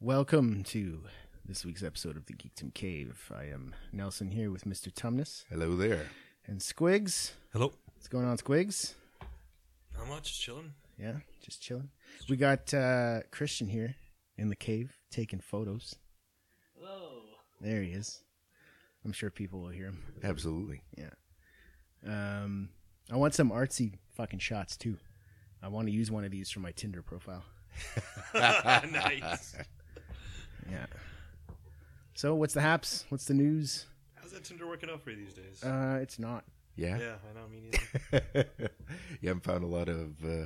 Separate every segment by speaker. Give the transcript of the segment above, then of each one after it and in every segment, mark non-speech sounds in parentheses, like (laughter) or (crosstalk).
Speaker 1: welcome to this week's episode of the Geekdom Cave. I am Nelson here with Mr. Tumnus
Speaker 2: Hello there.
Speaker 1: and Squigs.
Speaker 3: Hello.
Speaker 1: What's going on, Squigs?
Speaker 3: How much? Chilling.
Speaker 1: Yeah, just chilling. We got uh, Christian here in the cave taking photos. Hello. There he is. I'm sure people will hear him. (laughs)
Speaker 2: Absolutely.
Speaker 1: Um, I want some artsy fucking shots too. I want to use one of these for my Tinder profile.
Speaker 3: (laughs) nice.
Speaker 1: Yeah. So what's the haps? What's the news?
Speaker 3: How's that Tinder working out for you these days?
Speaker 1: Uh, it's not.
Speaker 2: (laughs) Yeah.
Speaker 3: yeah, I know. Me neither.
Speaker 2: you haven't found a lot of uh,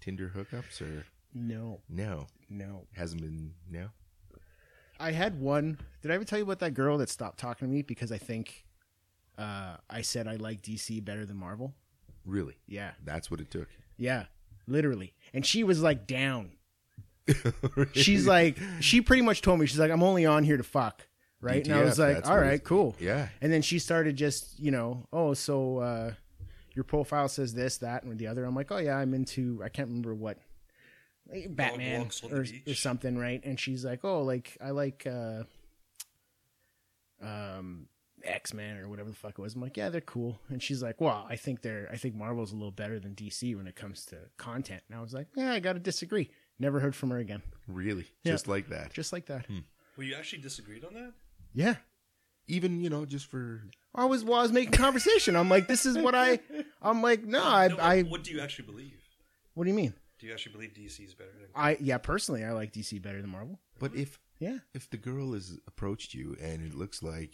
Speaker 2: Tinder hookups or
Speaker 1: No,
Speaker 2: no?
Speaker 1: no.
Speaker 2: Hasn't been no.
Speaker 1: I had one. Did I ever tell you about that girl that stopped talking to me because I think uh, I said I like DC better than Marvel?
Speaker 2: Really,
Speaker 1: Yeah,
Speaker 2: that's what it took. (laughs)
Speaker 1: yeah, literally. And she was like down.
Speaker 2: (laughs)
Speaker 1: She's like, she pretty much told me she's like, I'm only on here to fuck, right? and I
Speaker 2: DTF,
Speaker 1: was like,
Speaker 2: E that's
Speaker 1: all
Speaker 2: what it-
Speaker 1: right, cool.
Speaker 2: yeah,
Speaker 1: And then she started just, you know, oh, so uh, your profile says this, that, and the other. I'm like, oh yeah, I'm into. I can't remember what like, Batman
Speaker 3: walks on the
Speaker 1: or,
Speaker 3: beach.
Speaker 1: or something, right? And she's like, oh, like I like uh, um, X Men or whatever the fuck it was. I'm like, yeah, they're cool. And she's like, well, I think they're. I think Marvel's a little better than DC when it comes to content. And I was like, yeah, I gotta disagree. Never heard from her again.
Speaker 2: really,
Speaker 1: Yeah.
Speaker 2: just like that.
Speaker 1: Just like that.
Speaker 3: Hmm. Well, you actually disagreed on that?
Speaker 1: Yeah.
Speaker 2: Even you know, just for
Speaker 1: I was, well, I was making conversation. I'm like, this is what I, I'm like, no, I,
Speaker 3: No,
Speaker 1: I,
Speaker 3: What do you actually believe?
Speaker 1: What do you mean?
Speaker 3: Do you actually believe DC is better? Than- (laughs)
Speaker 1: I yeah, personally, I like DC better than Marvel.
Speaker 2: but if
Speaker 1: Yeah,
Speaker 2: if the girl has approached you and it looks like,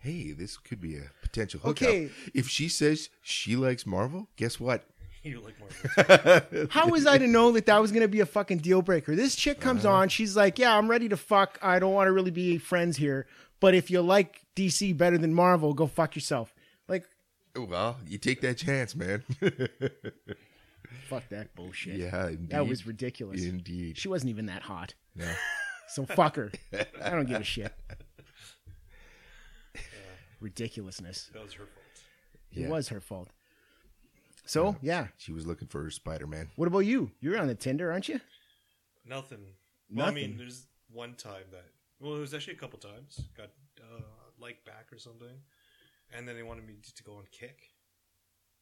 Speaker 2: hey, this could be a potential hookup.
Speaker 1: Okay.
Speaker 2: If she says she likes Marvel, guess what?
Speaker 3: you like more.
Speaker 1: (laughs) how was I to know that that was gonna be a fucking deal breaker? This chick comes on, she's like, "Yeah, I'm ready to fuck. I don't want to really be friends here, but if you like DC better than Marvel, go fuck yourself." Like,
Speaker 2: Oh, Well, you take that chance, man. (laughs)
Speaker 1: fuck that bullshit.
Speaker 2: yeah, indeed.
Speaker 1: that was ridiculous.
Speaker 2: Indeed.
Speaker 1: She wasn't even that hot,
Speaker 2: No.
Speaker 1: (laughs) so fuck her. I don't (laughs) give a shit. Ridiculousness.
Speaker 3: (laughs) That was her fault.
Speaker 2: Yeah.
Speaker 1: It was her fault. So yeah,
Speaker 2: She was looking for Spider Man.
Speaker 1: what about you? You're on the Tinder, aren't you?
Speaker 3: Nothing. Well, I
Speaker 1: Nothing.
Speaker 3: mean, there's one time that. Well, it was actually a couple times. Got uh, like back or something, and then they wanted me to go on kick,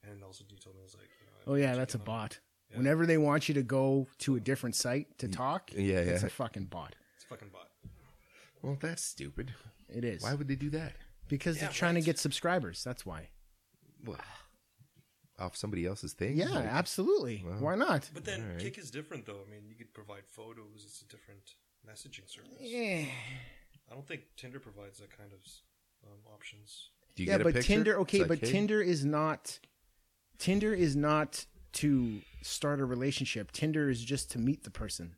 Speaker 3: and also you told me I was like, you know,
Speaker 1: Oh
Speaker 3: I'm
Speaker 1: yeah,
Speaker 3: checking
Speaker 1: that's a
Speaker 3: out.
Speaker 1: bot.
Speaker 3: Yeah.
Speaker 1: Whenever they want you to go to a different site to talk,
Speaker 2: yeah,
Speaker 1: it's
Speaker 2: yeah.
Speaker 1: a fucking bot.
Speaker 3: It's a fucking bot.
Speaker 2: Well, that's stupid.
Speaker 1: It is
Speaker 2: Why would they do that?
Speaker 1: because
Speaker 3: Yeah,
Speaker 1: they're trying to
Speaker 3: right.
Speaker 1: get subscribers. That's why.
Speaker 2: Well, off somebody else's thing?
Speaker 1: Yeah,
Speaker 2: Like,
Speaker 1: absolutely.
Speaker 2: well.
Speaker 1: why not?
Speaker 3: But then
Speaker 2: Alright.
Speaker 3: Kick is different, though. I mean, you could provide photos. It's a different messaging service.
Speaker 1: Yeah,
Speaker 3: I don't think Tinder provides that kind of um, options.
Speaker 2: do you
Speaker 1: yeah
Speaker 2: get a
Speaker 1: but
Speaker 2: picture?
Speaker 1: Tinder. Okay,
Speaker 2: It's
Speaker 1: but
Speaker 2: like, hey,
Speaker 1: Tinder is not. Tinder is not to start a relationship. Tinder is just to meet the person.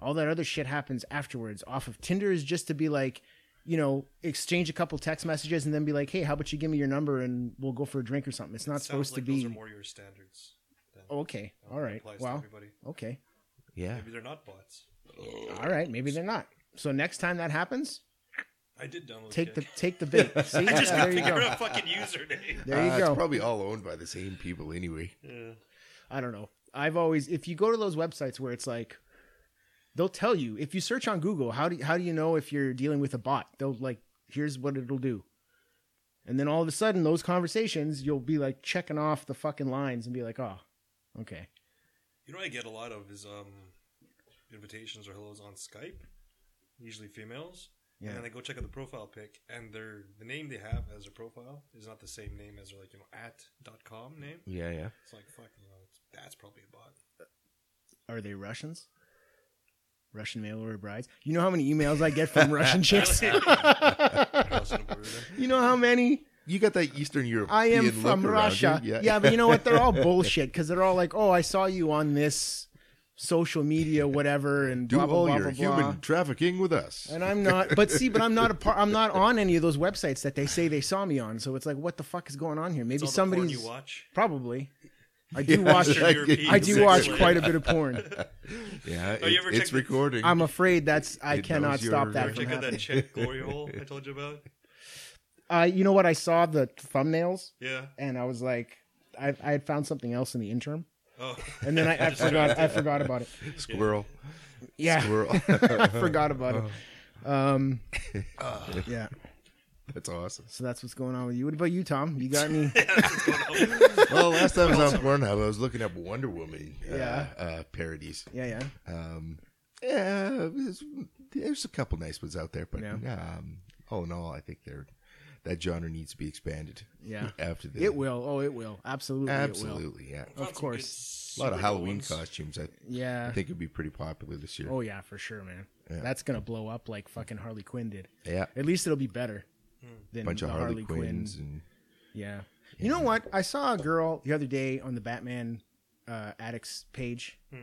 Speaker 1: All that other shit happens afterwards. Off of Tinder is just to be like, you know, exchange a couple text messages and then be like, hey, how about you give me your number and we'll go for a drink or something. It's not
Speaker 3: Sounds
Speaker 1: supposed to
Speaker 3: like
Speaker 1: be. Oh,
Speaker 3: Those are more your standards. than-
Speaker 1: Okay.
Speaker 3: than
Speaker 1: All
Speaker 3: what
Speaker 1: right.
Speaker 3: applies to
Speaker 1: Well,
Speaker 3: everybody.
Speaker 1: okay.
Speaker 2: Yeah.
Speaker 3: Maybe they're not bots.
Speaker 1: All right. Maybe they're not. So next time that happens,
Speaker 3: I did download.
Speaker 1: take the
Speaker 3: Kick.
Speaker 1: take the
Speaker 3: (laughs)
Speaker 1: bait. See,
Speaker 3: I just
Speaker 1: there
Speaker 3: gotta
Speaker 1: you
Speaker 3: figure
Speaker 1: go.
Speaker 3: out a
Speaker 1: (laughs)
Speaker 3: fucking username.
Speaker 1: There you
Speaker 2: Uh,
Speaker 1: go.
Speaker 2: It's probably all owned by the same people anyway.
Speaker 3: Yeah.
Speaker 1: I don't know. I've always if you go to those websites where it's like they'll tell you if you search on Google how do how do you know if you're dealing with a bot? They'll like here's what it'll do. And then all of a sudden those conversations you'll be like checking off the fucking lines and be like, "Oh, okay."
Speaker 3: You know what I get a lot of is um, invitations or hellos on Skype, usually females.
Speaker 1: Yeah.
Speaker 3: And then I go check out the profile pic, and their the name they have as their profile is not the same name as their like you know at dot com name.
Speaker 2: Yeah, yeah.
Speaker 3: It's like fuck, you know, it's, that's probably a
Speaker 1: (laughs)
Speaker 3: bot.
Speaker 1: Are they Russians? Russian mail order brides. You know how many emails I get from Russian
Speaker 3: (laughs)
Speaker 1: chicks?
Speaker 3: Crossing the border there.
Speaker 1: You know how many?
Speaker 2: You got that Eastern Europe.
Speaker 1: I am from Russia. Yeah.
Speaker 2: (laughs)
Speaker 1: but you know what? They're all bullshit because they're all like, "Oh, I saw you on this social media, whatever," and
Speaker 2: Do
Speaker 1: blah blah
Speaker 2: all
Speaker 1: blah
Speaker 2: your
Speaker 1: blah.
Speaker 2: human
Speaker 1: blah.
Speaker 2: trafficking with us. (laughs)
Speaker 1: And I'm not. But see, but I'm not a part. I'm not on any of those websites that they say they saw me on. So it's like, what the fuck is going on here? Maybe
Speaker 3: It's all the porn
Speaker 1: somebody's
Speaker 3: you watch.
Speaker 1: probably. I
Speaker 2: (laughs)
Speaker 1: do watch.
Speaker 3: Eastern
Speaker 2: like-
Speaker 3: European
Speaker 1: I (laughs) do
Speaker 3: sex
Speaker 1: watch
Speaker 3: slave.
Speaker 1: quite a bit of porn.
Speaker 2: (laughs) yeah,
Speaker 3: Oh, you
Speaker 2: it-
Speaker 3: ever check
Speaker 2: it's
Speaker 3: the-
Speaker 2: recording.
Speaker 1: I'm afraid that's. I
Speaker 2: It knows
Speaker 1: cannot stop
Speaker 2: your- (laughs)
Speaker 1: that
Speaker 2: Check
Speaker 1: from
Speaker 3: Check out
Speaker 1: happening.
Speaker 3: that chick glory hole I told you about.
Speaker 1: Uh, you know what? I saw the thumbnails.
Speaker 3: Yeah.
Speaker 1: and I was like, I, I had found something else in the interim,
Speaker 2: (laughs)
Speaker 3: Oh, (laughs)
Speaker 1: and then I, I forgot I forgot about it.
Speaker 2: Squirrel.
Speaker 1: Yeah,
Speaker 2: (laughs) Squirrel. Oh.
Speaker 1: I forgot about it.
Speaker 2: (laughs)
Speaker 1: Um, yeah.
Speaker 2: That's awesome.
Speaker 1: So that's what's going on with you. What about you, Tom? You
Speaker 2: (laughs)
Speaker 1: got any?
Speaker 2: Well, last time
Speaker 1: (laughs)
Speaker 2: I was on Pornhub, I was looking up Wonder Woman uh,
Speaker 1: Yeah.
Speaker 2: uh, parodies.
Speaker 1: Yeah, yeah.
Speaker 2: Um, yeah, there's, there's a couple nice ones out there, but
Speaker 1: Yeah.
Speaker 2: um, all in all, I think they're that genre needs to be expanded.
Speaker 1: Yeah.
Speaker 2: (laughs) after the
Speaker 1: It will. Oh, it will. Absolutely, it will.
Speaker 2: absolutely, yeah.
Speaker 1: Of course.
Speaker 2: A lot of Halloween costumes. I, I
Speaker 1: Yeah.
Speaker 2: think would be pretty popular this year.
Speaker 1: Oh yeah, for sure, man.
Speaker 2: Yeah.
Speaker 1: That's gonna blow up like fucking Harley Quinn did.
Speaker 2: yeah,
Speaker 1: At least it'll be better than
Speaker 2: Hmm. bunch
Speaker 1: the
Speaker 2: of Harley, Quinns
Speaker 1: Quinn.
Speaker 2: and
Speaker 1: Yeah. You know what? I saw a girl the other day on the Batman uh, Addicts page.
Speaker 2: Hmm.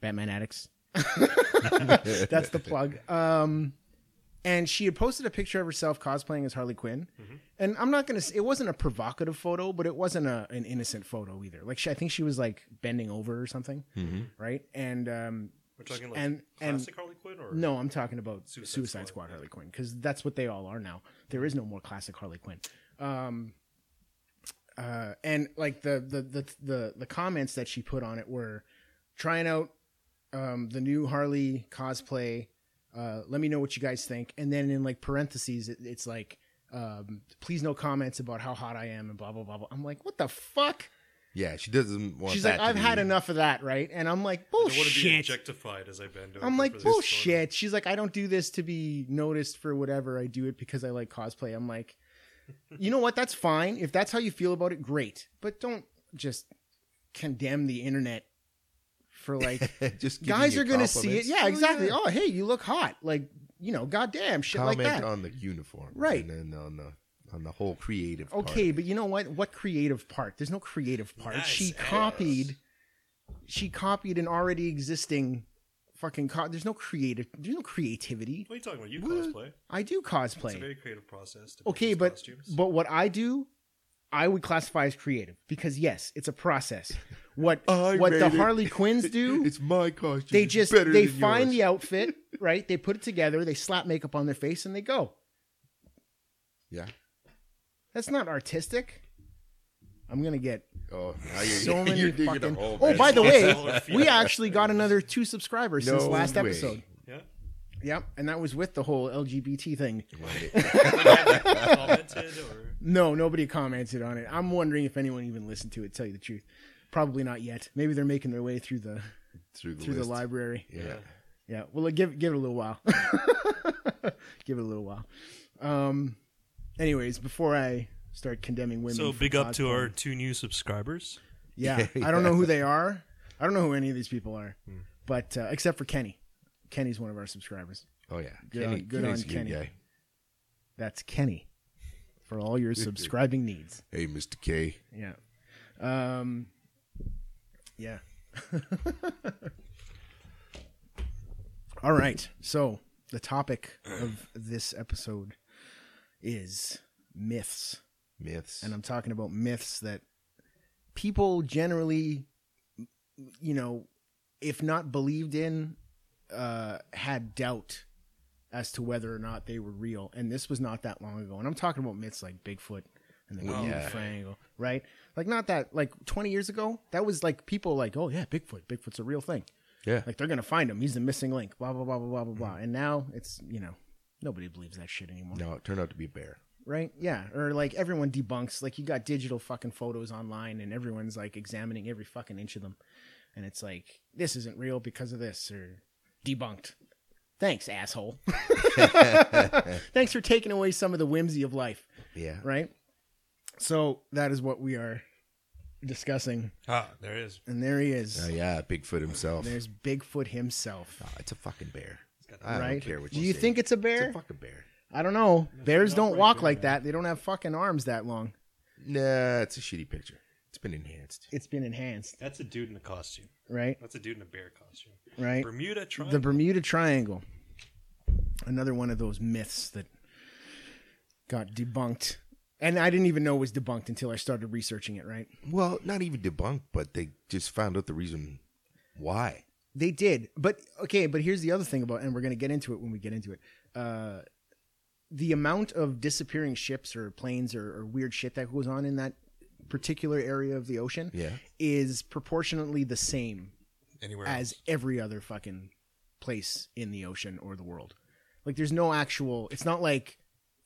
Speaker 1: Batman Addicts. (laughs) That's
Speaker 3: (laughs)
Speaker 2: (laughs)
Speaker 1: the plug. Um, and she had posted a picture of herself cosplaying as Harley Quinn.
Speaker 3: Mm-hmm.
Speaker 1: And I'm not gonna. Say, it wasn't a provocative photo, but it wasn't a, an innocent photo either. Like she, I think she was like bending over or something, right? And um,
Speaker 3: Mm-hmm. We're talking like
Speaker 1: And- and-
Speaker 3: classic Harley Quinn, or
Speaker 1: no, I'm talking about Suicide,
Speaker 3: Suicide
Speaker 1: Squad,
Speaker 3: Squad, yeah.
Speaker 1: Harley Quinn because that's what they all are now. There is no more classic Harley Quinn. Um, uh, and like the, the the the the comments that she put on it were trying out um, the new Harley cosplay. Uh, let me know what you guys think. And then in like parentheses, it, it's like, um, please no comments about how hot I am and blah blah blah. blah. I'm like, what the fuck?
Speaker 2: yeah, she doesn't want.
Speaker 1: She's like,
Speaker 2: that to
Speaker 1: I've
Speaker 2: be- (laughs)
Speaker 1: had enough of that, right? And I'm like,
Speaker 3: I don't want to be
Speaker 1: bullshit.
Speaker 3: objectified as I bend over.
Speaker 1: I'm
Speaker 3: for
Speaker 1: like,
Speaker 3: this photo.
Speaker 1: bullshit. She's like, I don't do this to be noticed for whatever. I do it because I like cosplay. I'm
Speaker 2: (laughs)
Speaker 1: like, you know what? That's fine. If that's how you feel about it, great. But don't just condemn the internet
Speaker 2: (laughs)
Speaker 1: for like,
Speaker 2: Just giving
Speaker 1: guys
Speaker 2: you
Speaker 1: are going to see it.
Speaker 2: compliments.
Speaker 1: Yeah,
Speaker 2: Oh,
Speaker 1: exactly. Oh, hey, you look hot. Like, you know, goddamn, shit
Speaker 2: Comment
Speaker 1: like that.
Speaker 2: on the uniform,
Speaker 1: Right.
Speaker 2: And then on the on the whole creative. part.
Speaker 1: Okay, but you know what? What creative part? There's no creative part.
Speaker 3: Nice
Speaker 1: she
Speaker 3: ass.
Speaker 1: copied. She copied an already existing fucking. Co- there's no creative. There's no creativity.
Speaker 3: What are you talking about? You
Speaker 2: What?
Speaker 3: cosplay.
Speaker 1: I do
Speaker 3: It's a
Speaker 1: cosplay.
Speaker 3: very creative process. To
Speaker 1: Okay,
Speaker 3: make
Speaker 1: but
Speaker 3: these costumes.
Speaker 1: but what I do, I would classify as creative because yes, it's a
Speaker 2: (laughs)
Speaker 1: process. What
Speaker 2: I
Speaker 1: what the
Speaker 2: made it.
Speaker 1: Harley Quinns do,
Speaker 2: (laughs) It's my costume.
Speaker 1: they
Speaker 2: It's
Speaker 1: just
Speaker 2: better
Speaker 1: they
Speaker 2: than
Speaker 1: find
Speaker 2: yours. (laughs)
Speaker 1: the outfit, right? They put it together, they slap makeup on their face, and they go.
Speaker 2: yeah.
Speaker 1: That's not artistic. I'm gonna get
Speaker 2: Oh, now (laughs) you're,
Speaker 1: so many
Speaker 2: you're digging
Speaker 1: fucking.
Speaker 2: a hole.
Speaker 1: oh,
Speaker 2: man.
Speaker 1: by the way,
Speaker 3: Dollar fee.
Speaker 1: we actually got another two subscribers since
Speaker 2: No
Speaker 1: last
Speaker 2: way.
Speaker 1: episode. (laughs)
Speaker 3: yeah.
Speaker 1: Yep, and that was with the whole LGBT thing. (laughs)
Speaker 2: Right.
Speaker 3: commented or
Speaker 1: No, nobody commented on it. I'm wondering if anyone even listened to it. Tell you the truth, probably not yet. Maybe they're making their way through the
Speaker 2: through the
Speaker 1: through the
Speaker 2: list.
Speaker 1: library.
Speaker 2: Yeah.
Speaker 1: Yeah, well, give give it a little while. (laughs) give it a little while. Um. Anyways, before I start condemning women,
Speaker 3: so
Speaker 1: for
Speaker 3: big up to
Speaker 1: cosplaying-
Speaker 3: our two new subscribers.
Speaker 1: Yeah, I don't know who they are. I don't know who any of these people are, but uh, except for Kenny. Kenny's one of our subscribers.
Speaker 2: Oh yeah.
Speaker 1: Good on- good
Speaker 2: Kenny's
Speaker 1: on
Speaker 2: a
Speaker 1: Kenny. That's Kenny for all your subscribing needs.
Speaker 2: Hey, Mr. K.
Speaker 1: Yeah. Um, yeah. (laughs) All right. So the topic of this episode is myths.
Speaker 2: Myths.
Speaker 1: And I'm talking about myths that people generally, you know, if not believed in, uh, had doubt as to whether or not they were real. And this was not that long ago. And I'm talking about myths like Bigfoot and the
Speaker 2: Well,
Speaker 1: Bermuda
Speaker 2: Oh, yeah.
Speaker 1: Triangle, right? Like not that like 20 years ago, that was like people like, oh yeah, Bigfoot, Bigfoot's a real thing.
Speaker 2: yeah.
Speaker 1: Like they're gonna find him. He's the missing link. Blah blah blah blah blah blah blah. And now it's you know nobody believes that shit anymore
Speaker 2: no, it turned out to be a bear.
Speaker 1: right? Yeah, or like everyone debunks. Like you got digital fucking photos online, and everyone's like examining every fucking inch of them, and it's like this isn't real because of this or debunked. Thanks, asshole. (laughs) Thanks for taking away some of the whimsy of life,
Speaker 2: Yeah.
Speaker 1: right? So that is what we are discussing,
Speaker 3: Ah, there it is.
Speaker 1: and there he is.
Speaker 2: Oh yeah, Bigfoot himself.
Speaker 1: There's Bigfoot himself,
Speaker 2: Ah, it's a fucking bear.
Speaker 3: got
Speaker 2: I
Speaker 1: right?
Speaker 2: don't care what
Speaker 1: Do
Speaker 2: you,
Speaker 1: you
Speaker 2: say.
Speaker 1: think it's a
Speaker 2: it's
Speaker 1: bear?
Speaker 2: a fucking bear?
Speaker 1: I don't know. Bears don't
Speaker 3: right
Speaker 1: walk
Speaker 3: there,
Speaker 1: like
Speaker 3: man.
Speaker 1: that. They don't have fucking arms that long.
Speaker 2: Nah, it's a shitty picture. It's been enhanced.
Speaker 1: It's been enhanced,
Speaker 3: That's a dude in a costume.
Speaker 1: right?
Speaker 3: That's a dude in a bear costume.
Speaker 1: Right.
Speaker 3: Bermuda
Speaker 1: the
Speaker 3: Triangle.
Speaker 1: Bermuda Triangle. Another one of those myths that got debunked. And I didn't even know it was debunked until I started researching it, right?
Speaker 2: Well, not even debunked, but they just found out the reason why.
Speaker 1: They did. But okay, but here's the other thing about and we're going to get into it when we get into it. Uh the amount of disappearing ships or planes or, or weird shit that goes on in that particular area of the ocean
Speaker 2: Yeah.
Speaker 1: is proportionately the same
Speaker 3: Anywhere
Speaker 1: as
Speaker 3: else.
Speaker 1: every other fucking place in the ocean or the world. Like there's no actual it's not like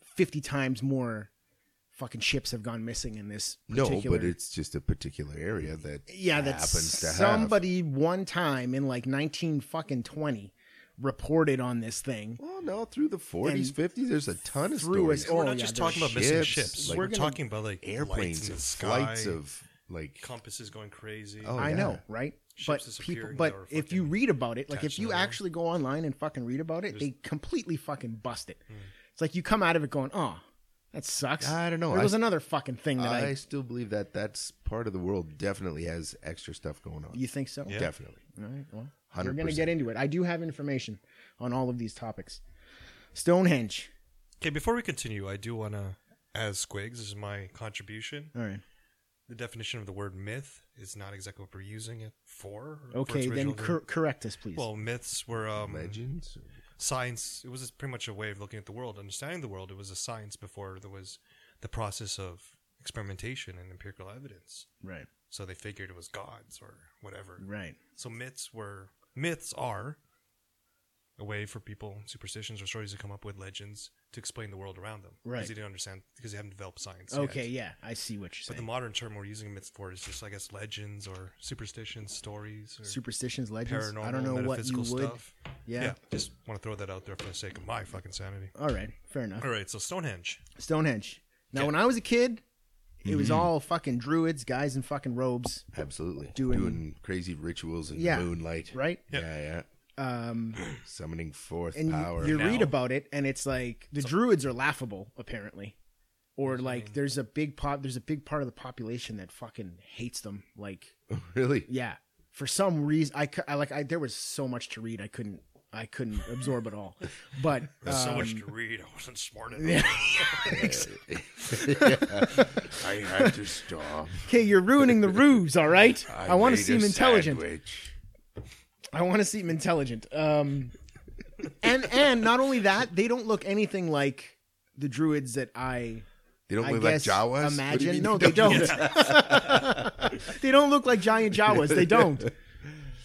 Speaker 1: 50 times more fucking ships have gone missing in this
Speaker 2: No,
Speaker 1: particular
Speaker 2: but it's just a particular area that
Speaker 1: yeah, that
Speaker 2: happens to have.
Speaker 1: somebody one time in like 19 fucking 20 reported on this thing.
Speaker 2: Well, no, through the 40s, 50s, there's a ton of
Speaker 1: through a-
Speaker 2: stories.
Speaker 1: oh,
Speaker 3: we're not
Speaker 1: yeah,
Speaker 3: just
Speaker 1: there's
Speaker 3: talking about missing
Speaker 2: ships,
Speaker 3: ships.
Speaker 2: like-
Speaker 3: we're
Speaker 1: We're gonna-
Speaker 3: talking about like lights
Speaker 2: airplanes
Speaker 3: in the
Speaker 2: and
Speaker 3: sky,
Speaker 2: flights of like
Speaker 3: compasses going crazy.
Speaker 2: Oh,
Speaker 1: I
Speaker 2: yeah.
Speaker 1: know, right?
Speaker 3: Ships
Speaker 1: But
Speaker 3: disappearing
Speaker 1: people, but
Speaker 3: that were
Speaker 1: if you
Speaker 3: fucking
Speaker 1: read about it, like
Speaker 3: attached
Speaker 1: if
Speaker 3: to
Speaker 1: you
Speaker 3: the ground.
Speaker 1: actually go online and fucking read about it,
Speaker 3: There's- Hmm.
Speaker 1: they completely fucking bust it. It's like you come out of it going, "Oh, that sucks."
Speaker 2: I don't know.
Speaker 1: There
Speaker 2: I-
Speaker 1: was another fucking thing that
Speaker 2: I
Speaker 1: I,
Speaker 2: still believe that that's part of the world definitely has extra stuff going on.
Speaker 1: You think so?
Speaker 3: Yeah.
Speaker 2: Definitely.
Speaker 1: All right. Well, we are
Speaker 2: 100%.
Speaker 1: going to get into it. I do have information on all of these topics. Stonehenge.
Speaker 3: Okay, before we continue, I do want to, as Squigs, this is my contribution.
Speaker 1: All right.
Speaker 3: The definition of the word myth is not exactly what we're using it for. for
Speaker 1: Okay,
Speaker 3: its
Speaker 1: then
Speaker 3: original-
Speaker 1: cor- correct us, please.
Speaker 3: Well, myths were um,
Speaker 2: Legends?
Speaker 3: science. It was just pretty much a way of looking at the world, understanding the world. It was a science before there was the process of experimentation and empirical evidence.
Speaker 1: right.
Speaker 3: So they figured it was gods or whatever.
Speaker 1: Right.
Speaker 3: So myths were myths are a way for people superstitions or stories to come up with legends to explain the world around them.
Speaker 1: Right.
Speaker 3: Because they didn't understand because they haven't developed science.
Speaker 1: Okay,
Speaker 3: Yet.
Speaker 1: yeah. I see what you're
Speaker 3: But the
Speaker 1: saying.
Speaker 3: modern term we're using myths for is just I guess legends or superstitions, stories, or
Speaker 1: Superstitions, legends.
Speaker 3: paranormal,
Speaker 1: I don't know what you
Speaker 3: metaphysical
Speaker 1: would.
Speaker 3: stuff.
Speaker 1: Yeah.
Speaker 3: Just want to throw that out there for the sake of my fucking sanity.
Speaker 1: All right. Fair enough.
Speaker 3: All right, so Stonehenge.
Speaker 1: Stonehenge. Now,
Speaker 3: Yeah. Mm-hmm.
Speaker 1: when I was a kid, it was all fucking druids, guys in fucking robes,
Speaker 2: Absolutely.
Speaker 1: Doing-
Speaker 2: Doing, crazy rituals in
Speaker 1: Yeah.
Speaker 2: moonlight.
Speaker 1: right?
Speaker 2: Yeah,
Speaker 1: Um,
Speaker 2: yeah. (clears throat) Summoning forth
Speaker 1: and
Speaker 2: power.
Speaker 1: you, you
Speaker 3: Now-
Speaker 1: read about it and it's like the druids are laughable apparently or like there's a big pop there's a big part of the population that fucking hates them like
Speaker 2: (laughs) really?
Speaker 1: (laughs) yeah for some reason i, cou- I like i there was so much to read i couldn't i couldn't absorb it all
Speaker 2: (laughs)
Speaker 1: but
Speaker 3: There's so much
Speaker 1: um,
Speaker 3: to read. (laughs) I wasn't smart enough.
Speaker 1: yeah.
Speaker 2: I had to stop.
Speaker 1: okay you're ruining the ruse all
Speaker 2: (laughs)
Speaker 1: right i, want to seem intelligent i want to seem intelligent um and and not only that they don't look anything like the druids that i
Speaker 2: They don't
Speaker 1: I
Speaker 2: look like
Speaker 1: guess
Speaker 2: Jawas? What do you
Speaker 1: imagine
Speaker 2: mean
Speaker 1: no they
Speaker 2: (laughs)
Speaker 1: don't (laughs) they don't look like giant Jawas they don't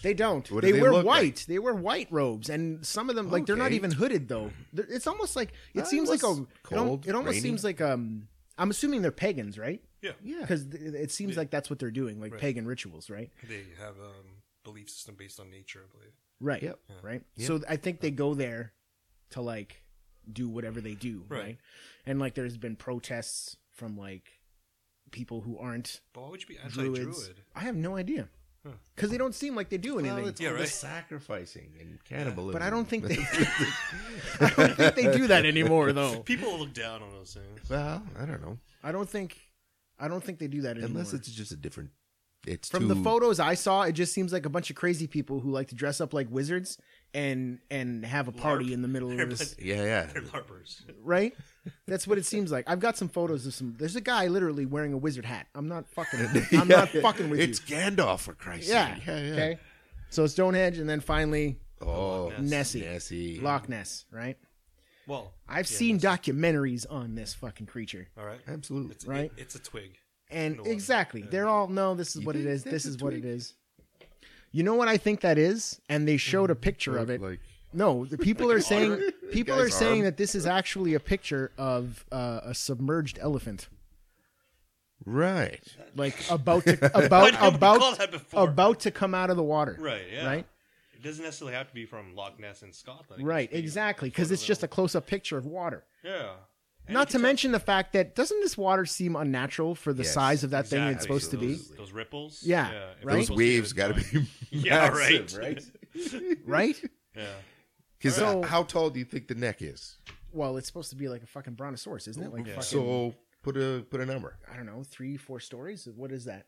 Speaker 1: they don't
Speaker 2: What do
Speaker 1: they,
Speaker 2: they
Speaker 1: wear
Speaker 2: look
Speaker 1: white
Speaker 2: like?
Speaker 1: they wear white robes and some of them like they're not
Speaker 2: Okay.
Speaker 1: even hooded though They're- it's almost like it
Speaker 2: Uh,
Speaker 1: seems like a
Speaker 2: was
Speaker 1: it, al-
Speaker 2: cold,
Speaker 1: it almost
Speaker 2: rainy.
Speaker 1: seems like um I'm assuming they're pagans right
Speaker 3: Yeah.
Speaker 2: Yeah.
Speaker 1: because it seems like that's what they're doing like
Speaker 3: Right.
Speaker 1: pagan rituals right
Speaker 3: They have a um, belief system based on nature, I believe.
Speaker 1: right
Speaker 2: Yep.
Speaker 1: right
Speaker 2: Yep.
Speaker 1: so I think they go there to like do whatever they do
Speaker 3: Right.
Speaker 1: right and like there's been protests from like people who aren't
Speaker 3: But why would you be anti-druid?
Speaker 1: druids. I have no idea.
Speaker 3: Huh.
Speaker 1: Because they don't seem like they do anything.
Speaker 2: Well, it's
Speaker 3: Yeah,
Speaker 2: all the
Speaker 3: right.
Speaker 2: sacrificing and cannibalism.
Speaker 1: but I don't
Speaker 2: (laughs)
Speaker 1: think they. (laughs) I don't think they do that anymore, though.
Speaker 3: People look down on those things.
Speaker 2: well, I don't know.
Speaker 1: I don't think. I don't think they do that anymore.
Speaker 2: Unless it's just a different. It's
Speaker 1: from
Speaker 2: too,
Speaker 1: the photos I saw, it just seems like a bunch of crazy people who like to dress up like wizards and and have a party
Speaker 3: LARP.
Speaker 1: in the middle of
Speaker 3: They're
Speaker 1: this.
Speaker 2: Yeah, yeah.
Speaker 3: (laughs) They're larpers.
Speaker 1: Right? That's what it seems like. I've got some photos of some. There's a guy literally wearing a wizard hat. I'm not fucking.
Speaker 2: (laughs)
Speaker 1: I'm not
Speaker 2: Yeah.
Speaker 1: fucking with
Speaker 2: it's Gandalf for Christ's
Speaker 1: you. Yeah.
Speaker 2: sake. Yeah, yeah.
Speaker 1: Okay. So Stonehenge, and then finally
Speaker 2: Oh,
Speaker 1: Ness. Nessie.
Speaker 2: Nessie.
Speaker 1: Loch Ness. Right.
Speaker 3: Well,
Speaker 1: I've
Speaker 3: yeah,
Speaker 1: seen
Speaker 3: that's-
Speaker 1: documentaries on this fucking creature.
Speaker 3: All right.
Speaker 2: Absolutely.
Speaker 3: It's,
Speaker 1: Right?
Speaker 3: it- it's a twig.
Speaker 1: And
Speaker 3: No one-
Speaker 1: exactly.
Speaker 3: yeah.
Speaker 1: They're all no, this is
Speaker 2: You
Speaker 1: what it
Speaker 2: think
Speaker 1: is. This
Speaker 2: that's a
Speaker 1: is what it
Speaker 2: twig?
Speaker 1: is. You know what I think that is? And they showed a
Speaker 3: Mm-hmm.
Speaker 1: picture of it.
Speaker 2: Like,
Speaker 1: No,
Speaker 3: (laughs)
Speaker 1: the people are saying people are
Speaker 2: guy's
Speaker 1: saying
Speaker 2: arm.
Speaker 1: that this is actually a picture of uh, a submerged elephant.
Speaker 2: right.
Speaker 1: Like about
Speaker 3: (laughs)
Speaker 1: to
Speaker 3: Why
Speaker 1: about
Speaker 3: didn't we call
Speaker 1: about
Speaker 3: that before?
Speaker 1: about to come out of the water.
Speaker 3: Right. Yeah.
Speaker 1: Right?
Speaker 3: It doesn't necessarily have to be from Loch Ness in Scotland. It
Speaker 1: Right,
Speaker 3: could be
Speaker 1: exactly,
Speaker 3: from
Speaker 1: cuz it's just a
Speaker 3: Florida.
Speaker 1: close up picture of water.
Speaker 3: Yeah. And you
Speaker 1: Not
Speaker 3: can
Speaker 1: to
Speaker 3: tell-
Speaker 1: mention the fact that doesn't this water seem unnatural for the
Speaker 2: Yes,
Speaker 1: size of that thing it's
Speaker 3: exactly.
Speaker 1: supposed to be?
Speaker 3: Those, those ripples.
Speaker 1: Yeah,
Speaker 3: if
Speaker 1: right?
Speaker 3: it was
Speaker 2: Those
Speaker 3: supposed to
Speaker 2: waves
Speaker 3: it's
Speaker 2: got to
Speaker 3: fine.
Speaker 2: be.
Speaker 1: (laughs)
Speaker 3: Yeah,
Speaker 2: massive,
Speaker 3: right.
Speaker 2: right?
Speaker 1: Right?
Speaker 3: Yeah.
Speaker 2: Because
Speaker 1: So-
Speaker 2: how tall do you think the neck is?
Speaker 1: Well, it's supposed to be like a fucking brontosaurus, isn't it? Like
Speaker 3: Yeah.
Speaker 1: fucking,
Speaker 2: So put a put a number.
Speaker 1: I don't know, three, four stories. What is that?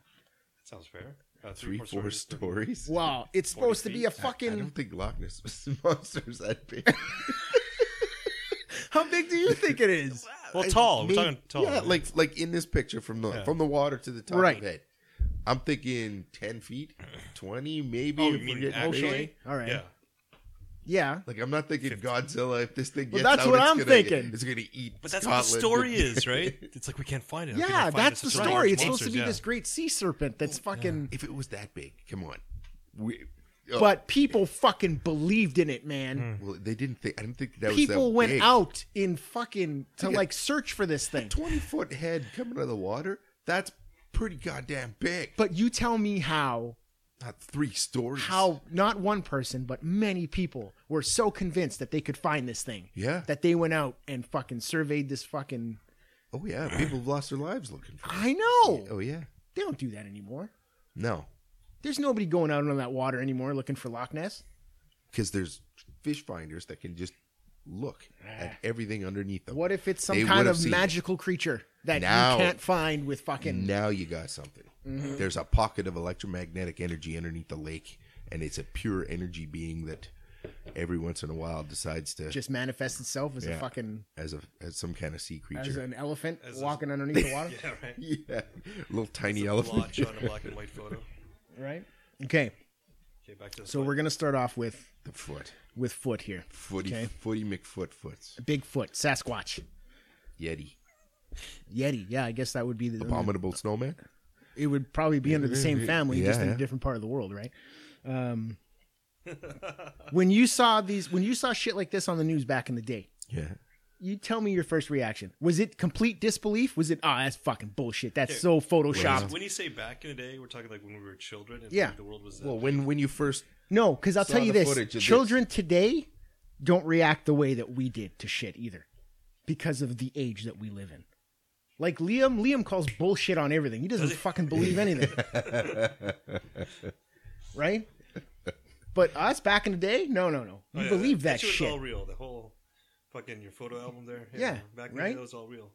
Speaker 3: That sounds fair. Uh,
Speaker 2: Three, four
Speaker 3: stories.
Speaker 2: stories.
Speaker 1: Wow, it's
Speaker 3: 40
Speaker 1: supposed to be a
Speaker 3: feet?
Speaker 2: I
Speaker 1: fucking.
Speaker 2: don't think Loch Ness (laughs) monsters that big.
Speaker 1: (laughs) How big do you think it is?
Speaker 3: Well, tall. We're
Speaker 2: Maybe-
Speaker 3: talking tall.
Speaker 2: Yeah, like like in this picture from the
Speaker 3: Yeah.
Speaker 2: from the water to the top
Speaker 1: Right.
Speaker 2: of it. I'm thinking ten feet, twenty, maybe.
Speaker 3: Oh, you
Speaker 2: if we're
Speaker 3: mean
Speaker 2: getting
Speaker 3: actually?
Speaker 2: crazy.
Speaker 1: All right.
Speaker 3: Yeah.
Speaker 1: Yeah.
Speaker 2: Like I'm not thinking Godzilla. If this thing
Speaker 1: Well,
Speaker 2: gets
Speaker 1: that's
Speaker 2: out,
Speaker 1: what
Speaker 2: it's
Speaker 1: I'm
Speaker 2: gonna,
Speaker 1: thinking.
Speaker 2: It's gonna eat.
Speaker 3: But that's
Speaker 2: Scotland.
Speaker 3: what the story is, right?
Speaker 2: (laughs)
Speaker 3: It's like we can't find it. How can I
Speaker 1: Yeah,
Speaker 3: find
Speaker 1: that's the
Speaker 3: this
Speaker 1: story.
Speaker 3: giant
Speaker 1: It's supposed to
Speaker 3: monsters?
Speaker 1: be
Speaker 3: Yeah.
Speaker 1: this great sea serpent that's fucking.
Speaker 2: If it was that big, come on. We, oh,
Speaker 1: But people fucking believed in it, man.
Speaker 2: well, they didn't think. I didn't think that was that
Speaker 1: People went
Speaker 2: big.
Speaker 1: out in fucking to
Speaker 2: Yeah.
Speaker 1: like search for this thing.
Speaker 2: Twenty foot head coming out of the water. That's pretty goddamn big.
Speaker 1: But you tell me how
Speaker 2: Not three stories.
Speaker 1: how not one person but many people were so convinced that they could find this thing.
Speaker 2: Yeah.
Speaker 1: That they went out and fucking surveyed this fucking
Speaker 2: Oh yeah, people have lost their lives looking for.
Speaker 1: I know.
Speaker 2: It. Oh yeah.
Speaker 1: They don't do that anymore.
Speaker 2: No,
Speaker 1: There's nobody going out on that water anymore looking for Loch Ness.
Speaker 2: because there's fish finders that can just look at everything underneath them.
Speaker 1: What if it's some
Speaker 2: They would
Speaker 1: kind
Speaker 2: have
Speaker 1: of
Speaker 2: seen it.
Speaker 1: magical creature that
Speaker 2: Now-
Speaker 1: you can't find with fucking
Speaker 2: Now you got something.
Speaker 1: Mm-hmm.
Speaker 2: There's a pocket of electromagnetic energy underneath the lake, and it's a pure energy being that every once in a while decides to
Speaker 1: just manifest itself as a
Speaker 2: Yeah.
Speaker 1: fucking
Speaker 2: as a as some kind of sea
Speaker 1: as
Speaker 2: creature.
Speaker 1: an elephant
Speaker 3: As a-
Speaker 1: walking underneath the water,
Speaker 3: Yeah, right.
Speaker 2: (laughs) yeah, little tiny elephant.
Speaker 3: Blotch on a black and white photo.
Speaker 1: right? Okay,
Speaker 3: Okay, back to the
Speaker 1: so we're gonna start off with
Speaker 2: (laughs) The foot,
Speaker 1: with foot here.
Speaker 2: footy,
Speaker 1: Okay.
Speaker 2: footy McFootfoots,
Speaker 1: Bigfoot, Sasquatch,
Speaker 2: Yeti,
Speaker 1: Mm-hmm. Yeti. Yeah, I guess that would be the
Speaker 2: abominable snowman.
Speaker 1: It would probably be under the same family, just
Speaker 2: Yeah,
Speaker 1: in a
Speaker 2: yeah.
Speaker 1: different part of the world, right? Um, (laughs) when you saw these, when you saw shit like this on the news back in the day,
Speaker 2: Yeah,
Speaker 1: you tell me your first reaction. Was it complete disbelief? Was it, ah, that's fucking bullshit. That's so photoshopped.
Speaker 3: Um, When you say back in the day, we're talking like when we were children and
Speaker 1: Yeah.
Speaker 3: the world was uh, that.
Speaker 2: Well, when when you first
Speaker 1: No, because I'll
Speaker 2: Saw
Speaker 1: tell you
Speaker 2: the
Speaker 1: this:
Speaker 2: footage of
Speaker 1: children today don't react the way that we did to shit either, because of the age that we live in. Like Liam, Liam calls bullshit on everything. He doesn't fucking believe
Speaker 2: (laughs)
Speaker 1: anything, right? But us back in the day, no, no, no,
Speaker 3: Oh,
Speaker 1: you
Speaker 3: yeah,
Speaker 1: believe that,
Speaker 3: shit was all
Speaker 1: shit.
Speaker 3: real. The whole fucking your photo album there.
Speaker 1: Yeah,
Speaker 3: back
Speaker 1: right?
Speaker 3: then that was all real.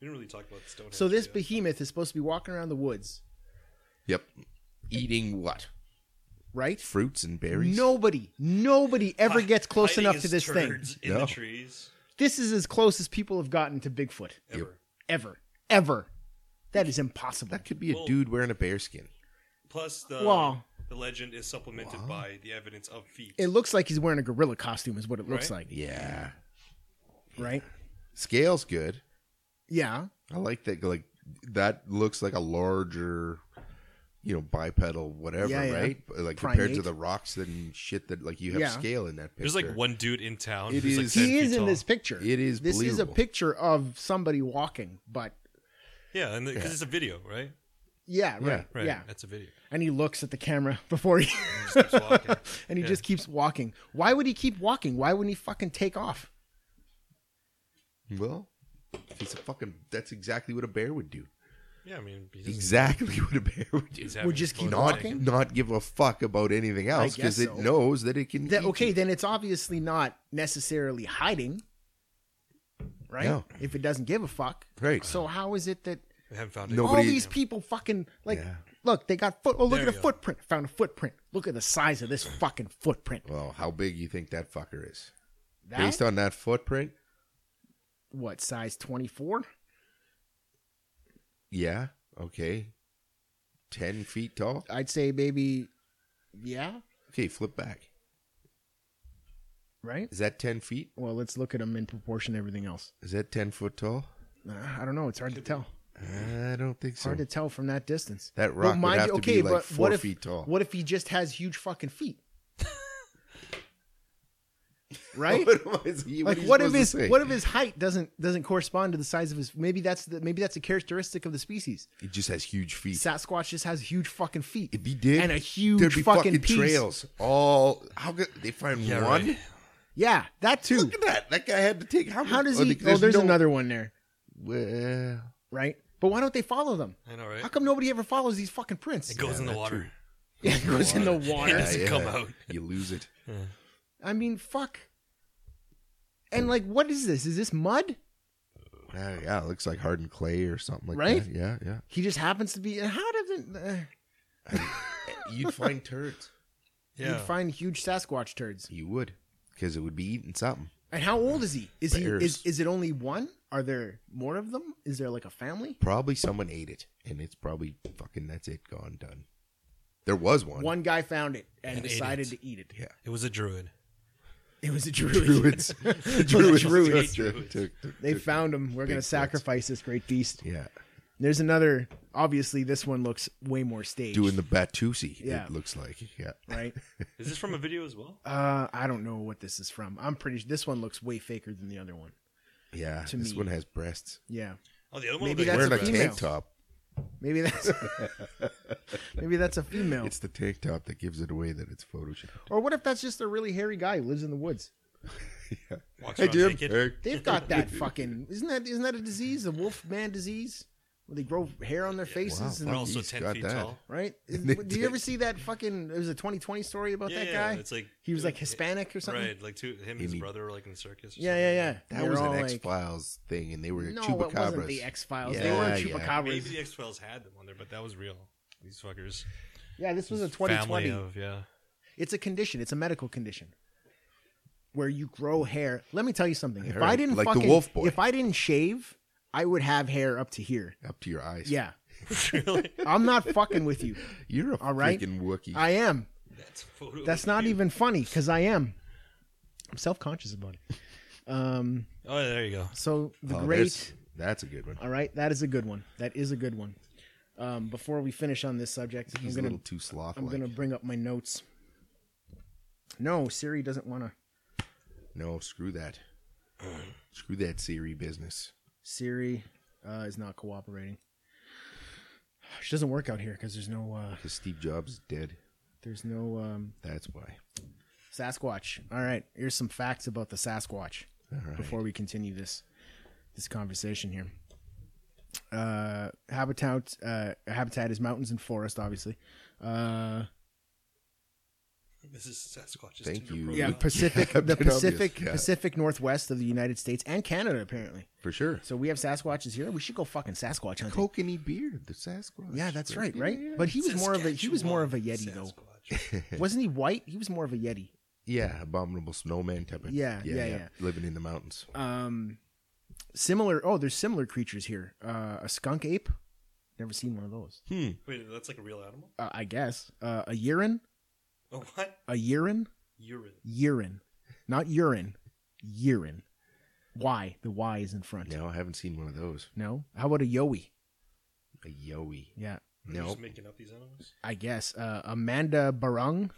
Speaker 3: We didn't really talk about Stonehenge.
Speaker 1: So this
Speaker 3: yeah.
Speaker 1: behemoth is supposed to be walking around the woods,
Speaker 2: yep, eating what
Speaker 1: right?
Speaker 2: fruits and berries.
Speaker 1: Nobody, nobody ever
Speaker 3: Hi-
Speaker 1: gets close
Speaker 3: hiding
Speaker 1: enough
Speaker 3: his
Speaker 1: to this thing.
Speaker 3: turds in
Speaker 2: No.
Speaker 3: the trees
Speaker 1: This is as close as people have gotten to Bigfoot
Speaker 2: Yep.
Speaker 3: ever.
Speaker 1: ever, ever. That is impossible.
Speaker 2: that could be a
Speaker 3: Well-
Speaker 2: dude wearing a bear skin.
Speaker 3: Plus the
Speaker 1: Wow.
Speaker 3: the legend is supplemented by the evidence of feet.
Speaker 1: It looks like he's wearing a gorilla costume, is what it looks like,
Speaker 2: Yeah,
Speaker 1: right?
Speaker 2: scale's good.
Speaker 1: Yeah,
Speaker 2: I like that. Like that looks like a larger, you know, bipedal whatever,
Speaker 1: Yeah, yeah.
Speaker 2: right? But, Like compared to
Speaker 1: Primate.
Speaker 2: the rocks and shit that like you have
Speaker 1: Yeah.
Speaker 2: scale in that picture.
Speaker 3: There's like one dude in town.
Speaker 2: It
Speaker 3: who's like
Speaker 2: is-
Speaker 3: 10
Speaker 1: he
Speaker 3: feet
Speaker 1: is in
Speaker 3: tall.
Speaker 1: this picture.
Speaker 2: It is
Speaker 1: This is a
Speaker 2: believable.
Speaker 1: picture of somebody walking, but
Speaker 3: Yeah, and because it's a video, right?
Speaker 1: yeah, right, yeah,
Speaker 3: Right. That's a video.
Speaker 1: And he looks at the camera (laughs) before he,
Speaker 3: Just keeps walking.
Speaker 1: (laughs) and he
Speaker 3: Yeah.
Speaker 1: just keeps walking. Why would he keep walking? Why wouldn't he fucking take off?
Speaker 2: Well, it's a fucking. That's exactly what a bear would do.
Speaker 3: Yeah, I mean, he doesn't-
Speaker 2: Exactly what a bear would do.
Speaker 3: he's having
Speaker 1: Would just
Speaker 3: his
Speaker 1: keep
Speaker 3: photo
Speaker 1: walking?
Speaker 3: taken.
Speaker 2: Not give a fuck about anything else
Speaker 1: guess
Speaker 2: because it
Speaker 1: so.
Speaker 2: knows that it can.
Speaker 1: That,
Speaker 2: eat
Speaker 1: okay,
Speaker 2: you.
Speaker 1: then it's obviously not necessarily hiding, right?
Speaker 2: No.
Speaker 1: If it doesn't give a fuck,
Speaker 2: Right.
Speaker 1: So how is it that
Speaker 3: We haven't found
Speaker 2: No,
Speaker 3: it.
Speaker 2: but-
Speaker 1: all
Speaker 2: he-
Speaker 1: these people fucking like
Speaker 2: Yeah.
Speaker 1: look they got foot oh look
Speaker 3: There
Speaker 1: at
Speaker 3: you
Speaker 1: a
Speaker 3: go.
Speaker 1: footprint found a footprint look at the size of this fucking footprint
Speaker 2: Well, how big you think that fucker is?
Speaker 1: that
Speaker 2: Based on that footprint,
Speaker 1: what size 24
Speaker 2: yeah, okay, ten feet tall.
Speaker 1: i'd say maybe yeah
Speaker 2: Okay, flip back.
Speaker 1: right
Speaker 2: Is that ten feet?
Speaker 1: well let's look at them in proportion to everything else
Speaker 2: Is that ten foot tall?
Speaker 1: Uh, i don't know it's hard to tell
Speaker 2: I don't think so. (laughs)
Speaker 1: hard to tell from that distance
Speaker 2: That
Speaker 1: Well,
Speaker 2: rock would have to be like
Speaker 1: but
Speaker 2: four
Speaker 1: what if,
Speaker 2: feet tall.
Speaker 1: what if he just has huge fucking
Speaker 2: (laughs)
Speaker 1: feet right
Speaker 2: am I- what
Speaker 1: like
Speaker 2: are you
Speaker 1: what if
Speaker 2: supposed to
Speaker 1: his
Speaker 2: say?
Speaker 1: what if his height doesn't doesn't correspond to the size of his maybe that's the, maybe that's a characteristic of the species
Speaker 2: It just has huge feet.
Speaker 1: Sasquatch just has huge fucking feet.
Speaker 2: if he did,
Speaker 1: and a huge
Speaker 2: there'd be
Speaker 1: fucking, piece.
Speaker 2: trails. All how could they find
Speaker 3: Yeah,
Speaker 2: one?
Speaker 3: right.
Speaker 1: Yeah, that too.
Speaker 2: Look at that. That guy had to take how?
Speaker 1: How
Speaker 2: many-
Speaker 1: does he?
Speaker 2: there-
Speaker 1: Oh, there's
Speaker 2: no-
Speaker 1: another one there,
Speaker 2: Well,
Speaker 1: right? But why don't they follow them?
Speaker 3: I know, right?
Speaker 1: How come nobody ever follows these fucking prints?
Speaker 3: It goes in the
Speaker 2: that's
Speaker 3: water.
Speaker 2: true.
Speaker 1: Yeah, (laughs) it goes
Speaker 2: (laughs)
Speaker 1: in the water.
Speaker 3: doesn't come out.
Speaker 2: You lose it.
Speaker 1: I mean, fuck. And like, what is this? Is this mud?
Speaker 2: Yeah, yeah, it looks like hardened clay or something like
Speaker 1: Right?
Speaker 2: that. Yeah, yeah.
Speaker 1: He just happens to be. How does it? Uh,
Speaker 2: You'd find turds.
Speaker 1: You'd find huge Sasquatch turds.
Speaker 2: You would, because it would be eating something.
Speaker 1: And how old is he? Is he?
Speaker 2: Bears.
Speaker 1: Is is it only one? Are there more of them? Is there like a family?
Speaker 2: Probably someone ate it, and it's probably fucking that's it, gone, done. There was one.
Speaker 1: One guy found it and,
Speaker 3: And ate
Speaker 1: decided
Speaker 3: it.
Speaker 1: to eat it.
Speaker 2: Yeah.
Speaker 3: It was a druid.
Speaker 1: It was a druid.
Speaker 2: (laughs) (laughs) Druids. The
Speaker 1: Druids.
Speaker 2: Druids.
Speaker 3: Druids.
Speaker 2: took- took-
Speaker 1: They
Speaker 2: took-
Speaker 1: found him. We're
Speaker 2: Big
Speaker 1: going to
Speaker 2: threats.
Speaker 1: sacrifice this great beast.
Speaker 2: Yeah.
Speaker 1: There's another. Obviously, this one looks way more staged.
Speaker 2: Doing the Batusi,
Speaker 1: Yeah.
Speaker 2: it looks like. Yeah.
Speaker 1: right.
Speaker 3: Is this from a video as well?
Speaker 1: Uh, I don't know what this is from. I'm pretty. This one looks way faker than the other one.
Speaker 2: Yeah.
Speaker 1: To
Speaker 2: this
Speaker 1: me.
Speaker 2: one has breasts.
Speaker 1: Yeah.
Speaker 3: Oh, the other one.
Speaker 1: Maybe
Speaker 3: was
Speaker 1: that's
Speaker 3: like-
Speaker 2: Wearing
Speaker 1: a
Speaker 2: a
Speaker 1: female.
Speaker 2: tank top.
Speaker 1: Maybe that's. (laughs) maybe that's a female.
Speaker 2: It's the tank top that gives it away that it's Photoshop.
Speaker 1: or what if that's just a really hairy guy who lives in the woods?
Speaker 3: walks
Speaker 2: Hey,
Speaker 3: around
Speaker 2: Jim.
Speaker 3: naked.
Speaker 2: Hey.
Speaker 1: They've got that fucking. Isn't that isn't that a disease? The wolf man disease, where they grow hair on their faces
Speaker 2: Wow,
Speaker 3: They're
Speaker 1: and
Speaker 2: fuck.
Speaker 3: also
Speaker 2: He's
Speaker 3: ten
Speaker 2: got
Speaker 3: feet
Speaker 2: that.
Speaker 3: tall.
Speaker 1: right.
Speaker 2: And (laughs) they
Speaker 1: Do you ever
Speaker 2: did.
Speaker 1: see that fucking? It was a 2020 story about
Speaker 3: Yeah,
Speaker 1: that
Speaker 3: yeah,
Speaker 1: guy.
Speaker 3: It's like
Speaker 1: he was
Speaker 3: uh,
Speaker 1: like Hispanic or something.
Speaker 3: Right, like two him and his
Speaker 2: Amy-
Speaker 3: brother were like in the circus. Or
Speaker 1: Yeah,
Speaker 3: something.
Speaker 1: yeah, yeah.
Speaker 2: That
Speaker 1: They're
Speaker 2: was
Speaker 1: all
Speaker 2: an
Speaker 1: like-
Speaker 2: X Files thing, and they were
Speaker 1: No,
Speaker 2: chupacabras.
Speaker 1: it wasn't the X Files. they
Speaker 2: Yeah,
Speaker 1: weren't
Speaker 2: yeah.
Speaker 1: chupacabras.
Speaker 3: Maybe the X Files had them on there, but that was real. These fuckers.
Speaker 1: Yeah, this was a
Speaker 3: Family
Speaker 1: 2020.
Speaker 3: of yeah. (laughs)
Speaker 1: It's a condition. It's a medical condition where you grow hair. Let me tell you something. If
Speaker 2: heard.
Speaker 1: I didn't
Speaker 2: Like the
Speaker 1: fucking,
Speaker 2: wolf boy.
Speaker 1: if I didn't shave, I would have hair up to here.
Speaker 2: Up to your eyes.
Speaker 1: Yeah,
Speaker 3: really?
Speaker 1: I'm not fucking with
Speaker 2: (laughs)
Speaker 1: you.
Speaker 2: You're a
Speaker 1: All right.
Speaker 2: freaking Wookiee.
Speaker 1: I am.
Speaker 3: That's a photo.
Speaker 1: That's not even funny because I am. I'm self conscious about it. Um.
Speaker 3: Oh, there you go.
Speaker 1: So the
Speaker 2: Oh,
Speaker 1: great.
Speaker 2: there's- That's a good one.
Speaker 1: All right, that is a good one. That is a good one. Um, before we finish on this subject,
Speaker 2: He's
Speaker 1: I'm
Speaker 2: a
Speaker 1: gonna
Speaker 2: little too sloth.
Speaker 1: I'm gonna bring up my notes. No, Siri doesn't want to.
Speaker 2: No, screw that. screw that Siri business.
Speaker 1: Siri uh, is not cooperating. She doesn't work out here because there's no uh,
Speaker 2: Because Steve Jobs is dead.
Speaker 1: there's no um,
Speaker 2: That's why.
Speaker 1: Sasquatch. All right, here's some facts about the Sasquatch
Speaker 2: All right.
Speaker 1: before we continue this this conversation here. Uh, habitat uh, habitat is mountains and forest, obviously. Uh,
Speaker 3: This is Sasquatch's
Speaker 2: Thank
Speaker 3: Tinder
Speaker 2: you. (laughs)
Speaker 3: profile.
Speaker 1: yeah,
Speaker 2: Yeah.
Speaker 1: Pacific,
Speaker 2: Been
Speaker 1: the
Speaker 2: obvious,
Speaker 1: Pacific,
Speaker 2: yeah.
Speaker 1: Pacific Northwest of the United States and Canada, apparently.
Speaker 2: For sure.
Speaker 1: So we have Sasquatches here. We should go fucking Sasquatch hunting.
Speaker 2: Kokanee beard, the Sasquatch.
Speaker 1: Yeah, that's right,
Speaker 2: Yeah,
Speaker 1: right?
Speaker 2: yeah.
Speaker 1: But he was more of a he was more of a yeti
Speaker 3: Saskatchewan Sasquatch.
Speaker 1: though,
Speaker 2: (laughs)
Speaker 1: wasn't he? White? He was more of a yeti.
Speaker 2: yeah, abominable snowman type of.
Speaker 1: Yeah, yeah, yeah.
Speaker 2: Living in the mountains.
Speaker 1: Um, similar. Oh, there's similar creatures here. Uh, a skunk ape. Never seen one of those.
Speaker 2: Hmm.
Speaker 3: Wait, that's like a real animal?
Speaker 1: Uh, I guess uh, a urine,
Speaker 3: Oh, what?
Speaker 1: a urine,
Speaker 3: Urine.
Speaker 1: urine, not urine, urine. Why? The Y is in front.
Speaker 2: No, I haven't seen one of those.
Speaker 1: No? How about a yowie?
Speaker 2: A yowie.
Speaker 1: Yeah,
Speaker 3: You're
Speaker 2: No.
Speaker 3: Just making up these animals.
Speaker 1: I guess uh, Amanda Barung.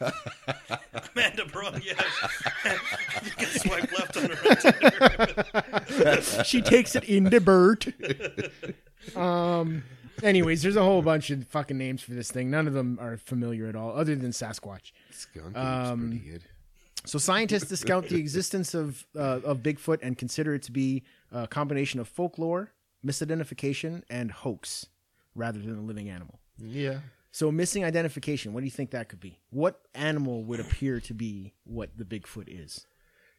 Speaker 3: Amanda Braun, yes. (laughs) you can swipe left on her on Tinder.
Speaker 1: she takes it into Bert. Um. Anyways, there's a whole bunch of fucking names for this thing. None of them are familiar at all, other than Sasquatch.
Speaker 2: Skunk
Speaker 1: Um,
Speaker 2: ape's pretty good.
Speaker 1: So scientists discount the existence of uh, of Bigfoot and consider it to be a combination of folklore, misidentification, and hoax, rather than a living animal.
Speaker 2: Yeah.
Speaker 1: So missing identification. What do you think that could be? What animal would appear to be what the Bigfoot is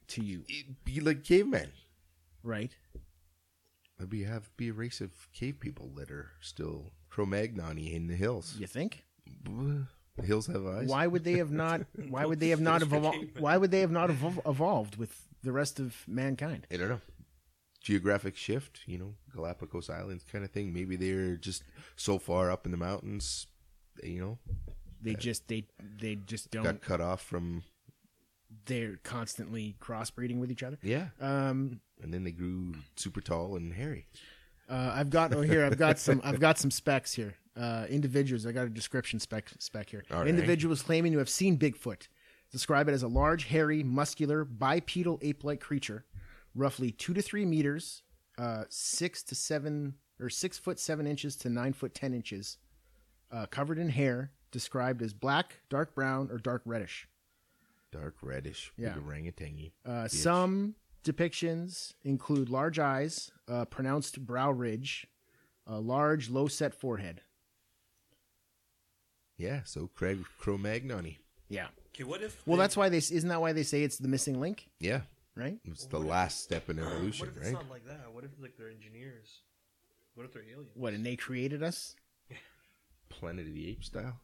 Speaker 1: to you?
Speaker 2: It'd be like caveman.
Speaker 1: Right?
Speaker 2: It'd be have be a race of cave people that are still Cro-Magnoni in the hills.
Speaker 1: You think?
Speaker 2: Bleh. The hills have eyes.
Speaker 1: Why would they have not? Why would they have not evolved? Why would they have not evol- evolved with the rest of mankind?
Speaker 2: I don't know. Geographic shift, you know, Galapagos Islands kind of thing. Maybe they're just so far up in the mountains, you know,
Speaker 1: They just they they just
Speaker 2: got
Speaker 1: don't.
Speaker 2: cut off from.
Speaker 1: They're constantly crossbreeding with each other.
Speaker 2: Yeah.
Speaker 1: Um,
Speaker 2: And then they grew super tall and hairy.
Speaker 1: Uh, I've got oh here I've got some I've got some specs here. Uh, individuals I got a description spec spec here.
Speaker 2: All right.
Speaker 1: Individuals claiming to have seen Bigfoot describe it as a large, hairy, muscular, bipedal ape-like creature, roughly two to three meters, uh, six to seven or six foot seven inches to nine foot ten inches, uh, covered in hair, described as black, dark brown, or dark reddish.
Speaker 2: Dark reddish,
Speaker 1: Yeah.
Speaker 2: big orangutangy.
Speaker 1: Uh, some depictions include large eyes, uh, pronounced brow ridge, a large, low set forehead.
Speaker 2: Yeah, so Craig Cro-Magnoni.
Speaker 1: Yeah.
Speaker 3: Okay, what if.
Speaker 1: Well,
Speaker 3: they-
Speaker 1: that's why they isn't that why they say it's the missing link,
Speaker 2: Yeah,
Speaker 1: right?
Speaker 2: it's the last step in evolution,
Speaker 3: What if it's
Speaker 2: right?
Speaker 3: not like that? What if like they're engineers? What if they're aliens?
Speaker 1: What and they created us?
Speaker 2: Planet of the Apes style.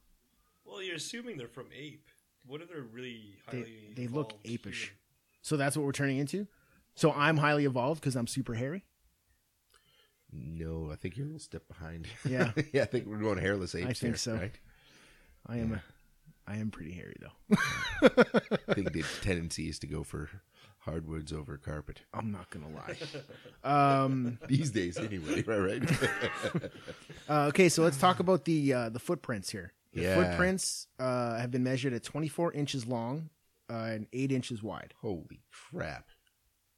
Speaker 3: Well, you're assuming they're from ape. What if they're really
Speaker 1: They
Speaker 3: highly?
Speaker 1: they look
Speaker 3: evolved
Speaker 1: apish.
Speaker 3: (laughs) human?
Speaker 1: So that's what we're turning into. So I'm highly evolved because I'm super hairy.
Speaker 2: No, I think you're a little step behind. (laughs)
Speaker 1: Yeah.
Speaker 2: yeah, I think we're going hairless apes.
Speaker 1: think
Speaker 2: here,
Speaker 1: so.
Speaker 2: Right?
Speaker 1: I am. A, I am pretty hairy though.
Speaker 2: I think the tendency is to go for hardwoods over carpet
Speaker 1: I'm not gonna lie. (laughs) Um,
Speaker 2: (laughs) these days, anyway. Right, right. (laughs)
Speaker 1: uh, okay, so let's talk about the uh, the footprints here. The
Speaker 2: Yeah.
Speaker 1: footprints uh, have been measured at 24 inches long uh, and eight inches wide.
Speaker 2: Holy crap!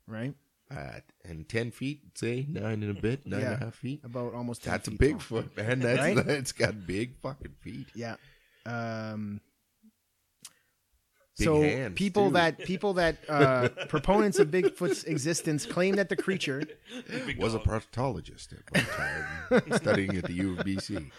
Speaker 1: Right,
Speaker 2: Uh, and ten feet, say nine and a bit, nine and a half
Speaker 1: Yeah.
Speaker 2: feet.
Speaker 1: about almost 10
Speaker 2: That's a
Speaker 1: feet
Speaker 2: big
Speaker 1: long.
Speaker 2: foot, man. That's
Speaker 1: Right?
Speaker 2: that's got big fucking feet.
Speaker 1: Yeah. Um,
Speaker 2: Big
Speaker 1: so
Speaker 2: hands,
Speaker 1: people
Speaker 2: too.
Speaker 1: that people that
Speaker 2: (laughs)
Speaker 1: uh, proponents of Bigfoot's existence claim that the creature
Speaker 3: (laughs) Big
Speaker 2: Was a
Speaker 3: dog.
Speaker 2: proctologist at one
Speaker 1: (laughs)
Speaker 2: time, studying at the U of BC.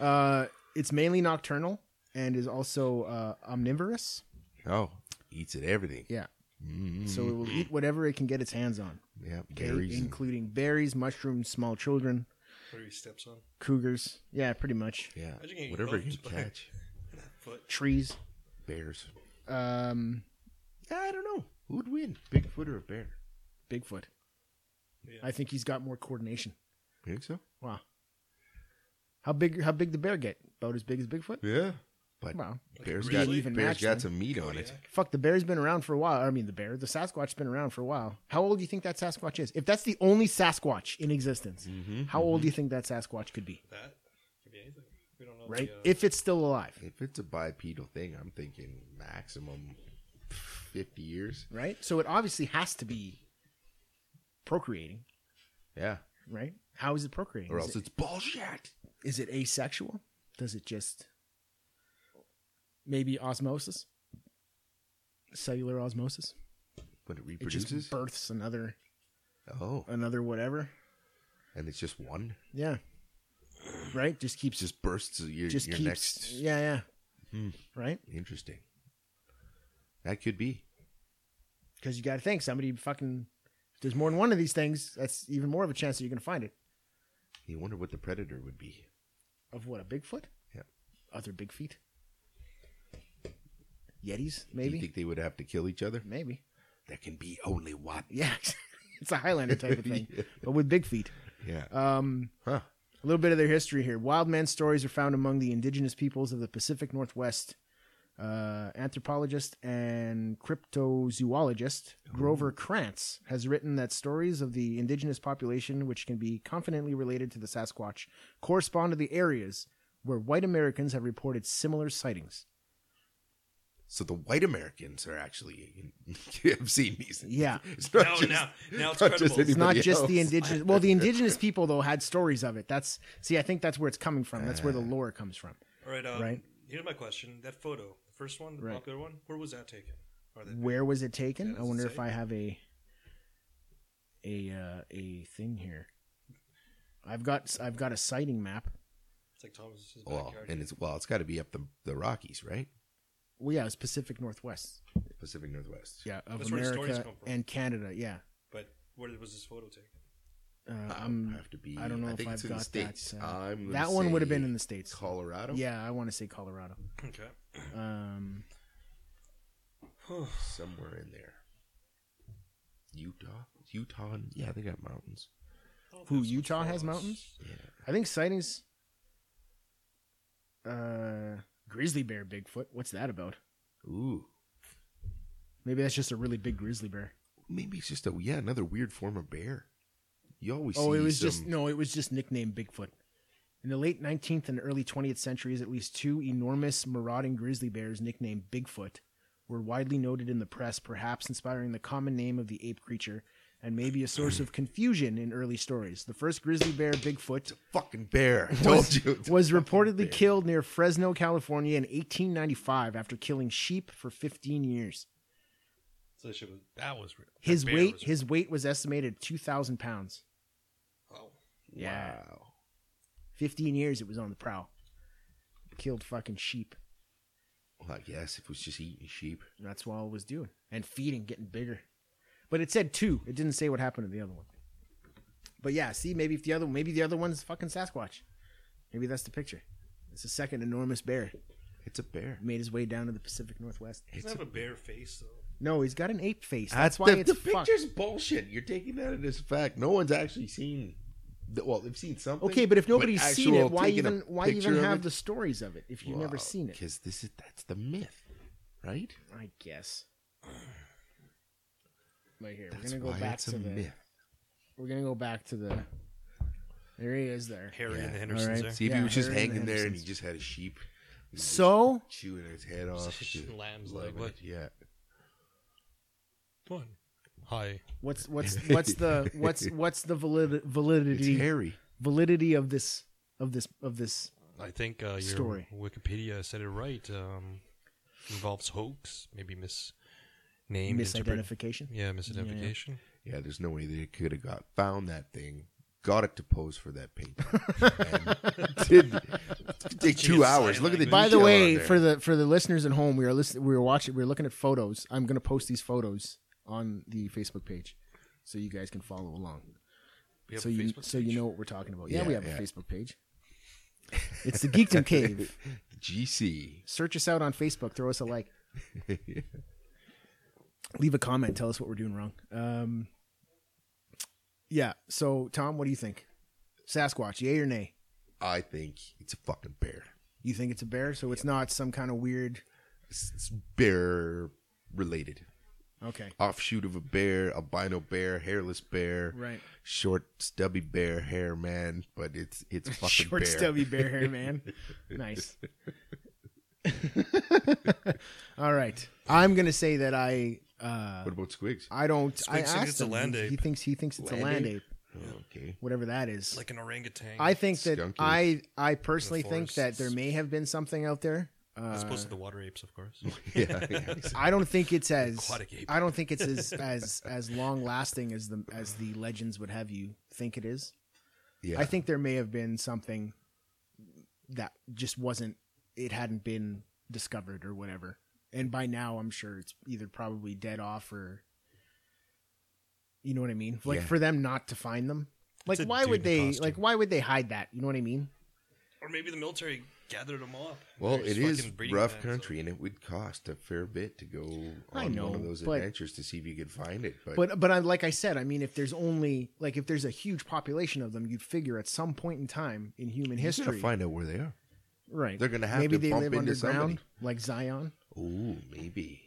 Speaker 1: uh, it's mainly nocturnal and is also uh, omnivorous.
Speaker 2: Oh, eats at everything.
Speaker 1: Yeah.
Speaker 2: Mm,
Speaker 1: So it will eat whatever it can get its hands on,
Speaker 2: yeah,
Speaker 1: okay?
Speaker 2: berries. and-
Speaker 1: including berries, mushrooms, small children,
Speaker 3: Where he steps on
Speaker 1: cougars. Yeah, pretty much
Speaker 2: yeah,
Speaker 3: How'd you get
Speaker 2: whatever you
Speaker 3: bones?
Speaker 2: can
Speaker 3: (laughs)
Speaker 2: catch.
Speaker 3: foot.
Speaker 1: trees.
Speaker 2: Bears.
Speaker 1: Um,
Speaker 2: I don't know who'd win, Bigfoot or a bear.
Speaker 1: Bigfoot.
Speaker 3: Yeah.
Speaker 1: I think he's got more coordination.
Speaker 2: You think so?
Speaker 1: Wow. How big? How big the bear get? About as big as Bigfoot?
Speaker 2: Yeah, but
Speaker 1: Wow.
Speaker 3: Like
Speaker 2: bears
Speaker 3: a
Speaker 2: got
Speaker 3: grizzly?
Speaker 1: Even
Speaker 2: bears
Speaker 1: match
Speaker 2: got
Speaker 1: them.
Speaker 2: some meat on it.
Speaker 3: Kodiak.
Speaker 1: Fuck, the bear's been around for a while. I mean, the bear, the Sasquatch's been around for a while. How old do you think that Sasquatch is? If that's the only Sasquatch in existence,
Speaker 2: Mhm.
Speaker 1: how old do you think that Sasquatch could be?
Speaker 3: That could be anything. We don't know.
Speaker 1: Right?
Speaker 3: The, uh,
Speaker 1: If it's still alive,
Speaker 2: If it's a bipedal thing, I'm thinking maximum fifty years.
Speaker 1: right? So it obviously has to be procreating,
Speaker 2: Yeah,
Speaker 1: right? How is it procreating?
Speaker 2: or
Speaker 1: is,
Speaker 2: else
Speaker 1: it,
Speaker 2: it's bullshit.
Speaker 1: is it asexual? Does it just maybe osmosis? Cellular osmosis?
Speaker 2: When it
Speaker 1: It just
Speaker 2: reproduces.
Speaker 1: births another
Speaker 2: oh,
Speaker 1: another whatever.
Speaker 2: and it's just one.
Speaker 1: Yeah. Right? Just
Speaker 2: It
Speaker 1: keeps
Speaker 2: just bursts. Your,
Speaker 1: just
Speaker 2: your
Speaker 1: keeps
Speaker 2: next.
Speaker 1: yeah yeah
Speaker 2: Hmm.
Speaker 1: right
Speaker 2: Interesting. That could be.
Speaker 1: because you got to think somebody fucking if there's more than one of these things that's even more of a chance that you're gonna find it
Speaker 2: You wonder what the predator would be.
Speaker 1: of what a bigfoot
Speaker 2: Yeah.
Speaker 1: other big feet yetis
Speaker 2: Do
Speaker 1: maybe
Speaker 2: you think they would have to kill each other?
Speaker 1: maybe (laughs)
Speaker 2: There can be only one.
Speaker 1: yeah it's a highlander type
Speaker 2: (laughs)
Speaker 1: of thing
Speaker 2: Yeah.
Speaker 1: but with big feet
Speaker 2: Yeah.
Speaker 1: um
Speaker 2: Huh.
Speaker 1: a little bit of their history here. Wild man stories are found among the indigenous peoples of the Pacific Northwest. Uh, anthropologist and cryptozoologist Grover Krantz has written that stories of the indigenous population, which can be confidently related to the Sasquatch, correspond to the areas where white Americans have reported similar sightings.
Speaker 2: So the white Americans are actually. (laughs) I've seen these. (laughs)
Speaker 1: Yeah.
Speaker 2: It's
Speaker 3: now,
Speaker 2: not just-
Speaker 3: now, now it's
Speaker 2: not
Speaker 3: credible.
Speaker 2: just
Speaker 1: It's not
Speaker 2: Anybody
Speaker 1: just the
Speaker 2: else?
Speaker 1: indigenous. Well,
Speaker 2: (laughs)
Speaker 1: the indigenous people, though, had stories of it. That's, see, I think that's where it's coming from. That's where the lore comes from.
Speaker 3: All right, um,
Speaker 1: Right.
Speaker 3: Here's my question: That photo, the first one, the
Speaker 1: Right.
Speaker 3: popular one, where was that taken? Or that
Speaker 1: Where was it taken?
Speaker 3: Yeah,
Speaker 1: I
Speaker 3: does it
Speaker 1: wonder if
Speaker 3: say?
Speaker 1: I have a a uh, a thing here. I've got I've got a sighting map.
Speaker 3: it's like Thomas's
Speaker 2: Well,
Speaker 3: backyard.
Speaker 2: and it's well, it's got to be up the the Rockies, right?
Speaker 1: Well, yeah, it's Pacific Northwest.
Speaker 2: Pacific Northwest.
Speaker 1: Yeah, of
Speaker 3: That's where the stories
Speaker 1: America
Speaker 3: come from.
Speaker 1: and Canada. Yeah,
Speaker 3: but where was this photo taken? (clears throat)
Speaker 1: uh,
Speaker 2: I
Speaker 1: I'm,
Speaker 2: have to be.
Speaker 1: I don't know if
Speaker 2: think
Speaker 1: I've
Speaker 2: it's in
Speaker 1: got
Speaker 2: the states.
Speaker 1: that. uh,
Speaker 2: I'm gonna
Speaker 1: that one would have been
Speaker 2: say
Speaker 1: in the states.
Speaker 2: Colorado.
Speaker 1: Yeah, I want to say Colorado.
Speaker 3: Okay.
Speaker 1: Um,
Speaker 2: somewhere in there. Utah, Utah, and, yeah, they got mountains.
Speaker 1: who Utah has mountains?
Speaker 2: Yeah,
Speaker 1: I think sightings. Uh, grizzly bear, Bigfoot. What's that about?
Speaker 2: ooh,
Speaker 1: Maybe that's just a really big grizzly bear.
Speaker 2: maybe it's just a yeah another weird form of bear. You always
Speaker 1: Oh,
Speaker 2: see
Speaker 1: it was
Speaker 2: some,
Speaker 1: just no, it was just nicknamed Bigfoot. In the late 19th and early 20th centuries, at least two enormous marauding grizzly bears nicknamed Bigfoot were widely noted in the press, perhaps inspiring the common name of the ape creature and maybe a source of confusion in early stories. The first grizzly bear, Bigfoot,
Speaker 2: fucking (laughs) bear. I told you it's a
Speaker 1: was
Speaker 2: fucking
Speaker 1: reportedly
Speaker 2: bear.
Speaker 1: killed near Fresno, California in 1895 after killing sheep for 15 years.
Speaker 3: So that, shit was, that was real. That
Speaker 1: His
Speaker 3: bear
Speaker 1: weight
Speaker 3: was real.
Speaker 1: his weight was estimated at 2,000 pounds.
Speaker 3: Wow.
Speaker 2: Wow.
Speaker 1: 15 years it was on the prowl. Killed fucking sheep.
Speaker 2: Well, I guess if it was just eating sheep.
Speaker 1: And That's what I was doing. And feeding, getting bigger. But it said two. It didn't say what happened to the other one. But yeah, see, maybe if the other maybe the other one's fucking Sasquatch. Maybe that's the picture. It's the second enormous bear.
Speaker 2: It's a bear.
Speaker 1: Made his way down to the Pacific Northwest.
Speaker 3: Doesn't have a bare face though.
Speaker 1: No, he's got an ape face. That's why
Speaker 2: the,
Speaker 1: it's
Speaker 2: the
Speaker 1: fucked.
Speaker 2: picture's bullshit. You're taking that as a fact. No one's actually seen th- well, they've seen something.
Speaker 1: Okay, but if nobody's seen
Speaker 2: actual
Speaker 1: it, why
Speaker 2: taking a
Speaker 1: even why even
Speaker 2: picture of
Speaker 1: have
Speaker 2: it?
Speaker 1: the stories of it if you've never seen it?
Speaker 2: Because this is that's the myth, right?
Speaker 1: I guess. But here
Speaker 2: That's
Speaker 1: we're gonna
Speaker 2: why
Speaker 1: go back
Speaker 2: it's
Speaker 1: to
Speaker 2: a
Speaker 1: the.
Speaker 2: myth.
Speaker 1: We're gonna go back to the. There he is. There.
Speaker 3: Harry
Speaker 2: Yeah,
Speaker 3: and the Hendersons
Speaker 1: alright.
Speaker 3: there.
Speaker 2: See if
Speaker 1: Yeah,
Speaker 2: he was just
Speaker 1: Harry and the
Speaker 2: hanging there and he
Speaker 1: Hendersons.
Speaker 2: just had a sheep. He was just
Speaker 1: So
Speaker 2: chewing its head off.
Speaker 3: Just lamb's
Speaker 2: loving
Speaker 3: leg, what?
Speaker 2: it, Yeah.
Speaker 3: One. Hi.
Speaker 1: what's what's what's the what's what's the valid, validity
Speaker 2: It's hairy.
Speaker 1: validity of this of this of this
Speaker 3: I think uh, your
Speaker 1: Story.
Speaker 3: Wikipedia said it right. Um, involves hoax, maybe misnamed. interpret-
Speaker 1: misidentification?
Speaker 3: Yeah, misidentification.
Speaker 2: Yeah, there's no way they could have got found that thing, got it to pose for
Speaker 1: (laughs)
Speaker 2: that painting. and did take
Speaker 3: Using
Speaker 2: two hours.
Speaker 3: sign
Speaker 2: Look at the
Speaker 3: language.
Speaker 1: By the
Speaker 2: detail
Speaker 1: way,
Speaker 2: on there.
Speaker 1: for the for the listeners at home, we are listening. We are watching. We are looking at photos. I'm going to post these photos on the Facebook page, so you guys can follow along.
Speaker 3: We have
Speaker 1: so
Speaker 3: a
Speaker 1: you
Speaker 3: Facebook
Speaker 1: so
Speaker 3: page.
Speaker 1: you know what we're talking about. Yeah,
Speaker 2: Yeah,
Speaker 1: we have
Speaker 2: yeah.
Speaker 1: a Facebook page. It's the Geekdom Cave.
Speaker 2: GC.
Speaker 1: Search us out on Facebook. Throw us a like. Leave a comment. Tell us what we're doing wrong. Um, yeah. So Tom, what do you think? Sasquatch, yay or nay?
Speaker 2: I think it's a fucking bear.
Speaker 1: You think it's a bear? So it's not some kind of weird.
Speaker 2: It's, it's bear related.
Speaker 1: Okay.
Speaker 2: Oh, Offshoot of a bear, albino bear, hairless bear,
Speaker 1: Right.
Speaker 2: short stubby bear hair man, but it's
Speaker 1: (laughs)
Speaker 2: it's fucking
Speaker 1: Short
Speaker 2: bear.
Speaker 1: stubby bear hair man. nice. (laughs) All right. I'm gonna say that I uh
Speaker 2: What about Squigs?
Speaker 3: Uh,
Speaker 1: I don't I
Speaker 3: Squig thinks
Speaker 1: asked
Speaker 3: it's a
Speaker 1: him.
Speaker 3: land
Speaker 1: He- He
Speaker 3: ape.
Speaker 1: thinks he thinks it's a
Speaker 2: Land
Speaker 1: land
Speaker 2: ape?
Speaker 1: ape,
Speaker 2: Okay. (laughs)
Speaker 1: whatever that is.
Speaker 3: like an orangutan.
Speaker 1: I think that
Speaker 2: Skunk ape.
Speaker 1: I I personally think that
Speaker 3: forests.
Speaker 1: there may have been something out there.
Speaker 3: as
Speaker 1: Uh,
Speaker 3: opposed to the water apes,
Speaker 1: (laughs)
Speaker 3: of course. (laughs)
Speaker 2: Yeah. yeah.
Speaker 1: I don't think it's as
Speaker 3: Aquatic ape.
Speaker 1: I don't think it's
Speaker 3: (laughs)
Speaker 1: as as as long lasting as the as the legends would have you think it is.
Speaker 2: yeah.
Speaker 1: I think there may have been something that just wasn't it hadn't been discovered or whatever. And by now I'm sure it's either probably dead off or you know what I mean? Like
Speaker 2: Yeah.
Speaker 1: for them not to find them. Like
Speaker 3: a
Speaker 1: why
Speaker 3: dude
Speaker 1: would
Speaker 3: in
Speaker 1: they
Speaker 3: costume.
Speaker 1: like why would they hide that? You know what I mean?
Speaker 3: or maybe the military gathered them up.
Speaker 2: Well,
Speaker 3: There's
Speaker 2: it is
Speaker 3: fucking breeding
Speaker 2: rough
Speaker 3: grounds, so-
Speaker 2: country, and it would cost a fair bit to go
Speaker 1: I
Speaker 2: on
Speaker 1: know,
Speaker 2: one of those
Speaker 1: but-
Speaker 2: adventures to see if you could find it. But,
Speaker 1: But but I like I said, I mean if there's only like if there's a huge population of them, you'd figure at some point in time in human
Speaker 2: you gotta
Speaker 1: history.
Speaker 2: find out where they are.
Speaker 1: right.
Speaker 2: They're gonna have
Speaker 1: maybe
Speaker 2: to
Speaker 1: they
Speaker 2: bump
Speaker 1: live
Speaker 2: into
Speaker 1: underground
Speaker 2: somebody.
Speaker 1: like Zion.
Speaker 2: Ooh, maybe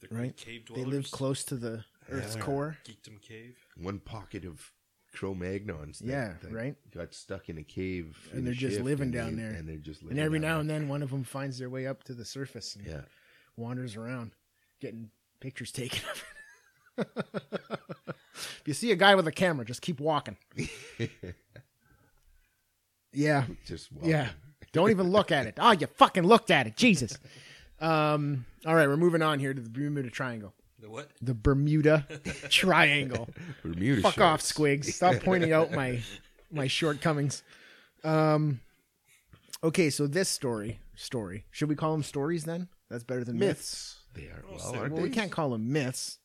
Speaker 3: They're
Speaker 1: Right.
Speaker 3: Cave
Speaker 1: They
Speaker 3: dwellers.
Speaker 1: live close to the Earth's
Speaker 2: Yeah.
Speaker 1: core.
Speaker 3: Geekdom Cave.
Speaker 2: one pocket of Cro-Magnons. that-
Speaker 1: Yeah,
Speaker 2: that
Speaker 1: right?
Speaker 2: Got stuck in a cave,
Speaker 1: And
Speaker 2: in
Speaker 1: they're
Speaker 2: a
Speaker 1: just
Speaker 2: shift,
Speaker 1: living
Speaker 2: and
Speaker 1: down
Speaker 2: they-
Speaker 1: there.
Speaker 2: and they're just living
Speaker 1: And every
Speaker 2: down
Speaker 1: now and then, one of them finds their way up to the surface and
Speaker 2: there. yeah.
Speaker 1: wanders around, getting pictures taken of it. (laughs) if you see a guy with a camera, just keep
Speaker 2: (laughs)
Speaker 1: walking. yeah,
Speaker 2: Just walking.
Speaker 1: yeah. Don't even look at it. Oh, you fucking looked at it, Jesus. Um, all right, we're moving on here to the Bermuda Triangle.
Speaker 3: The what?
Speaker 1: The Bermuda (laughs) Triangle.
Speaker 2: Bermuda
Speaker 1: Fuck off,
Speaker 2: shorts.
Speaker 1: Squigs. Stop pointing out my my shortcomings. Um Okay, so this story story. Should we call them stories then? That's better than myths.
Speaker 2: Myths. They are
Speaker 3: Oh,
Speaker 2: well,
Speaker 3: so-
Speaker 2: aren't
Speaker 1: Well, we
Speaker 2: they?
Speaker 1: can't call them myths.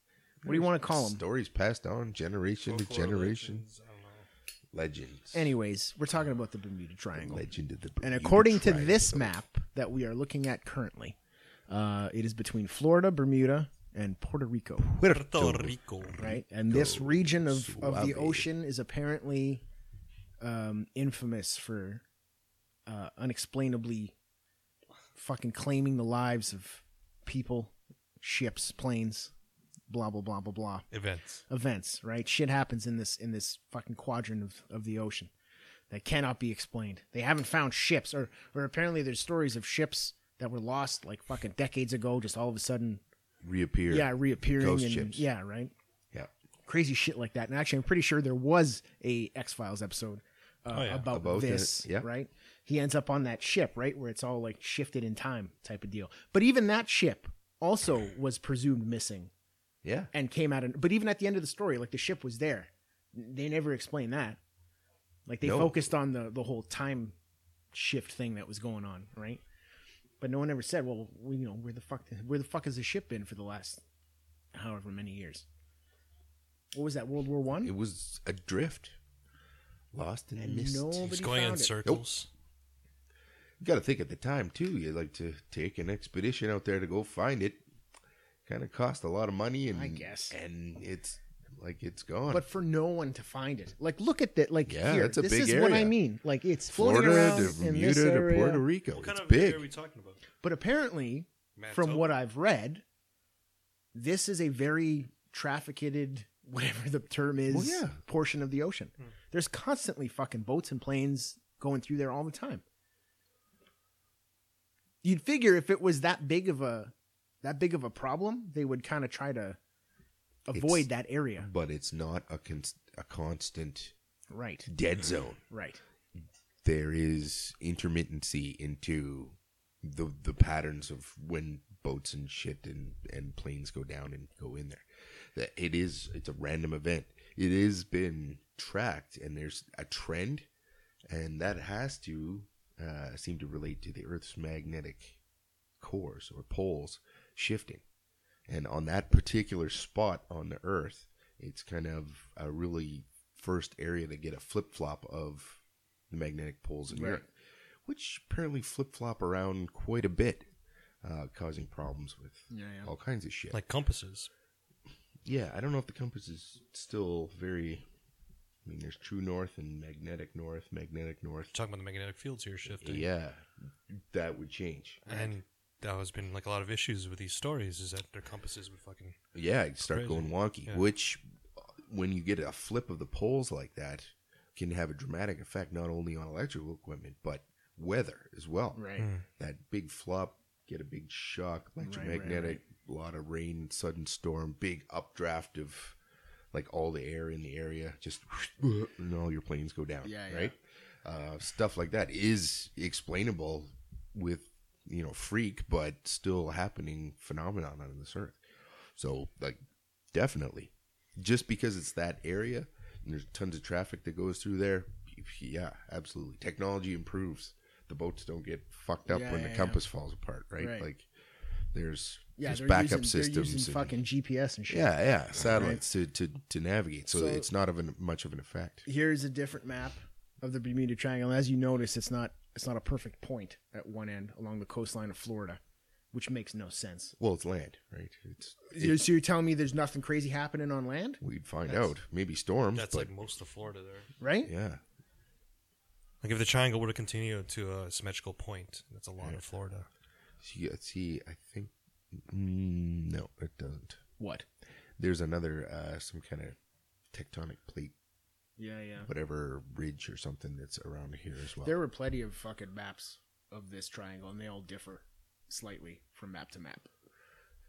Speaker 1: What do you want to call them?
Speaker 2: Stories passed on generation to
Speaker 3: Folklore,
Speaker 2: generation.
Speaker 3: legends, I don't know.
Speaker 2: Legends.
Speaker 1: Anyways, we're talking about the Bermuda Triangle.
Speaker 2: Legend of the
Speaker 1: And
Speaker 2: Bermuda
Speaker 1: according to
Speaker 2: Triangle.
Speaker 1: this map that we are looking at currently, uh, it is between Florida, Bermuda, and Puerto Rico.
Speaker 3: Puerto Rico.
Speaker 1: right? And this region of, of the
Speaker 2: Suave.
Speaker 1: ocean is apparently um, infamous for uh, unexplainably fucking claiming the lives of people, ships, planes, blah blah blah blah blah
Speaker 3: Events.
Speaker 1: events. Right? Shit happens in this in this fucking quadrant of, of the ocean that cannot be explained. They haven't found ships, or or apparently there's stories of ships that were lost like fucking decades ago, just all of a sudden,
Speaker 2: reappear.
Speaker 1: yeah, reappearing
Speaker 2: Ghost
Speaker 1: and
Speaker 2: ships.
Speaker 1: yeah, right
Speaker 2: yeah.
Speaker 1: crazy shit like that. And actually, I'm pretty sure there was a X Files episode uh,
Speaker 3: Oh, yeah.
Speaker 1: about,
Speaker 2: About
Speaker 1: this,
Speaker 2: it, yeah.
Speaker 1: right? He ends up on that ship, right, where it's all like shifted in time type of deal. But even that ship also was presumed missing
Speaker 2: Yeah.
Speaker 1: and came out. And but even at the end of the story, like the ship was there. They never explained that. Like they
Speaker 2: No.
Speaker 1: focused on the the whole time shift thing that was going on, right? But no one ever said, well, we- you know, where the fuck where the fuck has the ship been for the last however many years? What was that World War One?
Speaker 2: It was adrift, lost in
Speaker 1: And
Speaker 2: mist.
Speaker 1: nobody
Speaker 3: It's going
Speaker 1: found
Speaker 3: in
Speaker 1: it.
Speaker 3: circles.
Speaker 2: You got to think at the time too. You like to take an expedition out there to go find it. Kind of cost a lot of money, and
Speaker 1: I guess.
Speaker 2: and it's Like it's gone.
Speaker 1: but for no one to find it. Like, look at that. Like,
Speaker 2: Yeah,
Speaker 1: here,
Speaker 2: it's a
Speaker 1: this
Speaker 2: big
Speaker 1: is what I
Speaker 2: area.
Speaker 1: mean. Like, it's floating
Speaker 2: Florida
Speaker 1: around
Speaker 2: to
Speaker 1: in this
Speaker 2: Bermuda to
Speaker 1: area.
Speaker 2: Puerto Rico.
Speaker 3: What kind
Speaker 2: it's
Speaker 3: of
Speaker 2: big.
Speaker 3: area are we talking about?
Speaker 1: But apparently,
Speaker 3: Manitoba?
Speaker 1: from what I've read, this is a very trafficked, (laughs) whatever the term is,
Speaker 2: Well, yeah.
Speaker 1: portion of the ocean. There's constantly fucking boats and planes going through there all the time. You'd figure if it was that big of a that big of a problem, they would kind of try to avoid
Speaker 2: It's-
Speaker 1: that area.
Speaker 2: But it's not a con- a constant
Speaker 1: Right.
Speaker 2: dead zone.
Speaker 1: Right.
Speaker 2: There is intermittency into the the patterns of when boats and shit and, and planes go down and go in there. That it is it's a random event. It has been tracked and there's a trend and that has to uh, seem to relate to the Earth's magnetic cores or poles shifting. And on that particular spot on the Earth, it's kind of a really first area to get a flip flop of the magnetic poles in
Speaker 1: Right.
Speaker 2: Europe, which apparently flip flop around quite a bit, uh, causing problems with
Speaker 1: Yeah, yeah.
Speaker 2: all kinds of shit.
Speaker 3: like compasses?
Speaker 2: yeah, I don't know if the compass is still very. I mean, there's true north and magnetic north, magnetic north.
Speaker 3: talking about the magnetic fields here shifting.
Speaker 2: Yeah, that would change.
Speaker 3: And that has been like a lot of issues with these stories is that their compasses would fucking
Speaker 2: Yeah, it start
Speaker 3: Crazy.
Speaker 2: going wonky,
Speaker 3: Yeah.
Speaker 2: which uh, when you get a flip of the poles like that can have a dramatic effect not only on electrical equipment but weather as well.
Speaker 1: Right.
Speaker 2: That big flop, get a big shock,
Speaker 1: Right, right,
Speaker 2: electromagnetic, a lot of rain, sudden storm, big updraft of like all the air in the area just and all your planes go down,
Speaker 1: Yeah, yeah.
Speaker 2: right? Uh, stuff like that is explainable with you know freak but still happening phenomenon on this earth. So, like, definitely. Just because it's that area and there's tons of traffic that goes through there, yeah, absolutely. Technology improves. The boats don't get fucked up
Speaker 1: Yeah,
Speaker 2: when
Speaker 1: yeah,
Speaker 2: the
Speaker 1: yeah.
Speaker 2: compass falls apart, right?
Speaker 1: Right.
Speaker 2: Like, there's
Speaker 1: Yeah,
Speaker 2: there's
Speaker 1: they're
Speaker 2: backup
Speaker 1: using,
Speaker 2: systems.
Speaker 1: They're using
Speaker 2: and-
Speaker 1: fucking GPS and shit.
Speaker 2: yeah, yeah, satellites to, to, to navigate. So,
Speaker 1: So-
Speaker 2: it's not of an, much of an effect.
Speaker 1: here's a different map of the Bermuda Triangle. As you notice, it's not it's not a perfect point at one end along the coastline of Florida, which makes no sense.
Speaker 2: Well, it's land, right? It's
Speaker 1: You're- so you're telling me there's nothing crazy happening on land,
Speaker 2: we'd find out. Maybe storms,
Speaker 3: that's
Speaker 2: but
Speaker 3: like most of Florida there.
Speaker 1: right?
Speaker 2: yeah,
Speaker 3: Like if the triangle were to continue to a symmetrical point, that's a lot of Florida.
Speaker 2: see, see, I think mm, no, it doesn't.
Speaker 1: What?
Speaker 2: there's another uh, some kind of tectonic plate
Speaker 1: Yeah, yeah.
Speaker 2: whatever ridge or something that's around here as well
Speaker 1: There were plenty of fucking maps of this triangle, and they all differ slightly from map to map.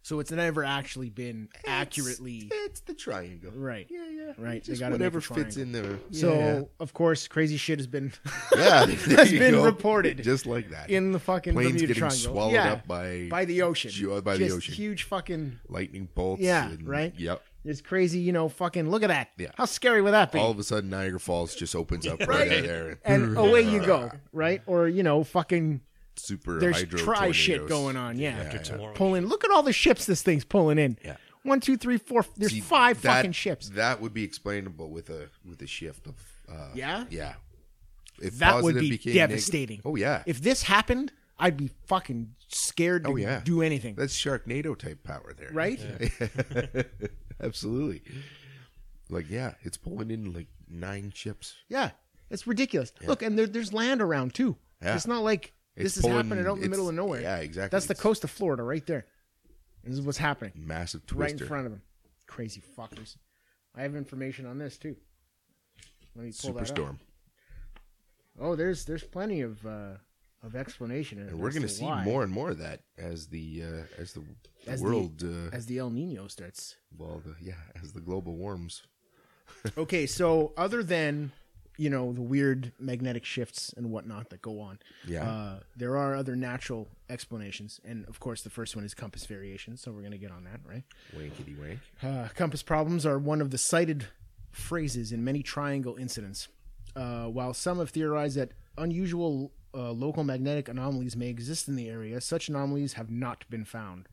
Speaker 1: So it's never actually been
Speaker 2: It's-
Speaker 1: accurately
Speaker 2: it's the triangle
Speaker 1: right.
Speaker 2: yeah yeah
Speaker 1: Right, they
Speaker 2: just
Speaker 1: gotta make
Speaker 2: whatever
Speaker 1: a
Speaker 2: fits in there
Speaker 1: So of course, crazy shit has been
Speaker 2: (laughs)
Speaker 1: (laughs)
Speaker 2: yeah, yeah
Speaker 1: has been reported
Speaker 2: just like that
Speaker 1: in the fucking
Speaker 2: planes
Speaker 1: Bermuda
Speaker 2: getting
Speaker 1: Triangle.
Speaker 2: swallowed
Speaker 1: yeah.
Speaker 2: up by
Speaker 1: by the ocean.
Speaker 2: ju- by the
Speaker 1: Just
Speaker 2: ocean.
Speaker 1: Huge fucking.
Speaker 2: lightning bolts
Speaker 1: Yeah,
Speaker 2: and-
Speaker 1: right?
Speaker 2: yep
Speaker 1: It's crazy, you know. Fucking look at that.
Speaker 2: Yeah.
Speaker 1: How scary would that be?
Speaker 2: all of a sudden Niagara Falls just
Speaker 1: (laughs)
Speaker 2: opens up right,
Speaker 1: Right.
Speaker 2: out of there
Speaker 1: and away you go, right? Or you know, fucking
Speaker 2: super
Speaker 1: there's
Speaker 2: uh, hydro
Speaker 1: try shit
Speaker 2: tornadoes.
Speaker 1: going on. Yeah.
Speaker 2: Yeah, yeah.
Speaker 3: Tomorrow.
Speaker 1: Pulling. Look at all the ships this thing's pulling in.
Speaker 2: Yeah.
Speaker 1: One, two, three, four. There's
Speaker 2: See,
Speaker 1: five
Speaker 2: that-
Speaker 1: fucking ships.
Speaker 2: That would be explainable with a with a shift of uh,
Speaker 1: Yeah?
Speaker 2: yeah. If
Speaker 1: That would
Speaker 2: positive
Speaker 1: be
Speaker 2: became neg-
Speaker 1: devastating.
Speaker 2: oh yeah,
Speaker 1: If this happened, I'd be fucking scared to
Speaker 2: Oh, yeah.
Speaker 1: do anything.
Speaker 2: that's Sharknado type power there,
Speaker 1: Right?
Speaker 2: (laughs) Absolutely. Like yeah, it's pulling in like nine ships.
Speaker 1: yeah. It's ridiculous. Look, and there, there's land around too.
Speaker 2: Yeah.
Speaker 1: It's not like
Speaker 2: It's
Speaker 1: this is
Speaker 2: pulling-
Speaker 1: happening out in the
Speaker 2: it's-
Speaker 1: middle of nowhere.
Speaker 2: yeah, exactly.
Speaker 1: That's the
Speaker 2: It's-
Speaker 1: coast of Florida right there. This is what's happening.
Speaker 2: Massive
Speaker 1: right
Speaker 2: twister.
Speaker 1: in front of him. Crazy fuckers. I have information on this too. Let me pull that up.
Speaker 2: Superstorm,
Speaker 1: Oh, there's there's plenty of uh, of explanation.
Speaker 2: and we're
Speaker 1: as
Speaker 2: going to
Speaker 1: to
Speaker 2: see
Speaker 1: why
Speaker 2: more and more of that as the uh, as the the
Speaker 1: As the-
Speaker 2: world uh,
Speaker 1: as the El Nino
Speaker 2: (laughs)
Speaker 1: starts.
Speaker 2: well the, yeah as the global warms.
Speaker 1: okay, so other than you know the weird magnetic shifts and whatnot that go on,
Speaker 2: Yeah.
Speaker 1: uh, there are other natural explanations, and of course the first one is compass variation. So we're gonna get on that, right?
Speaker 2: Wankety
Speaker 1: (laughs)
Speaker 2: wank.
Speaker 1: Uh, compass problems are one of the cited phrases in many triangle incidents. Uh, while some have theorized that unusual uh, local magnetic anomalies may exist in the area, such anomalies have not been found.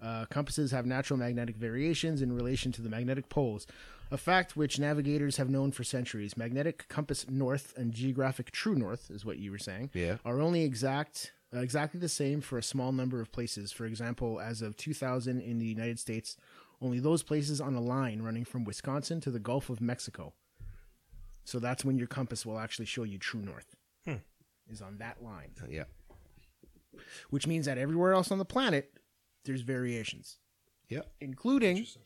Speaker 1: Uh, compasses have natural magnetic variations in relation to the magnetic poles, a fact which navigators have known for centuries. Magnetic compass north and geographic true north is what you were saying.
Speaker 2: Yeah.
Speaker 1: Are only exact uh, exactly the same for a small number of places. For example, as of 2000 in the United States, only those places on a line running from Wisconsin to the Gulf of Mexico. So that's when your compass will actually show you true north.
Speaker 3: Hmm.
Speaker 1: Is on that line,
Speaker 2: Yeah.
Speaker 1: which means that everywhere else on the planet there's variations.
Speaker 2: Yeah.
Speaker 1: Including
Speaker 3: Interesting.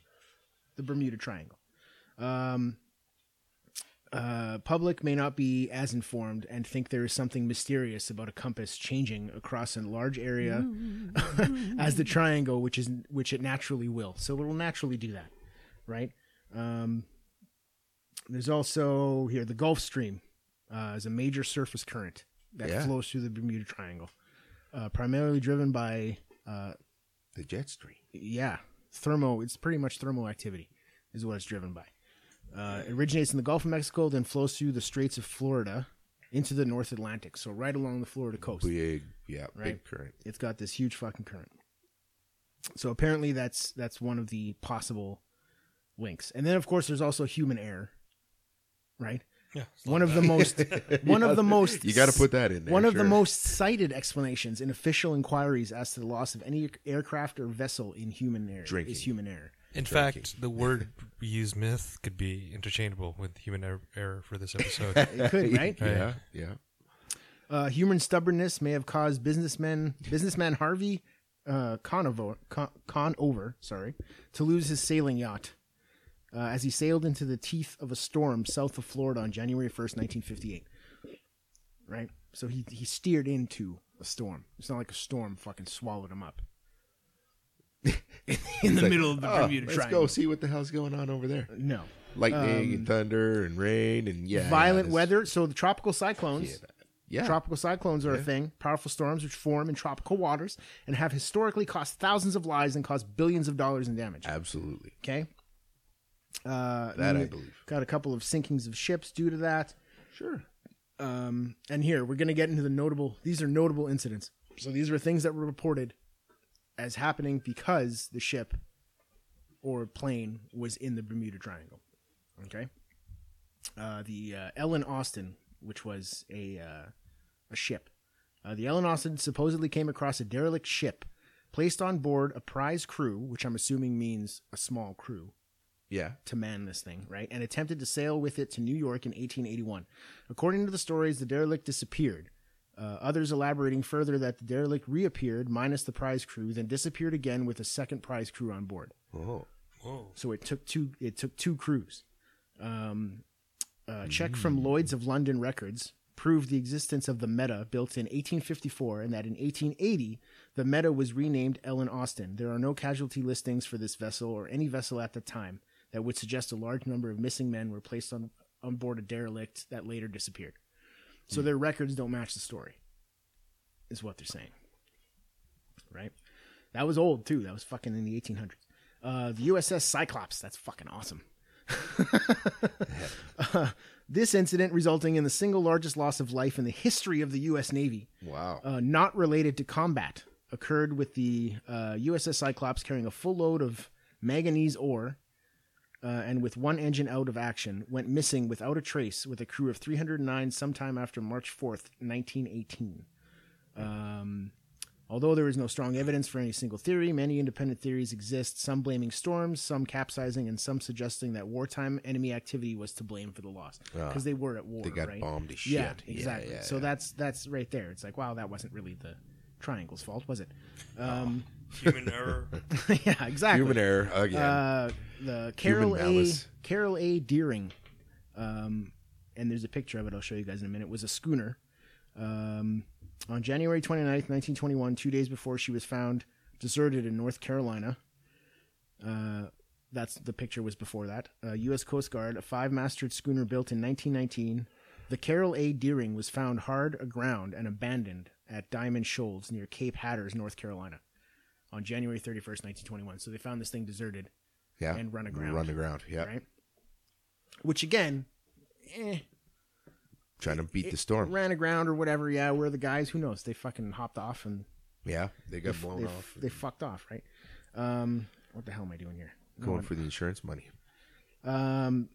Speaker 1: the Bermuda Triangle. Um, uh, public may not be as informed and think there is something mysterious about a compass changing across a large area (laughs) as the triangle, which is which it naturally will. So it will naturally do that, right? Um, there's also here the Gulf Stream uh, is a major surface current that
Speaker 2: Yeah.
Speaker 1: flows through the Bermuda Triangle, uh, primarily driven by uh,
Speaker 2: The jet stream.
Speaker 1: yeah, thermo. It's pretty much thermal activity, is what it's driven by. Uh, it originates in the Gulf of Mexico, then flows through the Straits of Florida into the North Atlantic. So right along the Florida coast,
Speaker 2: Big, yeah, big
Speaker 1: Right.
Speaker 2: current.
Speaker 1: it's got this huge fucking current. So apparently, that's that's one of the possible links. And then, of course, there's also human error, right?
Speaker 3: Yeah, it's not
Speaker 1: One of
Speaker 3: bad.
Speaker 1: the
Speaker 3: (laughs)
Speaker 1: most one of the most
Speaker 2: You got to put that in there.
Speaker 1: one of the
Speaker 2: sure.
Speaker 1: most cited explanations in official inquiries as to the loss of any aircraft or vessel in human error
Speaker 2: Drinking.
Speaker 1: is human error.
Speaker 3: In
Speaker 2: Turkey.
Speaker 3: fact, the word we use myth could be interchangeable with human er- error for this episode.
Speaker 1: It
Speaker 2: (laughs)
Speaker 1: could, right?
Speaker 2: (laughs) Yeah, yeah.
Speaker 1: Uh, human stubbornness may have caused businessman businessman Harvey uh, Conover, Con- Conover, sorry, to lose his sailing yacht uh, as he sailed into the teeth of a storm south of Florida on January first, nineteen fifty-eight. Right, so he he steered into a storm. It's not like a storm fucking swallowed him up in the
Speaker 2: It's like,
Speaker 1: middle of the
Speaker 2: "Oh,
Speaker 1: Bermuda
Speaker 2: let's
Speaker 1: Triangle.
Speaker 2: go see what the hell's going on over there.
Speaker 1: No,
Speaker 2: Lightning and thunder and rain and yeah,
Speaker 1: violent
Speaker 2: this-
Speaker 1: weather. So the tropical cyclones.
Speaker 2: Yeah, yeah.
Speaker 1: Tropical cyclones are a thing, powerful storms which form in tropical waters and have historically cost thousands of lives and cost billions of dollars in damage.
Speaker 2: absolutely.
Speaker 1: Okay? Uh,
Speaker 2: That
Speaker 1: and
Speaker 2: I
Speaker 1: we
Speaker 2: believe.
Speaker 1: Got a couple of sinkings of ships due to that.
Speaker 2: Sure.
Speaker 1: Um, and here, we're going to get into the notable, these are notable incidents. So these were things that were reported as happening because the ship or plane was in the Bermuda Triangle. Okay? Uh, the uh, Ellen Austin, which was a, uh, a ship, uh, the Ellen Austin supposedly came across a derelict ship placed on board a prize crew, which I'm assuming means a small crew
Speaker 2: Yeah.
Speaker 1: to man this thing, right? And attempted to sail with it to New York in 1881. According to the stories, the derelict disappeared. Uh, others elaborating further that the derelict reappeared minus the prize crew, then disappeared again with a second prize crew on board.
Speaker 2: Oh,
Speaker 3: Whoa.
Speaker 1: So it took two. It took two crews. Um, a check from Lloyd's of London Records proved the existence of the Meta built in 1854, and that in 1880 the Meta was renamed Ellen Austin. There are no casualty listings for this vessel or any vessel at the time that would suggest a large number of missing men were placed on on board a derelict that later disappeared. So their records don't match the story, is what they're saying. Right? That was old too. That was fucking in the 1800s. Uh, the USS Cyclops. That's fucking awesome. Uh, this incident resulting in the single largest loss of life in the history of the U.S. Navy,
Speaker 2: wow.
Speaker 1: uh, not related to combat, occurred with the uh, USS Cyclops carrying a full load of manganese ore. Uh, and with one engine out of action, went missing without a trace with a crew of 309 sometime after March 4th, 1918. Although there is no strong evidence for any single theory, many independent theories exist, some blaming storms, some capsizing, and some suggesting that wartime enemy activity was to blame for the loss because they were at war.
Speaker 2: Ah, they got
Speaker 1: right?
Speaker 2: bombed to shit.
Speaker 1: Yeah,
Speaker 2: Yeah,
Speaker 1: exactly.
Speaker 2: yeah,
Speaker 1: so
Speaker 2: yeah.
Speaker 1: that's that's right there. It's like, wow, that wasn't really the triangle's fault, was it? (laughs) Um,
Speaker 3: Human error.
Speaker 1: yeah, exactly.
Speaker 2: human error again.
Speaker 1: Uh, the Carol A.
Speaker 2: malice.
Speaker 1: Carol A. Deering, um, and there's a picture of it. I'll show you guys in a minute. Was a schooner. Um, on January 29th, 1921, two days before she was found deserted in North Carolina. Uh, that's the picture was before that. Uh, U.S. Coast Guard, a five-masted schooner built in 1919. The Carol A. Deering was found hard aground and abandoned at Diamond Shoals near Cape Hatteras, North Carolina, on January 31st, 1921. So they found this thing deserted
Speaker 2: yeah.
Speaker 1: and run aground.
Speaker 2: Run aground. Yeah.
Speaker 1: right? Which again, eh,
Speaker 2: Trying to beat the storm.
Speaker 1: ran aground or whatever. Yeah, where the guys? Who knows? They fucking hopped off and
Speaker 2: yeah. They got
Speaker 1: they,
Speaker 2: blown
Speaker 1: they,
Speaker 2: off.
Speaker 1: they fucked off, right? Um, what the hell am I doing here? No,
Speaker 2: going
Speaker 1: I'm-
Speaker 2: for the insurance money.
Speaker 1: Um,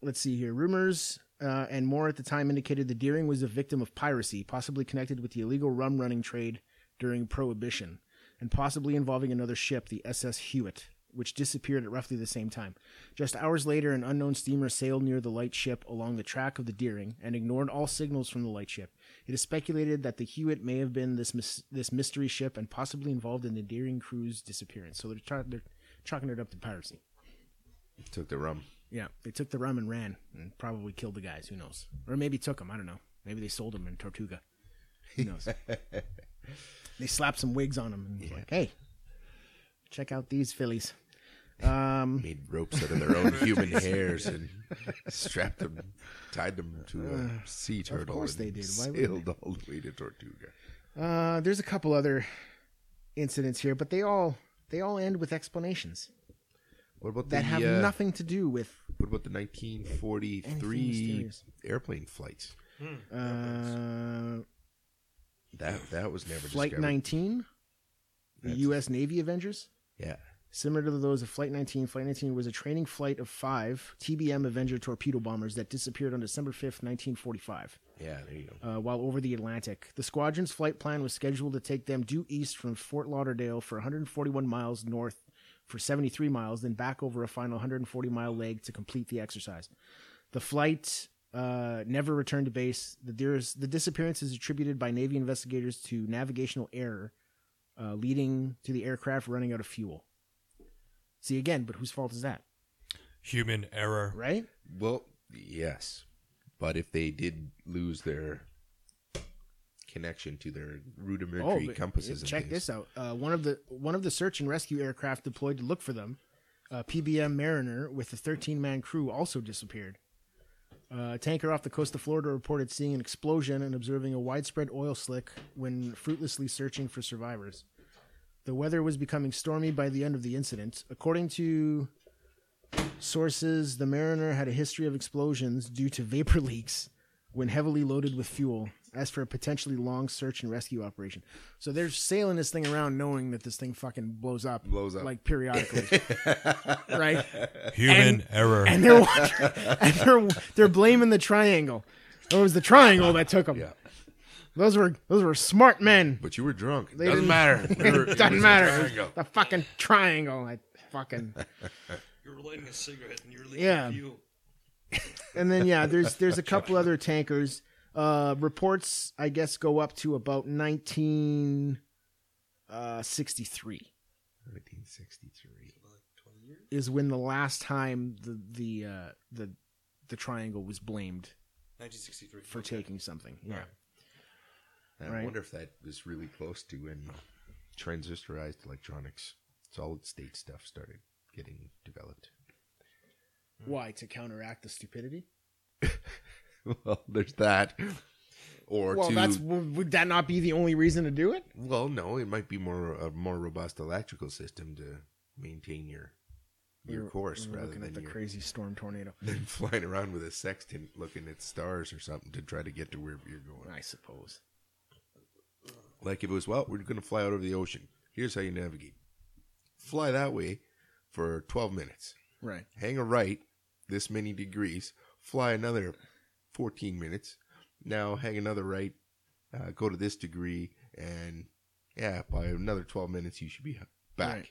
Speaker 1: let's see here. Rumors uh, and more at the time indicated the Deering was a victim of piracy, possibly connected with the illegal rum running trade during Prohibition, and possibly involving another ship, the SS Hewitt, which disappeared at roughly the same time. Just hours later, an unknown steamer sailed near the lightship along the track of the Deering and ignored all signals from the lightship. It is speculated that the Hewitt may have been this mis- this mystery ship and possibly involved in the Deering crew's disappearance. So they're, tra- they're chalking it up to piracy.
Speaker 2: Took the rum.
Speaker 1: Yeah, they took the rum and ran and probably killed the guys. Who knows? Or maybe took them. I don't know. Maybe they sold them in Tortuga. Who (laughs) knows? they slapped some wigs on them and was like, hey, check out these fillies. Um,
Speaker 2: Made ropes out of
Speaker 1: (laughs)
Speaker 2: their own human hairs and strapped them, tied them to a sea turtle.
Speaker 1: Uh, course
Speaker 2: and
Speaker 1: they did. Why wouldn't
Speaker 2: sailed all the way to Tortuga.
Speaker 1: uh, there's a couple other incidents here, but they all they all end with explanations
Speaker 2: What about
Speaker 1: that
Speaker 2: the,
Speaker 1: have
Speaker 2: uh,
Speaker 1: nothing to do with.
Speaker 2: What about the
Speaker 1: Anything
Speaker 2: 1943
Speaker 1: mysterious.
Speaker 2: airplane flights?
Speaker 1: Uh,
Speaker 2: That that was never
Speaker 1: Flight
Speaker 2: discovered.
Speaker 1: 19, the
Speaker 2: That's-
Speaker 1: U.S. Navy Avengers.
Speaker 2: Yeah,
Speaker 1: Similar to those of Flight 19, Flight 19 was a training flight of five TBM Avenger torpedo bombers that disappeared on December 5th, 1945,
Speaker 2: yeah. There you go.
Speaker 1: uh, while over the Atlantic. The squadron's flight plan was scheduled to take them due east from Fort Lauderdale for 141 miles north for 73 miles, then back over a final 140 mile leg to complete the exercise. The flight uh, never returned to base. The, dearest, the disappearance is attributed by Navy investigators to navigational error, uh, leading to the aircraft running out of fuel. See again, but whose fault is that?
Speaker 3: Human error.
Speaker 1: Right?
Speaker 2: Well, yes, but if they did lose their connection to their rudimentary
Speaker 1: Oh, but
Speaker 2: compasses, and
Speaker 1: check
Speaker 2: things,
Speaker 1: this out. Uh, one of the one of the search and rescue aircraft deployed to look for them, uh, PBM Mariner with a 13 man crew, also disappeared. Uh, a tanker off the coast of Florida reported seeing an explosion and observing a widespread oil slick when fruitlessly searching for survivors. The weather was becoming stormy by the end of the incident. According to sources, the Mariner had a history of explosions due to vapor (laughs) leaks when heavily loaded with fuel. As for a potentially long search and rescue operation, so they're sailing this thing around, knowing that this thing fucking blows up,
Speaker 2: Blows up.
Speaker 1: like
Speaker 2: (laughs)
Speaker 1: periodically, right?
Speaker 3: Human error.
Speaker 1: And they're watching, (laughs) and they're they're blaming the triangle. It was the triangle that took them.
Speaker 2: Yeah.
Speaker 1: Those were those were smart men.
Speaker 2: But you were drunk. It
Speaker 1: didn't- (laughs)
Speaker 2: doesn't matter. We were- it was
Speaker 1: Doesn't
Speaker 2: a
Speaker 1: matter.
Speaker 2: triangle.
Speaker 1: The fucking triangle. I fucking
Speaker 3: You're lighting a cigarette and you're leaving
Speaker 1: Yeah.
Speaker 3: you.
Speaker 1: (laughs) and then yeah, there's there's a couple other tankers. Uh, reports I guess go up to about nineteen uh, sixty three
Speaker 2: 1963.
Speaker 3: Like 20 years?
Speaker 1: is when the last time the the uh, the the triangle was blamed
Speaker 3: 1963.
Speaker 1: for taking something. Yeah.
Speaker 2: I
Speaker 1: Right.
Speaker 2: wonder if that is really close to when transistorized electronics, solid state stuff, started getting developed. (laughs)
Speaker 1: Why to counteract the stupidity?
Speaker 2: well, there's that. Or
Speaker 1: Well,
Speaker 2: to
Speaker 1: that's w- would that not be the only reason to do it?
Speaker 2: well, no, it might be more a more robust electrical system to maintain your your
Speaker 1: We're-
Speaker 2: course
Speaker 1: we're Mm,
Speaker 2: rather
Speaker 1: looking
Speaker 2: than
Speaker 1: at the
Speaker 2: your-
Speaker 1: crazy storm tornado.
Speaker 2: (laughs) than flying around with a sextant looking at stars or something to try to get to wherever you're going.
Speaker 1: I suppose.
Speaker 2: Like if it was, well, we're going to fly out over the ocean. Here's how you navigate. Fly that way for 12 minutes.
Speaker 1: Right.
Speaker 2: Hang a right this many degrees. Fly another 14 minutes. Now hang another right. Uh, go to this degree. And yeah, by another 12 minutes, you should be back.
Speaker 1: Right.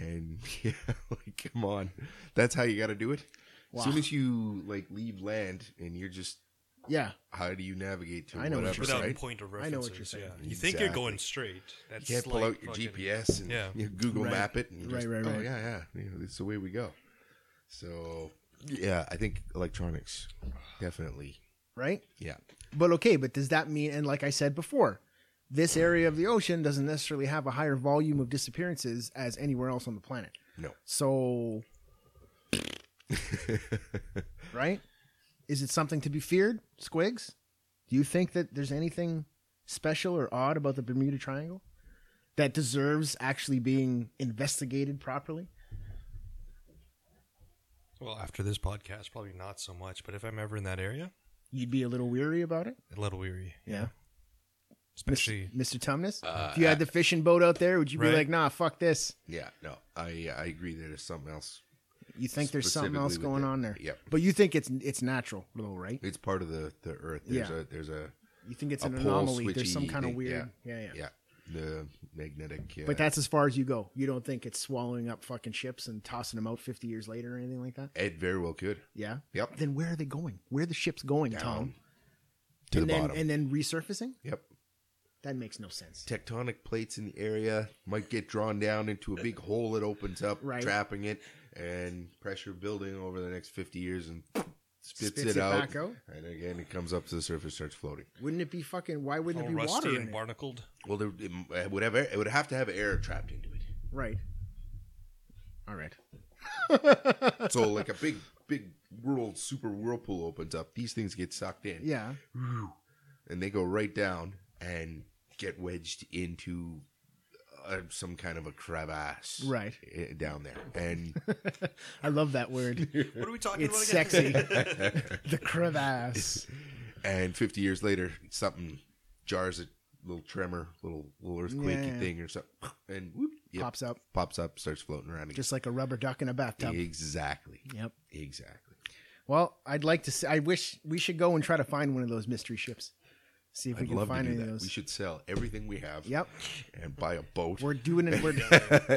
Speaker 2: And (laughs) yeah, like, come on. That's how you got to do it.
Speaker 1: Wow.
Speaker 2: As soon as you like leave land and you're just
Speaker 1: Yeah.
Speaker 2: how do you navigate to
Speaker 1: I know what
Speaker 2: whatever
Speaker 1: you're
Speaker 3: Without
Speaker 2: site?
Speaker 3: point of
Speaker 1: I
Speaker 3: reference.
Speaker 1: know what you're saying.
Speaker 3: Yeah. You think you're
Speaker 2: Exactly.
Speaker 3: going straight. That's
Speaker 2: You can't pull
Speaker 3: like
Speaker 2: out your
Speaker 3: fucking-
Speaker 2: GPS and
Speaker 3: Yeah.
Speaker 2: you Google
Speaker 1: Right.
Speaker 2: Map it and
Speaker 1: Right,
Speaker 2: just,
Speaker 1: right,
Speaker 2: oh
Speaker 1: right.
Speaker 2: yeah, yeah, you know, it's the way we go. So yeah, I think electronics definitely.
Speaker 1: Right.
Speaker 2: Yeah, (laughs)
Speaker 1: But okay, but does that mean, and like I said before, this area of the ocean doesn't necessarily have a higher volume of disappearances as anywhere else on the planet.
Speaker 2: no,
Speaker 1: So, right? Is it something to be feared, Squigs? Do you think that there's anything special or odd about the Bermuda Triangle that deserves actually being investigated properly?
Speaker 3: Well, after this podcast, probably not so much. But if I'm ever in that area,
Speaker 1: You'd be a little weary about it?
Speaker 3: a little weary.
Speaker 1: Yeah.
Speaker 3: Especially
Speaker 1: Mr. Tumnus? if you had the fishing boat out there, would you
Speaker 3: right.
Speaker 1: be like, nah, fuck this?
Speaker 2: yeah, no. I uh, I agree that there's something else.
Speaker 1: You think there's something
Speaker 2: Specifically
Speaker 1: else
Speaker 2: with
Speaker 1: going
Speaker 2: it.
Speaker 1: on there.
Speaker 2: Yep.
Speaker 1: But you think it's it's natural though, right?
Speaker 2: It's part of the the Earth. There's
Speaker 1: Yeah.
Speaker 2: a there's a
Speaker 1: You think it's
Speaker 2: A
Speaker 1: an
Speaker 2: pole
Speaker 1: anomaly. There's some
Speaker 2: switchy
Speaker 1: kind of
Speaker 2: thing,
Speaker 1: weird yeah. Yeah, yeah.
Speaker 2: yeah. the magnetic. Uh,
Speaker 1: But that's as far as you go. You don't think it's swallowing up fucking ships and tossing them out 50 years later or anything like that?
Speaker 2: uh, it very well could.
Speaker 1: Yeah.
Speaker 2: Yep.
Speaker 1: Then where are they going? Where are the ships going,
Speaker 2: Down
Speaker 1: Tom?
Speaker 2: to
Speaker 1: and
Speaker 2: the
Speaker 1: then
Speaker 2: bottom.
Speaker 1: and then resurfacing?
Speaker 2: yep.
Speaker 1: That makes no sense.
Speaker 2: Tectonic plates in the area might get drawn down into a big hole that opens up,
Speaker 1: Right.
Speaker 2: trapping it, and pressure building over the next 50 years and spits,
Speaker 1: Spits
Speaker 2: it,
Speaker 1: it
Speaker 2: out.
Speaker 1: back out?
Speaker 2: And again, it comes up to the surface, starts floating.
Speaker 1: Wouldn't it be fucking? Why wouldn't
Speaker 3: All
Speaker 1: it be water
Speaker 3: rusty
Speaker 1: in
Speaker 3: and
Speaker 1: it?
Speaker 3: barnacled.
Speaker 2: Well, there, it, it would have air, it would have to have air trapped into
Speaker 1: (laughs)
Speaker 2: it.
Speaker 1: right. All right.
Speaker 2: So, like a big, big world super whirlpool opens up. These things get sucked in.
Speaker 1: Yeah.
Speaker 2: and they go right down and get wedged into uh, some kind of a crevasse
Speaker 1: Right.
Speaker 2: i- down there and
Speaker 1: I love that
Speaker 2: (laughs)
Speaker 1: word.
Speaker 3: What are we talking
Speaker 1: It's
Speaker 3: about
Speaker 1: sexy.
Speaker 3: again?
Speaker 1: (laughs) the crevasse.
Speaker 2: and 50 years later something jars a little tremor little little earthquakey
Speaker 1: Yeah.
Speaker 2: thing or something and whoop, (laughs) yep,
Speaker 1: Pops up
Speaker 2: pops up starts floating around again.
Speaker 1: just like a rubber duck in a bathtub.
Speaker 2: exactly
Speaker 1: Yep.
Speaker 2: exactly
Speaker 1: Well, I'd like to. See, I wish we should go and try to find one of those mystery ships. See if we
Speaker 2: I'd
Speaker 1: can
Speaker 2: love to
Speaker 1: find
Speaker 2: do
Speaker 1: any of
Speaker 2: that.
Speaker 1: those.
Speaker 2: We should sell everything we have
Speaker 1: Yep.
Speaker 2: and buy a boat. (laughs)
Speaker 1: We're doing it. We're,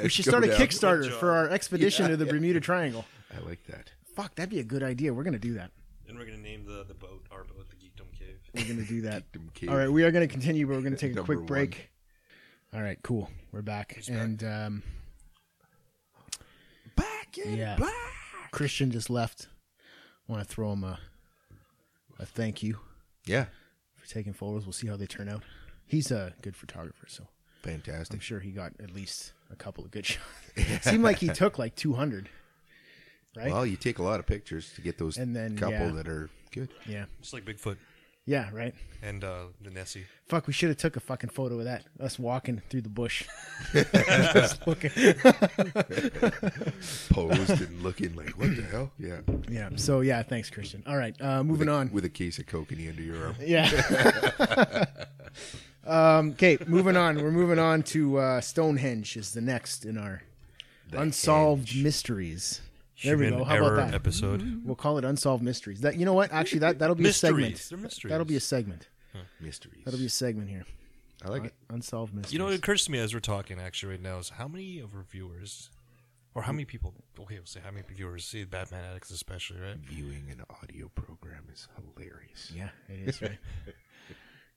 Speaker 1: we should
Speaker 2: Go
Speaker 1: start a
Speaker 2: down.
Speaker 1: Kickstarter
Speaker 3: Good job.
Speaker 1: for our expedition to the
Speaker 2: Yeah.
Speaker 1: Bermuda Triangle.
Speaker 2: I like that.
Speaker 1: Fuck, that'd be a good idea. We're gonna do that.
Speaker 3: And we're gonna name the, the boat our boat the Geekdom Cave.
Speaker 1: We're gonna do that.
Speaker 2: Kingdom Cave.
Speaker 1: All right, we are going to continue, but we're going to take a
Speaker 2: Number
Speaker 1: quick
Speaker 2: one.
Speaker 1: break. All right, cool. We're back, and um,
Speaker 2: Back in
Speaker 1: Yeah.
Speaker 2: black.
Speaker 1: Christian just left. Want to throw him a a thank you
Speaker 2: Yeah.
Speaker 1: for taking photos. We'll see how they turn out. He's a good photographer, so I'm
Speaker 2: Fantastic.
Speaker 1: sure he got at least a couple of
Speaker 3: (laughs)
Speaker 1: good shots. Seemed like he took like 200, right?
Speaker 2: Well, you take a lot of pictures to get those
Speaker 1: And then,
Speaker 2: couple
Speaker 1: yeah.
Speaker 2: that are good.
Speaker 1: yeah,
Speaker 3: Just like Bigfoot
Speaker 1: yeah, right.
Speaker 3: and uh, the Nessie.
Speaker 1: Fuck, we should have took a fucking photo of that. Us walking through the bush. Just looking.
Speaker 2: Posed and looking like, what the hell? Yeah.
Speaker 1: Yeah. So yeah, thanks, Christian. All right, uh, moving on.
Speaker 2: With a case of coke in the end
Speaker 1: (laughs)
Speaker 2: of your arm.
Speaker 1: Yeah. (laughs) um, okay, moving on. We're moving on to uh, Stonehenge is the next in our unsolved mysteries. There we go. How about that? Mm-hmm.
Speaker 3: episode.
Speaker 1: We'll call it unsolved mysteries. That you know what? Actually, that that'll be a
Speaker 3: Mysteries. They're
Speaker 1: segment.
Speaker 3: mysteries.
Speaker 1: That'll be a segment.
Speaker 2: Mysteries.
Speaker 1: That'll be a segment here.
Speaker 2: I like it.
Speaker 1: Unsolved mysteries.
Speaker 3: You know, it occurs to me as we're talking actually right now is how many of our viewers, or how many people? Okay, we'll say how many viewers see Batman Addicts especially, right?
Speaker 2: Viewing an audio program is hilarious.
Speaker 1: yeah, it is right.
Speaker 3: Have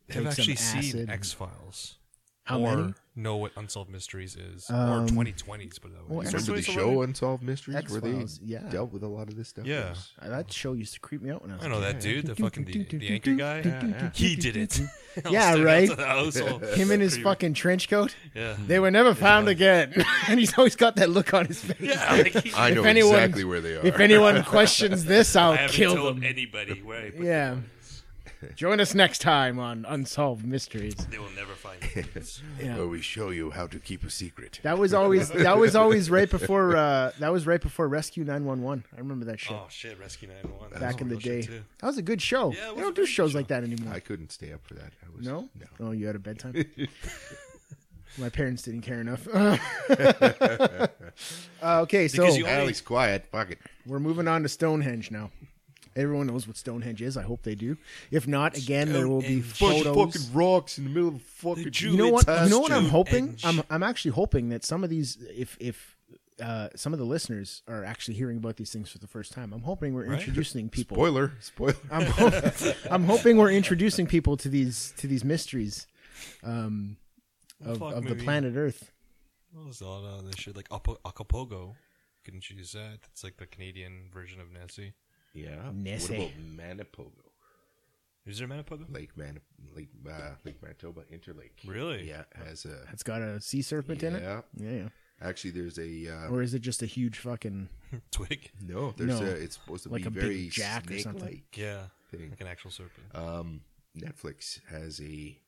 Speaker 1: Take some
Speaker 3: actually
Speaker 1: acid.
Speaker 3: seen X Files.
Speaker 1: (laughs) How
Speaker 3: or
Speaker 1: many?
Speaker 3: know what Unsolved Mysteries is,
Speaker 1: Um,
Speaker 3: or 2020s, put it that way.
Speaker 1: well, X-
Speaker 3: Is
Speaker 2: Remember
Speaker 3: there
Speaker 2: the
Speaker 3: somebody so
Speaker 2: show
Speaker 3: lovely?
Speaker 2: Unsolved Mysteries
Speaker 1: X-Files,
Speaker 2: where they
Speaker 1: yeah.
Speaker 2: dealt with a lot of this stuff?
Speaker 3: Yeah.
Speaker 2: It was-
Speaker 1: Uh, That show used to creep me out when I was.
Speaker 3: I know
Speaker 1: a
Speaker 3: that
Speaker 1: kid.
Speaker 3: dude, the fucking the, the anchor guy. He did it. (laughs) I'll
Speaker 1: Yeah,
Speaker 3: step
Speaker 1: right?
Speaker 3: out to the house, I'll-
Speaker 1: Him in his
Speaker 3: creep.
Speaker 1: fucking trench coat.
Speaker 3: Yeah. (laughs)
Speaker 1: They were never found again, (laughs) and he's always got that look on his face.
Speaker 3: yeah, like he-
Speaker 2: I
Speaker 1: If
Speaker 2: know
Speaker 1: anyone-
Speaker 2: exactly where they are.
Speaker 1: If
Speaker 2: (laughs)
Speaker 1: anyone questions this,
Speaker 3: I
Speaker 1: I'll
Speaker 3: haven't
Speaker 1: kill
Speaker 3: told
Speaker 1: them.
Speaker 3: anybody where I put
Speaker 1: Yeah.
Speaker 3: the coins.
Speaker 1: Join us next time on Unsolved Mysteries.
Speaker 3: They will never
Speaker 1: (laughs)
Speaker 3: find it.
Speaker 1: Yeah.
Speaker 2: Where we show you how to keep a secret.
Speaker 1: That was
Speaker 3: (laughs)
Speaker 1: always that was always right before uh, that was right before Rescue 911. I remember that show
Speaker 3: oh shit, Rescue 911.
Speaker 1: back in the day.
Speaker 3: Too.
Speaker 1: That was a good show.
Speaker 3: Yeah, it
Speaker 1: they
Speaker 3: was
Speaker 1: don't
Speaker 3: a
Speaker 1: do
Speaker 3: very
Speaker 1: shows
Speaker 3: good
Speaker 1: like that anymore.
Speaker 2: I couldn't stay up for that. I was
Speaker 1: no?
Speaker 2: No.
Speaker 1: Oh, you had a bedtime? My parents didn't care enough. (laughs) Uh, okay, so
Speaker 3: Because you-
Speaker 2: Alex, quiet. Fuck it.
Speaker 1: we're moving on to Stonehenge now. Everyone knows what Stonehenge is. I hope they do. If not, again, there will be
Speaker 2: Bunch
Speaker 1: photos.
Speaker 2: of fucking rocks in the middle of the fucking.
Speaker 3: The Jew-
Speaker 1: you know what?
Speaker 3: It's
Speaker 1: You know what I'm
Speaker 3: Astro
Speaker 1: hoping?
Speaker 3: Edge.
Speaker 1: I'm I'm actually hoping that some of these, if if uh, some of the listeners are actually hearing about these things for the first time, I'm hoping we're introducing people.
Speaker 2: Spoiler. Spoiler.
Speaker 1: I'm, hop- (laughs) I'm hoping we're introducing people to these to these mysteries um,
Speaker 3: Well,
Speaker 1: of,
Speaker 3: fuck,
Speaker 1: of the
Speaker 3: maybe-
Speaker 1: planet Earth.
Speaker 3: What was all uh, this shit? Like Apo- Acapulco. Couldn't you use that? It's like the Canadian version of Nessie.
Speaker 2: Yeah.
Speaker 1: Nessie.
Speaker 2: What about Manipogo?
Speaker 3: Is there Manitoba?
Speaker 2: Lake Man, Lake uh, Lake Manitoba Interlake.
Speaker 3: Really?
Speaker 2: Yeah, has a
Speaker 1: It's got a sea serpent in it.
Speaker 2: Yeah.
Speaker 1: Yeah, yeah.
Speaker 2: actually there's a uh,
Speaker 1: Or is it just a huge fucking?
Speaker 3: (laughs)
Speaker 1: (laughs)
Speaker 3: Twig?
Speaker 2: no there's
Speaker 1: No.
Speaker 2: a it's supposed to
Speaker 1: Like
Speaker 2: be
Speaker 1: a big
Speaker 2: very
Speaker 1: jack or
Speaker 2: snake-like
Speaker 1: something.
Speaker 3: Yeah.
Speaker 2: Thing.
Speaker 3: Like an actual serpent.
Speaker 2: Um, Netflix has a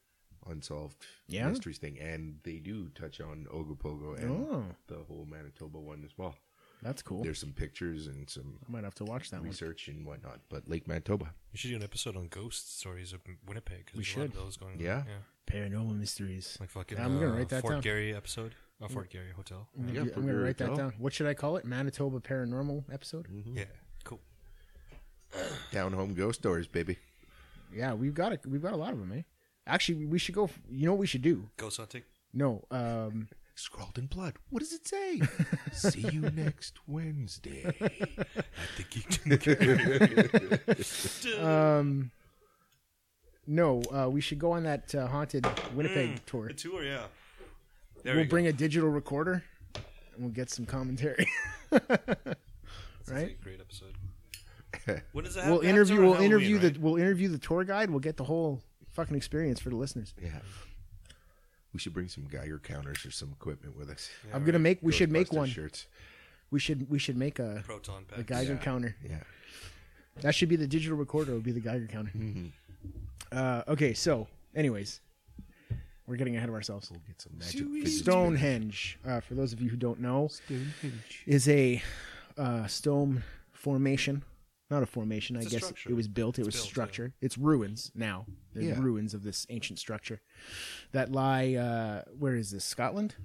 Speaker 2: unsolved
Speaker 1: Yeah?
Speaker 2: mysteries thing, and they do touch on Ogopogo and
Speaker 1: Oh.
Speaker 2: the whole Manitoba one as well.
Speaker 1: That's cool.
Speaker 2: There's some pictures and some
Speaker 1: I might have to watch that one.
Speaker 2: research and whatnot, but Lake Manitoba.
Speaker 3: We should do an episode on ghost stories of Winnipeg. 'cause
Speaker 1: We
Speaker 3: there's a lot of
Speaker 1: should.
Speaker 3: Those going on.
Speaker 2: Yeah.
Speaker 1: Paranormal mysteries.
Speaker 3: Like fucking
Speaker 1: I'm gonna
Speaker 3: uh,
Speaker 1: write that
Speaker 3: Fort
Speaker 1: down.
Speaker 3: Gary episode. Oh, Fort Gary Hotel.
Speaker 1: I'm
Speaker 2: Yeah,
Speaker 1: gonna- I'm gonna
Speaker 2: Fergeri
Speaker 1: write that
Speaker 2: Hotel.
Speaker 1: down. What should I call it? Manitoba Paranormal episode.
Speaker 2: Mm.
Speaker 3: Yeah. Cool.
Speaker 2: Down home ghost stories, baby.
Speaker 1: Yeah, we've got a, we've got a lot of them, eh? Actually, we should go. You know what we should do?
Speaker 3: Ghost hunting.
Speaker 1: No, um,
Speaker 2: Scrawled in blood. What does
Speaker 1: (laughs)
Speaker 2: it say? See you next Wednesday (laughs) at the
Speaker 3: (laughs)
Speaker 2: Geekdom.
Speaker 1: um, no. Uh, we should go on that uh, haunted Winnipeg
Speaker 3: (laughs) Mm,
Speaker 1: tour.
Speaker 3: The tour, yeah. There
Speaker 1: we'll
Speaker 3: you go.
Speaker 1: bring a digital recorder, and we'll get some commentary.
Speaker 3: This is
Speaker 1: right.
Speaker 3: a
Speaker 2: (laughs)
Speaker 3: great episode. When does
Speaker 1: (laughs)
Speaker 3: that
Speaker 1: We'll
Speaker 3: happen?
Speaker 1: interview.
Speaker 3: After
Speaker 1: We'll
Speaker 3: Halloween,
Speaker 1: interview
Speaker 3: right?
Speaker 1: the. We'll interview the tour guide. We'll get the whole fucking experience for the listeners.
Speaker 2: yeah. We should bring some Geiger counters or some equipment with us.
Speaker 1: I'm gonna make. We should make
Speaker 2: Ghostbusters
Speaker 1: one.
Speaker 2: Shirts.
Speaker 1: We should. We should make a,
Speaker 3: proton pack.
Speaker 1: a Geiger
Speaker 2: Yeah.
Speaker 1: counter.
Speaker 2: Yeah.
Speaker 1: That should be the digital recorder. Would be the Geiger counter.
Speaker 3: Mm-hmm.
Speaker 1: Uh, okay. So, anyways, we're getting ahead of ourselves.
Speaker 2: We'll get some magic. fidget
Speaker 1: Stonehenge, uh, for those of you who don't know,
Speaker 2: spinners. Stonehenge.
Speaker 1: is a uh, stone formation. Not a formation, I
Speaker 3: a
Speaker 1: guess
Speaker 3: structure.
Speaker 1: it was built. It was
Speaker 3: built, yeah.
Speaker 1: structure. It's ruins now. They're
Speaker 2: Yeah.
Speaker 1: ruins of this ancient structure that lie. Uh, where is this? Scotland,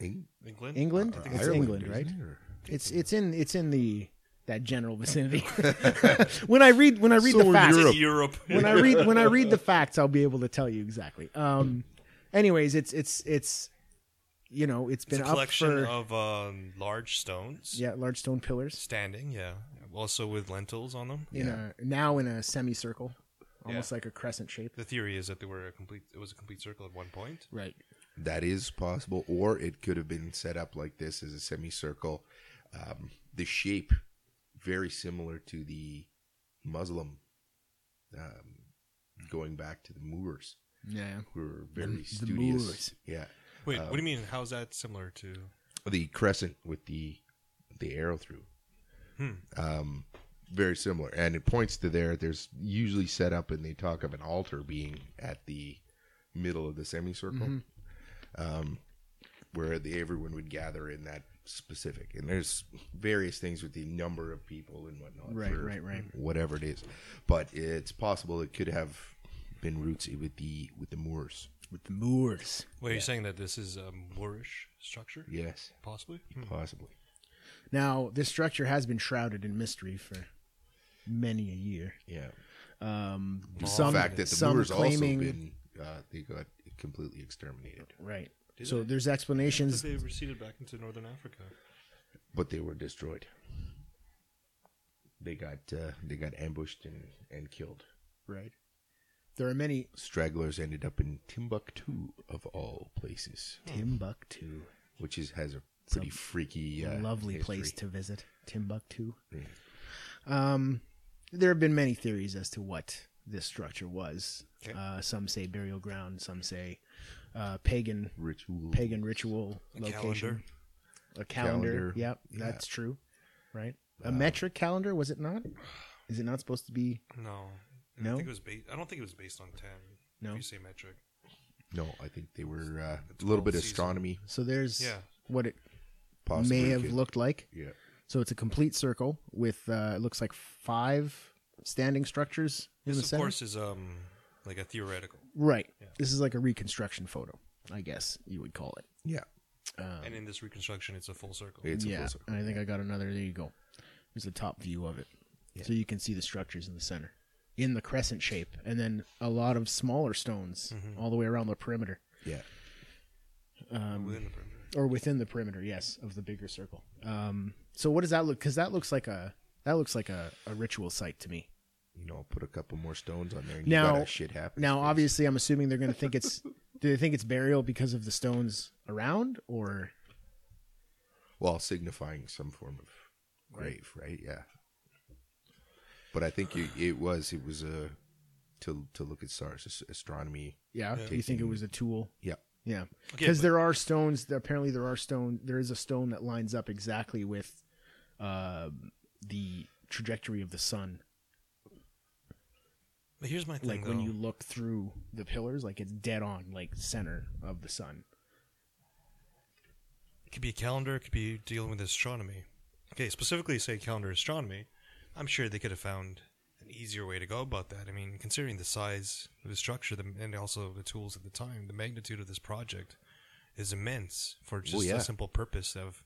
Speaker 2: Eng-
Speaker 3: England. Uh,
Speaker 1: England.
Speaker 2: or
Speaker 1: it's
Speaker 2: Ireland,
Speaker 1: England,
Speaker 2: isn't
Speaker 1: right?
Speaker 2: it, or-
Speaker 1: It's it's in it's in the that general
Speaker 2: (laughs)
Speaker 1: vicinity. (laughs) when I read when I read
Speaker 2: So
Speaker 1: the
Speaker 2: in
Speaker 1: facts,
Speaker 2: Europe.
Speaker 3: Europe.
Speaker 1: when I read when I
Speaker 2: (laughs)
Speaker 1: read the facts, I'll be able to tell you exactly. Um, anyways, it's it's it's you know it's
Speaker 3: it's
Speaker 1: been
Speaker 3: a
Speaker 1: up
Speaker 3: collection
Speaker 1: for
Speaker 3: of um, large stones.
Speaker 1: yeah large stone pillars
Speaker 3: Standing, yeah. Also with lentils on them.
Speaker 1: in a now in a semicircle, almost
Speaker 3: Yeah.
Speaker 1: like a crescent shape.
Speaker 3: The theory is that they were a complete. It was a complete circle at one point.
Speaker 1: Right.
Speaker 2: That is possible, or it could have been set up like this as a semicircle. Um, the shape very similar to the Muslim, um, going back to the Moors,
Speaker 1: Yeah.
Speaker 2: who were very
Speaker 1: the
Speaker 2: studious.
Speaker 1: Moors.
Speaker 2: Yeah,
Speaker 3: Wait,
Speaker 2: Um,
Speaker 3: what do you mean? How's that similar to?
Speaker 2: the crescent with the the arrow through.
Speaker 3: Hmm.
Speaker 2: Um, very similar, and it points to there. There's usually set up, and they talk of an altar being at the middle of the semicircle,
Speaker 1: Mm-hmm.
Speaker 2: um, where the, everyone would gather in that specific. And there's various things with the number of people and whatnot,
Speaker 1: Right,
Speaker 2: for
Speaker 1: right, right.
Speaker 2: Whatever it is, but it's possible it could have been roots with the with the Moors.
Speaker 1: With the Moors.
Speaker 3: Wait, you're saying that this is a Moorish structure,
Speaker 2: Yes,
Speaker 3: possibly?
Speaker 2: possibly.
Speaker 1: Now this structure has been shrouded in mystery for many a year.
Speaker 2: Yeah.
Speaker 1: Um,
Speaker 2: the
Speaker 1: some
Speaker 2: fact that the
Speaker 1: some
Speaker 2: Moors
Speaker 1: claiming
Speaker 2: also been uh, they got completely exterminated,
Speaker 1: right.
Speaker 3: Did
Speaker 1: So
Speaker 3: they?
Speaker 1: there's
Speaker 3: Because
Speaker 1: explanations.
Speaker 3: they receded back into northern Africa.
Speaker 2: but they were destroyed. They got uh, they got ambushed and, and killed.
Speaker 1: Right. There are many
Speaker 2: Stragglers ended up in Timbuktu of all places,
Speaker 1: Hmm. Timbuktu.
Speaker 2: which is has a pretty freaky, uh,
Speaker 1: lovely
Speaker 2: history. Mm.
Speaker 1: place to visit, Timbuktu.
Speaker 2: Yeah.
Speaker 1: Um, there have been many theories as to what this structure was.
Speaker 3: Okay.
Speaker 1: Uh, some say burial ground, some say uh, pagan
Speaker 2: Ritual.
Speaker 1: pagan ritual
Speaker 3: A
Speaker 1: location.
Speaker 3: calendar.
Speaker 1: A calendar.
Speaker 2: Calendar.
Speaker 1: Yep,
Speaker 2: Yeah.
Speaker 1: that's true. Right. a metric calendar was it not? Is it not supposed to be?
Speaker 3: No.
Speaker 1: No?
Speaker 3: I think it was based. I don't think it was based on ten.
Speaker 1: No.
Speaker 3: If you say metric.
Speaker 2: No, I think they were uh, a little bit of
Speaker 3: 12 season.
Speaker 2: astronomy.
Speaker 1: So there's
Speaker 3: Yeah.
Speaker 1: what it
Speaker 2: Possibly
Speaker 1: may have
Speaker 2: could-
Speaker 1: looked like.
Speaker 2: Yeah,
Speaker 1: So it's a complete circle with uh, it looks like five standing structures in
Speaker 3: This,
Speaker 1: the
Speaker 3: of
Speaker 1: center.
Speaker 3: course, is um like a theoretical,
Speaker 1: Right. This is like a reconstruction photo, I guess you would call it.
Speaker 2: yeah.
Speaker 1: Uh.
Speaker 3: and in this reconstruction, it's a full circle.
Speaker 2: It's a
Speaker 1: yeah.
Speaker 2: full circle.
Speaker 1: And I think I got another. There you go. Here's the top view of it. So you can see the structures in the center in the crescent shape, and then a lot of smaller stones
Speaker 2: Mm-hmm.
Speaker 1: all the way around the perimeter
Speaker 2: yeah.
Speaker 3: within
Speaker 1: um,
Speaker 3: the perimeter.
Speaker 1: or within the perimeter, yes, of the bigger circle. Um, so what does that look? Because that looks like a that looks like a, a ritual site to me.
Speaker 2: You know, put a couple more stones on there, and
Speaker 1: Now-
Speaker 2: you got a shit happen.
Speaker 1: Now, obviously, I'm assuming they're going to
Speaker 2: (laughs)
Speaker 1: think it's. do they think it's burial because of the stones around, or
Speaker 2: while signifying some form of grave, right? Yeah. But I think it, it was it was a to to look at stars as- astronomy.
Speaker 1: yeah? Do you think it was a tool?
Speaker 2: Yeah,
Speaker 1: Yeah,
Speaker 3: Okay,
Speaker 1: because
Speaker 3: but-
Speaker 1: there are stones. Apparently, there are stone. There is a stone that lines up exactly with uh, the trajectory of the sun.
Speaker 3: But here's my thing,
Speaker 1: Like
Speaker 3: though.
Speaker 1: when you look through the pillars, like it's dead on, like center of the sun.
Speaker 3: It could be a calendar. It could be dealing with astronomy. Okay, specifically say calendar astronomy. I'm sure they could have found an easier way to go about that. I mean, considering the size of the structure the, and also the tools at the time, the magnitude of this project is immense for just
Speaker 2: yeah.
Speaker 3: the simple purpose of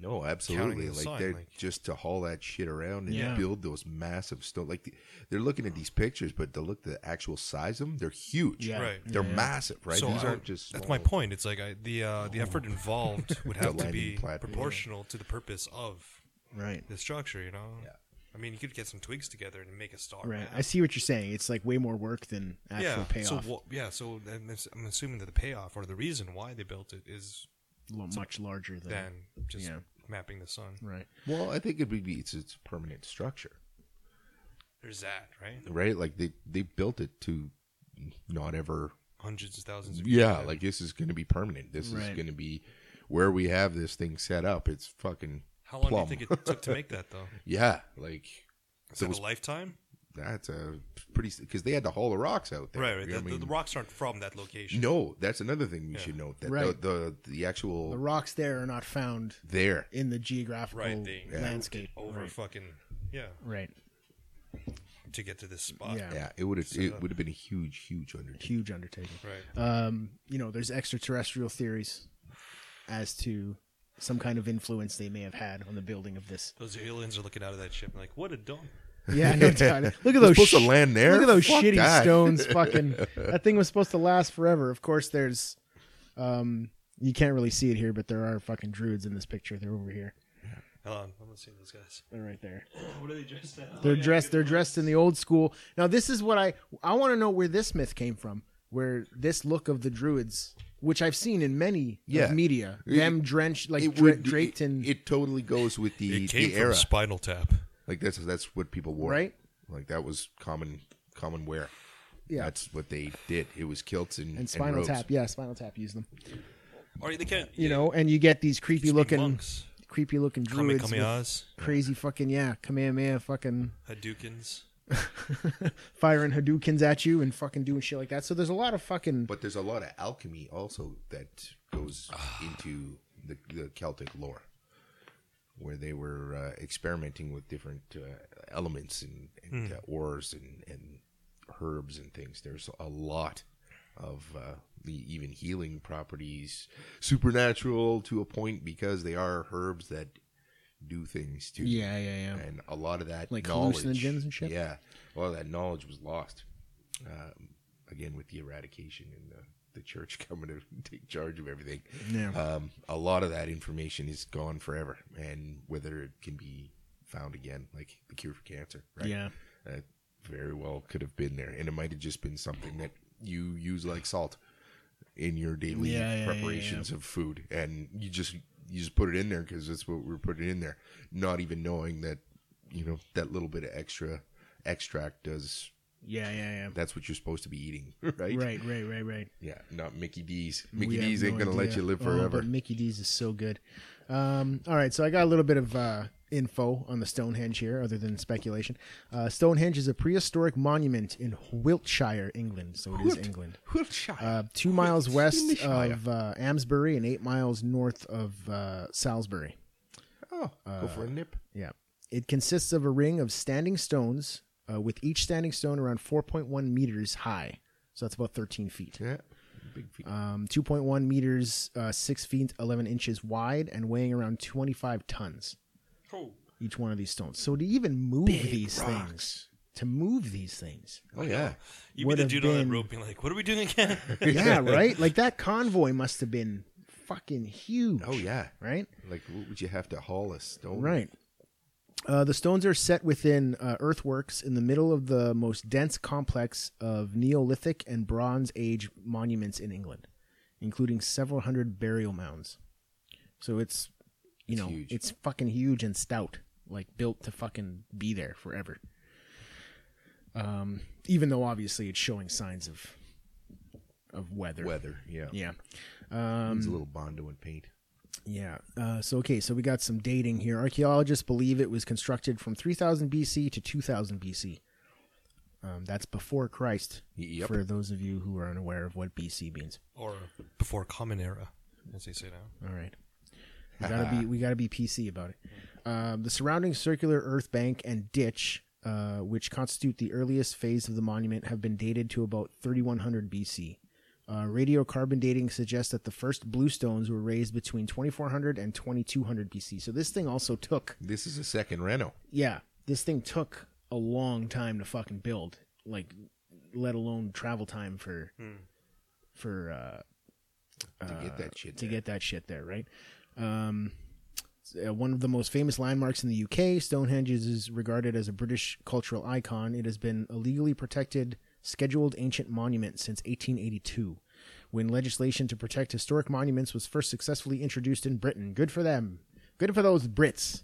Speaker 2: No, absolutely.
Speaker 3: the
Speaker 2: Like
Speaker 3: sign,
Speaker 2: they're
Speaker 3: like-
Speaker 2: just to haul that shit around and
Speaker 1: Yeah.
Speaker 2: build those massive stone. Like they're looking at these pictures, but to look at the actual size of them, they're huge.
Speaker 1: Yeah.
Speaker 3: Right.
Speaker 2: They're
Speaker 1: Yeah.
Speaker 2: massive, right?
Speaker 3: So
Speaker 2: these
Speaker 3: I-
Speaker 2: aren't just.
Speaker 3: That's
Speaker 2: small-
Speaker 3: my point. It's like I, the uh, the effort
Speaker 2: (laughs)
Speaker 3: involved would
Speaker 2: The
Speaker 3: have to
Speaker 2: landing
Speaker 3: be
Speaker 2: platform.
Speaker 3: proportional to the purpose of
Speaker 1: Right.
Speaker 3: the structure. You know.
Speaker 2: Yeah.
Speaker 3: I mean, you could get some twigs together and make a star.
Speaker 1: Right.
Speaker 3: man.
Speaker 1: I see what you're saying. It's like way more work than actual
Speaker 3: yeah.
Speaker 1: payoff.
Speaker 3: So what, yeah. So and this- I'm assuming that the payoff or the reason why they built it is
Speaker 1: Lo- much larger than
Speaker 3: then just
Speaker 1: yeah.
Speaker 3: mapping the sun.
Speaker 1: right.
Speaker 2: Well, I think it would be it's, it's a permanent structure,
Speaker 3: There's that, right?
Speaker 2: right? Like they they built it to not ever.
Speaker 3: Hundreds of thousands. Of
Speaker 2: Yeah,
Speaker 3: years.
Speaker 2: like this is going to be permanent. This is
Speaker 1: Right.
Speaker 2: going to be where we have this thing set up. It's fucking
Speaker 3: how long
Speaker 2: plumb.
Speaker 3: do you think it took to make
Speaker 2: (laughs)
Speaker 3: that though?
Speaker 2: yeah, like
Speaker 3: Is
Speaker 2: So
Speaker 3: it
Speaker 2: it was-
Speaker 3: a lifetime?
Speaker 2: that's a pretty because they had to haul the rocks out there.
Speaker 3: Right. right.
Speaker 2: I
Speaker 3: The, the,
Speaker 2: mean-
Speaker 3: the rocks aren't from that location.
Speaker 2: No, that's another thing you should note that
Speaker 1: Right.
Speaker 2: the, the the actual
Speaker 1: The rocks there are not found
Speaker 2: there.
Speaker 1: in the geographical
Speaker 3: Right. They moved it
Speaker 1: Oh, landscape.
Speaker 3: over
Speaker 1: Right.
Speaker 3: fucking yeah
Speaker 1: Right.
Speaker 3: to get to this spot.
Speaker 1: Yeah.
Speaker 2: Yeah, it would have it would have been a huge huge undertaking.
Speaker 1: Huge undertaking.
Speaker 3: Right.
Speaker 1: Um, you know, there's extraterrestrial theories as to some kind of influence they may have had on the building of
Speaker 2: (laughs)
Speaker 1: this.
Speaker 3: Those aliens are looking out of that ship and like, what a dump.
Speaker 1: Yeah, (laughs) no doubt. Look at
Speaker 2: We're
Speaker 1: those.
Speaker 2: supposed to land there?
Speaker 1: Look at those
Speaker 2: Fuck
Speaker 1: shitty
Speaker 2: that.
Speaker 1: stones.
Speaker 2: (laughs)
Speaker 1: Fucking that thing was supposed to last forever. Of course, there's. Um, you can't really see it here, but there are fucking druids in this picture. They're over here.
Speaker 3: Hold on, I'm gonna see
Speaker 1: (laughs)
Speaker 3: those guys.
Speaker 1: They're right there.
Speaker 3: What are they dressed as?
Speaker 2: Oh,
Speaker 1: They're dressed. They're dressed in the old school. Now, this is what I I want to know where this myth came from. Where this look of the druids, which I've seen in many of
Speaker 2: Yeah.
Speaker 1: media,
Speaker 2: It-
Speaker 1: them drenched like
Speaker 2: It
Speaker 1: dra-
Speaker 2: would
Speaker 1: draped
Speaker 2: it,
Speaker 1: in
Speaker 2: it totally goes with the,
Speaker 3: It came
Speaker 2: the
Speaker 3: from
Speaker 2: era.
Speaker 3: Spinal Tap.
Speaker 2: like that's that's what people wore.
Speaker 1: Right?
Speaker 2: Like that was common common wear.
Speaker 1: Yeah.
Speaker 2: That's what they did. It was kilts and,
Speaker 1: and Spinal
Speaker 2: robes.
Speaker 1: Tap. Yeah, Spinal Tap used them.
Speaker 3: Or they can't.
Speaker 1: You know, and you get these creepy looking,
Speaker 3: monks.
Speaker 1: creepy looking
Speaker 3: Kami
Speaker 1: druids with
Speaker 3: Kamiyas,
Speaker 1: crazy fucking yeah, Kamehameha fucking (laughs)
Speaker 3: Hadoukens.
Speaker 1: firing Hadoukens at you and fucking doing shit like that. So there's a lot of fucking
Speaker 2: But there's a lot of alchemy also that goes into the, the Celtic lore, where they were uh, experimenting with different uh, elements and, and uh, ores and, and herbs and things. There's a lot of uh, the even healing properties, supernatural to a point because they are herbs that do things too.
Speaker 1: yeah, yeah, yeah.
Speaker 2: And a lot of that
Speaker 1: Like
Speaker 2: knowledge,
Speaker 1: hallucinogens and shit?
Speaker 2: Yeah, a lot of that knowledge was lost. Um, again, with the eradication and the, the church (laughs) coming to take charge of everything,
Speaker 1: Yeah.
Speaker 2: um, a lot of that information is gone forever. And whether it can be found again, like the cure for cancer, right?
Speaker 1: Yeah.
Speaker 2: that very well could have been there, and it might have just been something that you use like salt in your daily
Speaker 1: Yeah, yeah, yeah,
Speaker 2: preparations of food, and you just you just put it in there because that's what we're putting in there, not even knowing that you know that little bit of extra extract does.
Speaker 1: Yeah, yeah,
Speaker 2: That's what you're supposed to be eating, (laughs) right?
Speaker 1: yeah. Right, right, right, right.
Speaker 2: Yeah, not Mickey D's. Mickey
Speaker 1: We have
Speaker 2: D's ain't
Speaker 1: no
Speaker 2: gonna let
Speaker 1: idea.
Speaker 2: you live
Speaker 1: Oh,
Speaker 2: forever.
Speaker 1: but (laughs) Mickey D's is so good. Um, all right, so I got a little bit of uh, info on the Stonehenge here, other than speculation. Uh, Stonehenge is a prehistoric monument in Wiltshire, England. So it is England.
Speaker 2: Wiltshire.
Speaker 1: Uh, two miles west
Speaker 2: Wiltshire.
Speaker 1: of uh, Amesbury and eight miles north of uh, Salisbury.
Speaker 2: oh, go for a nip.
Speaker 1: Yeah. It consists of a ring of standing stones, uh, with each standing stone around 4.1 meters high. So that's about 13 feet.
Speaker 2: Yeah, big feet.
Speaker 1: um, 2.1 meters, uh, 6 feet, 11 inches wide, and weighing around 25 tons,
Speaker 3: Oh.
Speaker 1: each one of these stones. So to even move these things, to move these
Speaker 2: (laughs)
Speaker 1: things.
Speaker 2: oh yeah,
Speaker 3: You
Speaker 1: Would
Speaker 3: mean the
Speaker 1: have
Speaker 3: dude on
Speaker 1: been-
Speaker 3: that rope being like, what are we doing
Speaker 1: (laughs)
Speaker 3: again?
Speaker 1: Yeah, right? Like that convoy must have been fucking huge.
Speaker 2: oh yeah.
Speaker 1: Right?
Speaker 2: Like, what would you have to haul a stone?
Speaker 1: Right. Uh, the stones are set within uh, earthworks in the middle of the most dense complex of Neolithic and Bronze Age monuments in England, including several hundred burial mounds. So it's, you know,
Speaker 2: huge.
Speaker 1: it's fucking huge and stout, like built to fucking be there forever. Um, even though obviously it's showing signs of of weather.
Speaker 2: Weather. Yeah.
Speaker 1: Yeah. Mm.
Speaker 2: Needs a little Bondo and paint.
Speaker 1: Yeah. Uh, so okay, so we got some dating here. Archaeologists believe it was constructed from 3000 BC to 2000 BC. Um, that's before Christ.
Speaker 2: Yep.
Speaker 1: For those of you who are unaware of what BC means.
Speaker 3: or before Common Era, as they say now.
Speaker 1: All right. We gotta be we gotta be PC about it. Um, the surrounding circular earth bank and ditch, uh, which constitute the earliest phase of the monument, have been dated to about 3100 BC, Uh, radiocarbon dating suggests that the first bluestones were raised between 2400 and 2200 BC. So this thing also took,
Speaker 2: This is a second Reno.
Speaker 1: yeah, this thing took a long time to fucking build, like, let alone travel time for, for, uh,
Speaker 2: to get that shit.
Speaker 1: to
Speaker 2: there.
Speaker 1: get that shit there, right? Um, s- uh, one of the most famous landmarks in the UK, Stonehenge is, is regarded as a British cultural icon. It has been a legally protected, scheduled ancient monument since 1882, when legislation to protect historic monuments was first successfully introduced in Britain. Good for them. Good for those Brits.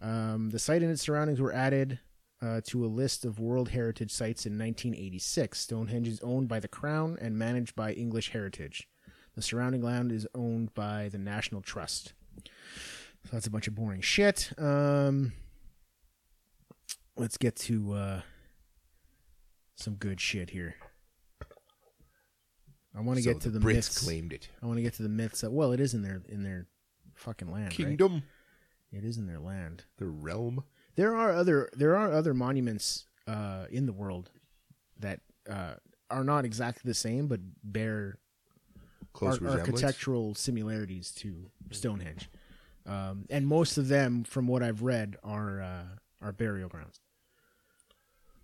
Speaker 1: Um, the site and its surroundings were added uh, to a list of World Heritage Sites in 1986. Stonehenge is owned by the Crown and managed by English Heritage. The surrounding land is owned by the National Trust. So that's a bunch of boring shit. Um, let's get to uh, some good shit here. I want to
Speaker 2: So
Speaker 1: get to
Speaker 2: the
Speaker 1: the,
Speaker 2: Brits
Speaker 1: myths.
Speaker 2: claimed it.
Speaker 1: I want to get to the myths that well, it is in their in their fucking land. right?
Speaker 2: Kingdom,
Speaker 1: It is in their land.
Speaker 2: the realm.
Speaker 1: There are other there are other monuments uh, in the world that uh, are not exactly the same, but bear
Speaker 2: Close
Speaker 1: ar-
Speaker 2: resemblance.
Speaker 1: architectural similarities to Stonehenge, um, and most of them, from what I've read, are uh, are burial grounds.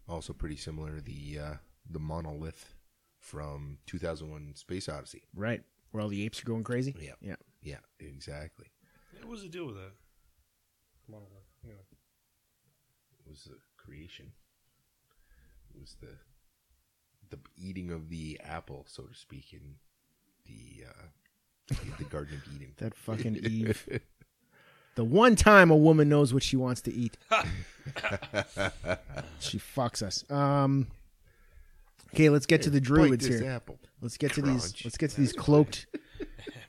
Speaker 2: Also pretty similar. The uh, the monolith from 2001: Space Odyssey.
Speaker 1: Right, where all the apes are going crazy.
Speaker 2: Yeah.
Speaker 1: yeah.
Speaker 2: Yeah, exactly.
Speaker 3: What was the deal with that? Monolith. Anyway.
Speaker 2: It was the creation. It was the the eating of the apple, so to speak, in the uh, the Garden of Eden.
Speaker 1: (laughs) That fucking Eve. The one time a woman knows what she wants to
Speaker 2: (laughs)
Speaker 1: eat, she fucks us. Um, okay, let's get to the druids
Speaker 2: Bite this
Speaker 1: here.
Speaker 2: apple.
Speaker 1: Let's get to
Speaker 2: Crunch.
Speaker 1: these. Let's get to these cloaked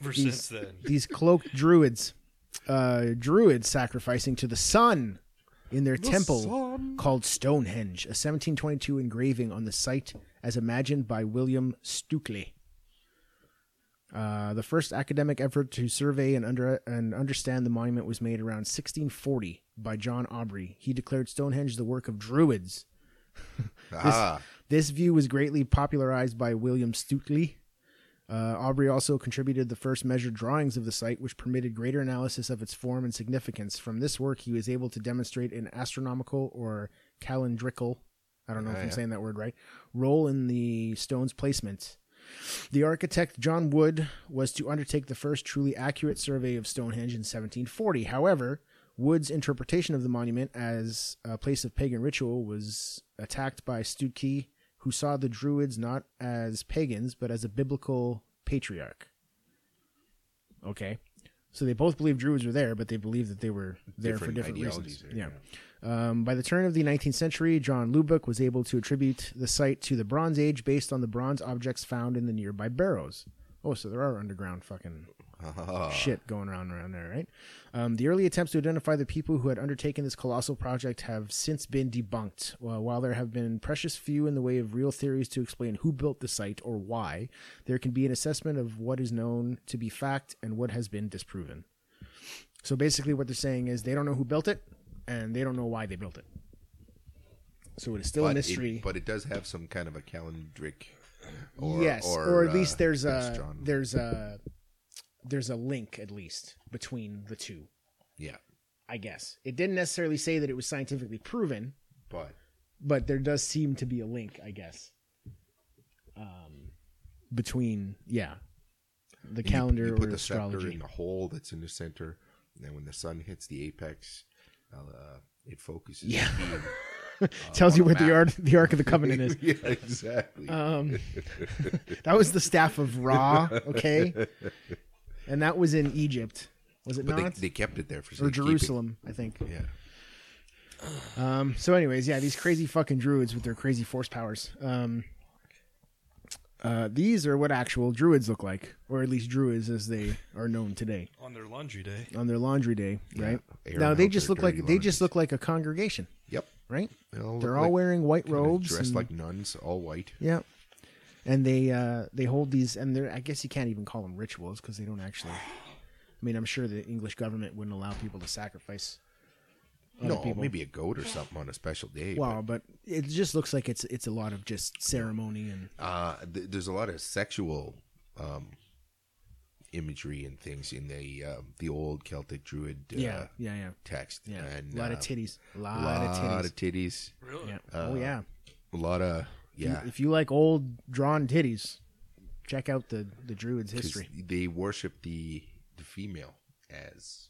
Speaker 3: Ever
Speaker 1: These-
Speaker 3: since then.
Speaker 1: these cloaked druids. Uh, druids sacrificing to the sun in their temple
Speaker 2: sun.
Speaker 1: called Stonehenge, a 1722 engraving on the site as imagined by William Stukely. Uh, the first academic effort to survey and, under, and understand the monument was made around 1640 by John Aubrey. He declared Stonehenge the work of druids.
Speaker 2: Ah,
Speaker 1: This view was greatly popularized by William Stuteley. Uh, Aubrey also contributed the first measured drawings of the site, which permitted greater analysis of its form and significance. From this work, he was able to demonstrate an astronomical or calendrical, I don't know if
Speaker 2: Ah,
Speaker 1: I'm
Speaker 2: yeah.
Speaker 1: saying that word right, role in the stone's placement. The architect John Wood was to undertake the first truly accurate survey of Stonehenge in 1740. However, Wood's interpretation of the monument as a place of pagan ritual was attacked by Stutkey, who saw the Druids not as pagans but as a biblical patriarch. Okay. So they both believed Druids were there, but they believed that they were there for
Speaker 2: Different
Speaker 1: different reasons.
Speaker 2: ideologies there,
Speaker 1: yeah. Um, by the turn of the 19th century, John Lubbock was able to attribute the site to the Bronze Age based on the bronze objects found in the nearby barrows. Oh, so there are underground fucking
Speaker 2: ah, (laughs)
Speaker 1: shit going around around there, right? Um, the early attempts to identify the people who had undertaken this colossal project have since been debunked. Well, while there have been precious few in the way of real theories to explain who built the site or why, there can be an assessment of what is known to be fact and what has been disproven. So basically, what they're saying is they don't know who built it and they don't know why they built it. So it is still
Speaker 2: but
Speaker 1: a
Speaker 2: it-
Speaker 1: mystery.
Speaker 2: but it does have some kind of a calendric. Or,
Speaker 1: yes, or, at
Speaker 2: uh,
Speaker 1: least there's a
Speaker 2: astronomy.
Speaker 1: there's a there's a link at least between the two.
Speaker 2: yeah,
Speaker 1: I guess. It didn't necessarily say that it was scientifically proven,
Speaker 2: but
Speaker 1: but there does seem to be a link, I guess. Um, between yeah, the
Speaker 2: You-
Speaker 1: calendar
Speaker 2: you put
Speaker 1: or
Speaker 2: the scepter
Speaker 1: astrology.
Speaker 2: in the hole that's in the center, and then when the sun hits the apex, uh, it focuses.
Speaker 1: Yeah.
Speaker 2: the beam, uh,
Speaker 1: Tells
Speaker 2: on
Speaker 1: you
Speaker 2: a
Speaker 1: where the
Speaker 2: map.
Speaker 1: ark the Ark of the Covenant
Speaker 2: (laughs)
Speaker 1: is. (laughs)
Speaker 2: yeah, exactly.
Speaker 1: Um, (laughs) that was the staff of Ra, okay,
Speaker 2: (laughs)
Speaker 1: and that was in Egypt, was it
Speaker 2: but they,
Speaker 1: not?
Speaker 2: they kept it there for
Speaker 1: or
Speaker 2: safekeeping.
Speaker 1: Jerusalem, I think.
Speaker 2: Yeah,
Speaker 1: Um, so, anyways, yeah, these crazy fucking druids with their crazy force powers. Um, uh, these are what actual druids look like, or at least druids as they are known today
Speaker 3: On their laundry day.
Speaker 1: on their laundry day, right?
Speaker 2: airing
Speaker 1: now they
Speaker 2: out
Speaker 1: just
Speaker 2: their
Speaker 1: look like
Speaker 2: dirty
Speaker 1: they just
Speaker 2: laundries.
Speaker 1: look like a congregation,
Speaker 2: yep.
Speaker 1: right?
Speaker 2: They all
Speaker 1: They're
Speaker 2: look
Speaker 1: all
Speaker 2: like-
Speaker 1: wearing white
Speaker 2: kinda
Speaker 1: robes,
Speaker 2: dressed
Speaker 1: and-
Speaker 2: like nuns, all white.
Speaker 1: yeah. And they uh, they hold these, and they're I guess you can't even call them rituals because they don't actually. I mean, I'm sure the English government wouldn't allow people to sacrifice other
Speaker 2: no,
Speaker 1: people.
Speaker 2: maybe a goat or something on a special day. but-
Speaker 1: Wow, but it just looks like it's it's a lot of just ceremony and
Speaker 2: uh, th- there's a lot of sexual um, imagery and things in the um, the old Celtic Druid uh,
Speaker 1: yeah, yeah, yeah,
Speaker 2: text.
Speaker 1: yeah.
Speaker 2: and,
Speaker 1: a lot of
Speaker 2: uh,
Speaker 1: titties, a lot, of
Speaker 2: lot
Speaker 1: titties.
Speaker 2: of titties,
Speaker 3: Really?
Speaker 1: yeah. oh yeah.
Speaker 2: a lot of
Speaker 1: If you-
Speaker 2: yeah.
Speaker 1: If you like old drawn titties, check out the the druid's
Speaker 2: 'cause
Speaker 1: history.
Speaker 2: They worship the the female as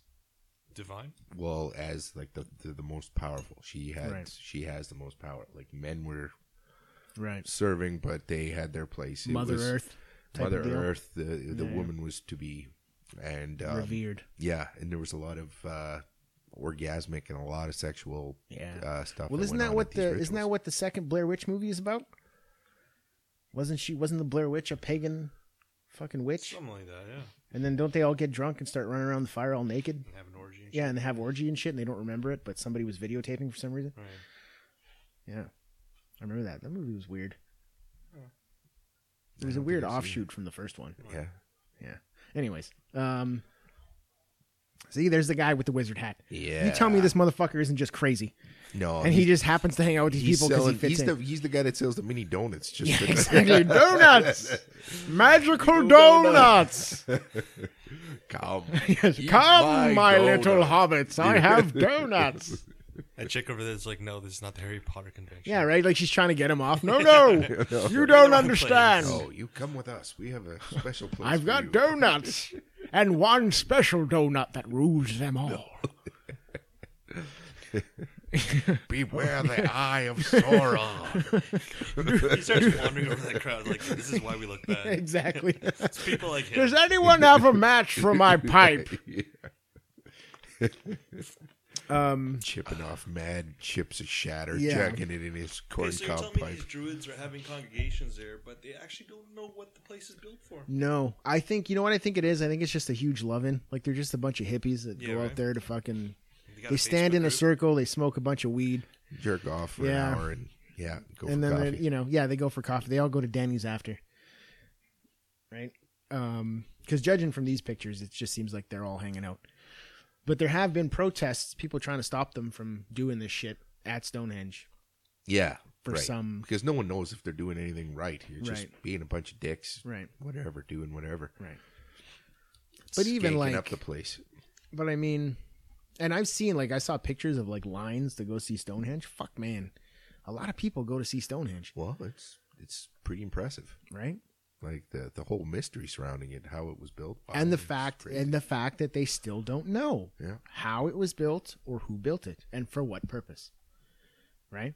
Speaker 3: Divine?
Speaker 2: well as like the the, the most powerful. She has
Speaker 1: Right.
Speaker 2: she has the most power. Like men were
Speaker 1: Right.
Speaker 2: serving, but they had their place. It
Speaker 1: Mother
Speaker 2: was um,
Speaker 1: Earth. type
Speaker 2: Mother
Speaker 1: of deal.
Speaker 2: Earth. The the
Speaker 1: Yeah, yeah.
Speaker 2: woman was to be and um,
Speaker 1: revered.
Speaker 2: Yeah, and there was a lot of uh, orgasmic and a lot of sexual
Speaker 1: Yeah.
Speaker 2: uh, stuff.
Speaker 1: Well, isn't
Speaker 2: went
Speaker 1: that
Speaker 2: on
Speaker 1: what
Speaker 2: at these
Speaker 1: the isn't that
Speaker 2: rituals.
Speaker 1: what the second Blair Witch movie is about? Wasn't she? Wasn't the Blair Witch a pagan, fucking witch?
Speaker 3: Something like that, yeah.
Speaker 1: And then don't they all get drunk and start running around the fire all naked?
Speaker 3: Have an orgy. and
Speaker 1: Yeah, and they have orgy and shit, and they don't remember it, but somebody was videotaping for some reason.
Speaker 3: shit. Right.
Speaker 1: Yeah, I remember that. That movie was weird. It
Speaker 2: I
Speaker 1: was a
Speaker 2: don't
Speaker 1: weird
Speaker 2: think I've seen
Speaker 1: offshoot from the first one.
Speaker 2: Yeah,
Speaker 1: Yeah. Anyways, um, see, there's the guy with the wizard hat.
Speaker 2: yeah.
Speaker 1: You tell me this motherfucker isn't just crazy,
Speaker 2: No,
Speaker 1: and he just happens to hang out with these
Speaker 2: he's
Speaker 1: people because he
Speaker 2: selling-
Speaker 1: fits
Speaker 2: he's
Speaker 1: in.
Speaker 2: the he's the guy that sells the mini donuts. Just
Speaker 1: Yeah,
Speaker 2: (laughs)
Speaker 1: (laughs)
Speaker 2: for-
Speaker 1: exactly. Donuts, magical donuts.
Speaker 2: Donuts. (laughs) come,
Speaker 1: Yes,
Speaker 2: eat
Speaker 1: Come, my,
Speaker 2: donut.
Speaker 1: little hobbits, I
Speaker 2: (laughs)
Speaker 1: have donuts.
Speaker 3: That chick over there's like, no, this is not the Harry Potter convention.
Speaker 1: yeah, right. Like she's trying to get him off. No,
Speaker 2: (laughs)
Speaker 1: no, you don't understand.
Speaker 2: Oh, you come with us. We have a special place.
Speaker 1: I've
Speaker 2: for you.
Speaker 1: got
Speaker 3: (laughs)
Speaker 1: donuts and one special donut that rules them all. (laughs)
Speaker 2: Beware the eye of Sauron.
Speaker 1: (laughs)
Speaker 3: He starts wandering over that crowd like, this is why we look bad.
Speaker 1: (laughs) Exactly.
Speaker 3: (laughs) It's people like him.
Speaker 1: Does anyone have a match for my
Speaker 3: (laughs)
Speaker 1: pipe? (laughs) Um,
Speaker 2: Chipping off mad chips of shatter,
Speaker 1: Yeah.
Speaker 2: jacking it in his
Speaker 3: Okay,
Speaker 2: corn
Speaker 3: so you're
Speaker 2: cob
Speaker 3: telling me
Speaker 2: pipe.
Speaker 3: these druids are having congregations there, but they actually don't know what the place is built for.
Speaker 1: no, I think you know what I think it is. I think it's just a huge lovin'. Like they're just a bunch of hippies that
Speaker 3: Yeah,
Speaker 1: go
Speaker 3: right.
Speaker 1: out there to fucking.
Speaker 3: got
Speaker 1: They stand
Speaker 3: Facebook
Speaker 1: in a
Speaker 3: group.
Speaker 1: circle. They smoke a bunch of weed,
Speaker 2: jerk off for
Speaker 1: Yeah.
Speaker 2: an hour and yeah, go
Speaker 1: and then
Speaker 2: for
Speaker 1: they're
Speaker 2: coffee.
Speaker 1: you know, yeah, they go for coffee. They all go to Denny's after, right? Um, because judging from these pictures, it just seems like they're all hanging out. But there have been protests, people trying to stop them from doing this shit at Stonehenge.
Speaker 2: yeah,
Speaker 1: for
Speaker 2: right.
Speaker 1: some-
Speaker 2: because no one knows if they're doing anything right. You're just
Speaker 1: Right.
Speaker 2: being a bunch of dicks,
Speaker 1: Right,
Speaker 2: whatever, doing whatever.
Speaker 1: right. But even
Speaker 2: Skanking
Speaker 1: like,
Speaker 2: up the place,
Speaker 1: but I mean, and I've seen like I saw pictures of like lines to go see Stonehenge. Fuck, man, a lot of people go to see Stonehenge,
Speaker 2: well, it's it's pretty impressive.
Speaker 1: right?
Speaker 2: Like the the whole mystery surrounding it, how it was built, Wow,
Speaker 1: and the
Speaker 2: it's
Speaker 1: fact,
Speaker 2: crazy.
Speaker 1: and the fact that they still don't know
Speaker 2: yeah,
Speaker 1: how it was built or who built it and for what purpose, right?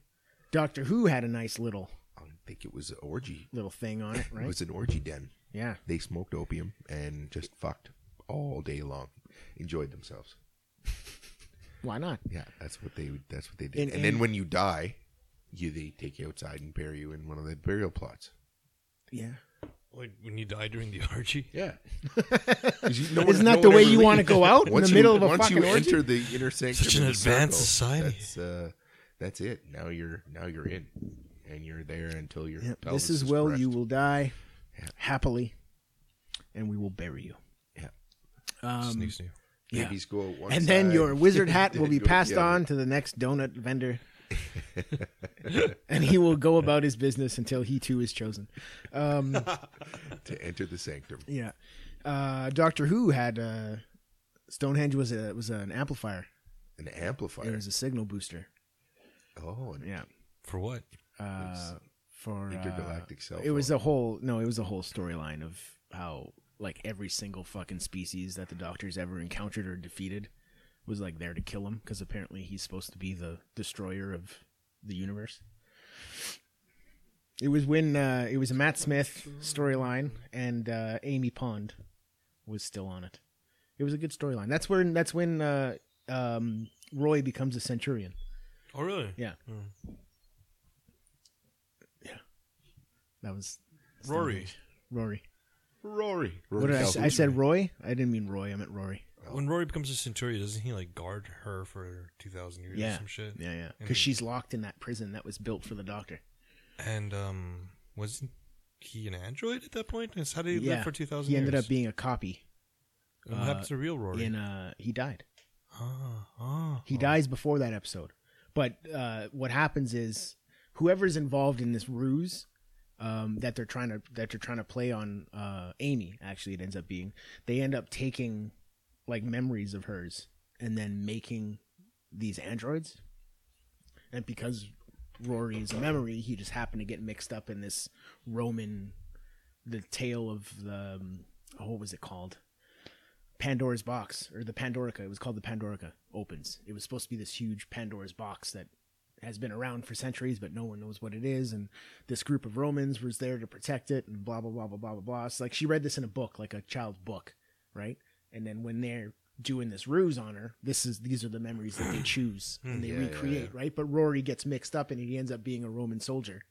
Speaker 1: Doctor Who had a nice little
Speaker 2: I think it was an orgy.
Speaker 1: little thing on
Speaker 2: (laughs)
Speaker 1: it, right?
Speaker 2: It was an orgy den.
Speaker 1: yeah,
Speaker 2: They smoked opium and just fucked all day long, enjoyed themselves.
Speaker 1: why not?
Speaker 2: Yeah, that's what they that's what they did.
Speaker 1: And-
Speaker 2: And,
Speaker 1: and-
Speaker 2: then when you die, you they take you outside and bury you in one of the burial plots.
Speaker 1: Yeah,
Speaker 3: Like, when you die during the (laughs) orgy?
Speaker 1: (laughs)
Speaker 2: Yeah,
Speaker 1: Isn't that the way you wanna
Speaker 2: (laughs)
Speaker 1: go out in the middle of a
Speaker 2: once
Speaker 1: fucking
Speaker 2: you
Speaker 1: orgy?
Speaker 2: enter the inner sanctum,
Speaker 3: Such an
Speaker 2: of the
Speaker 3: advanced
Speaker 2: circle,
Speaker 3: society.
Speaker 2: That's, uh, that's it. Now you're now you're in, and you're there until your
Speaker 1: Yep,
Speaker 2: pelvis
Speaker 1: this is well
Speaker 2: crushed.
Speaker 1: you will die
Speaker 2: Yeah.
Speaker 1: happily, and we will bury you.
Speaker 2: Yeah.
Speaker 1: Um,
Speaker 3: Snoo, snoo.
Speaker 1: yeah.
Speaker 2: Babies go out one
Speaker 1: and then
Speaker 2: side,
Speaker 1: your
Speaker 2: (laughs)
Speaker 1: wizard hat will
Speaker 2: then
Speaker 1: be
Speaker 2: go the
Speaker 1: passed
Speaker 2: other.
Speaker 1: on to the next donut
Speaker 2: (laughs)
Speaker 1: vendor. and he will go about his business until he too is chosen. Um,
Speaker 2: to enter the sanctum.
Speaker 1: yeah. Uh, Doctor Who had uh, Stonehenge was a was an amplifier.
Speaker 2: An
Speaker 1: It
Speaker 2: amplifier.
Speaker 1: was a signal booster.
Speaker 2: oh, and
Speaker 1: Yeah.
Speaker 3: For what?
Speaker 1: Uh, for uh,
Speaker 2: intergalactic cell.
Speaker 1: it was
Speaker 2: phone.
Speaker 1: a whole no, it was a whole storyline of how like every single fucking species that the doctors ever encountered or defeated was like there to kill him because apparently he's supposed to be the destroyer of the universe. It was when uh, it was a Matt Smith storyline and uh, Amy Pond was still on it. It was a good storyline. That's when that's when uh, um, Roy becomes a centurion.
Speaker 3: Oh, really?
Speaker 1: Yeah.
Speaker 3: Mm.
Speaker 1: That was
Speaker 3: Rory.
Speaker 1: Rory.
Speaker 2: Rory.
Speaker 1: What did I, say? I said
Speaker 2: Rory.
Speaker 1: Roy. I didn't mean Roy. I meant Rory.
Speaker 3: When Rory becomes a centurion, doesn't he like guard her for two thousand years
Speaker 1: Yeah.
Speaker 3: or some shit?
Speaker 1: Yeah, yeah.
Speaker 3: Mhm.
Speaker 1: Because she's locked in that prison that was built for the doctor.
Speaker 3: And um, was he an android at that point? Is- How did he
Speaker 1: yeah.
Speaker 3: live for two thousand?
Speaker 1: He ended up being uh, a copy.
Speaker 3: What happens to real Rory?
Speaker 1: In uh, he died.
Speaker 3: Ah, ah.
Speaker 1: He dies before that episode. But uh, what happens is whoever's involved in this ruse um, that they're trying to that they're trying to play on uh, Amy, actually it ends up being, they end up taking like memories of hers and then making these androids. And because Rory is a memory, he just happened to get mixed up in this Roman, the tale of the um, oh, what was it called? Pandora's box or the Pandorica. It was called the Pandorica. Opens. It was supposed to be this huge Pandora's box that has been around for centuries, but no one knows what it is. And this group of Romans was there to protect it, and blah blah blah blah blah blah blah. It's like she read this in a book, like a child's book, right? And then when they're doing this ruse on her, this is these are the memories
Speaker 2: (clears throat)
Speaker 1: that they choose and they
Speaker 2: Hmm, Yeah, yeah,
Speaker 1: recreate,
Speaker 2: yeah.
Speaker 1: right? But Rory gets mixed up, and he ends up being a Roman soldier.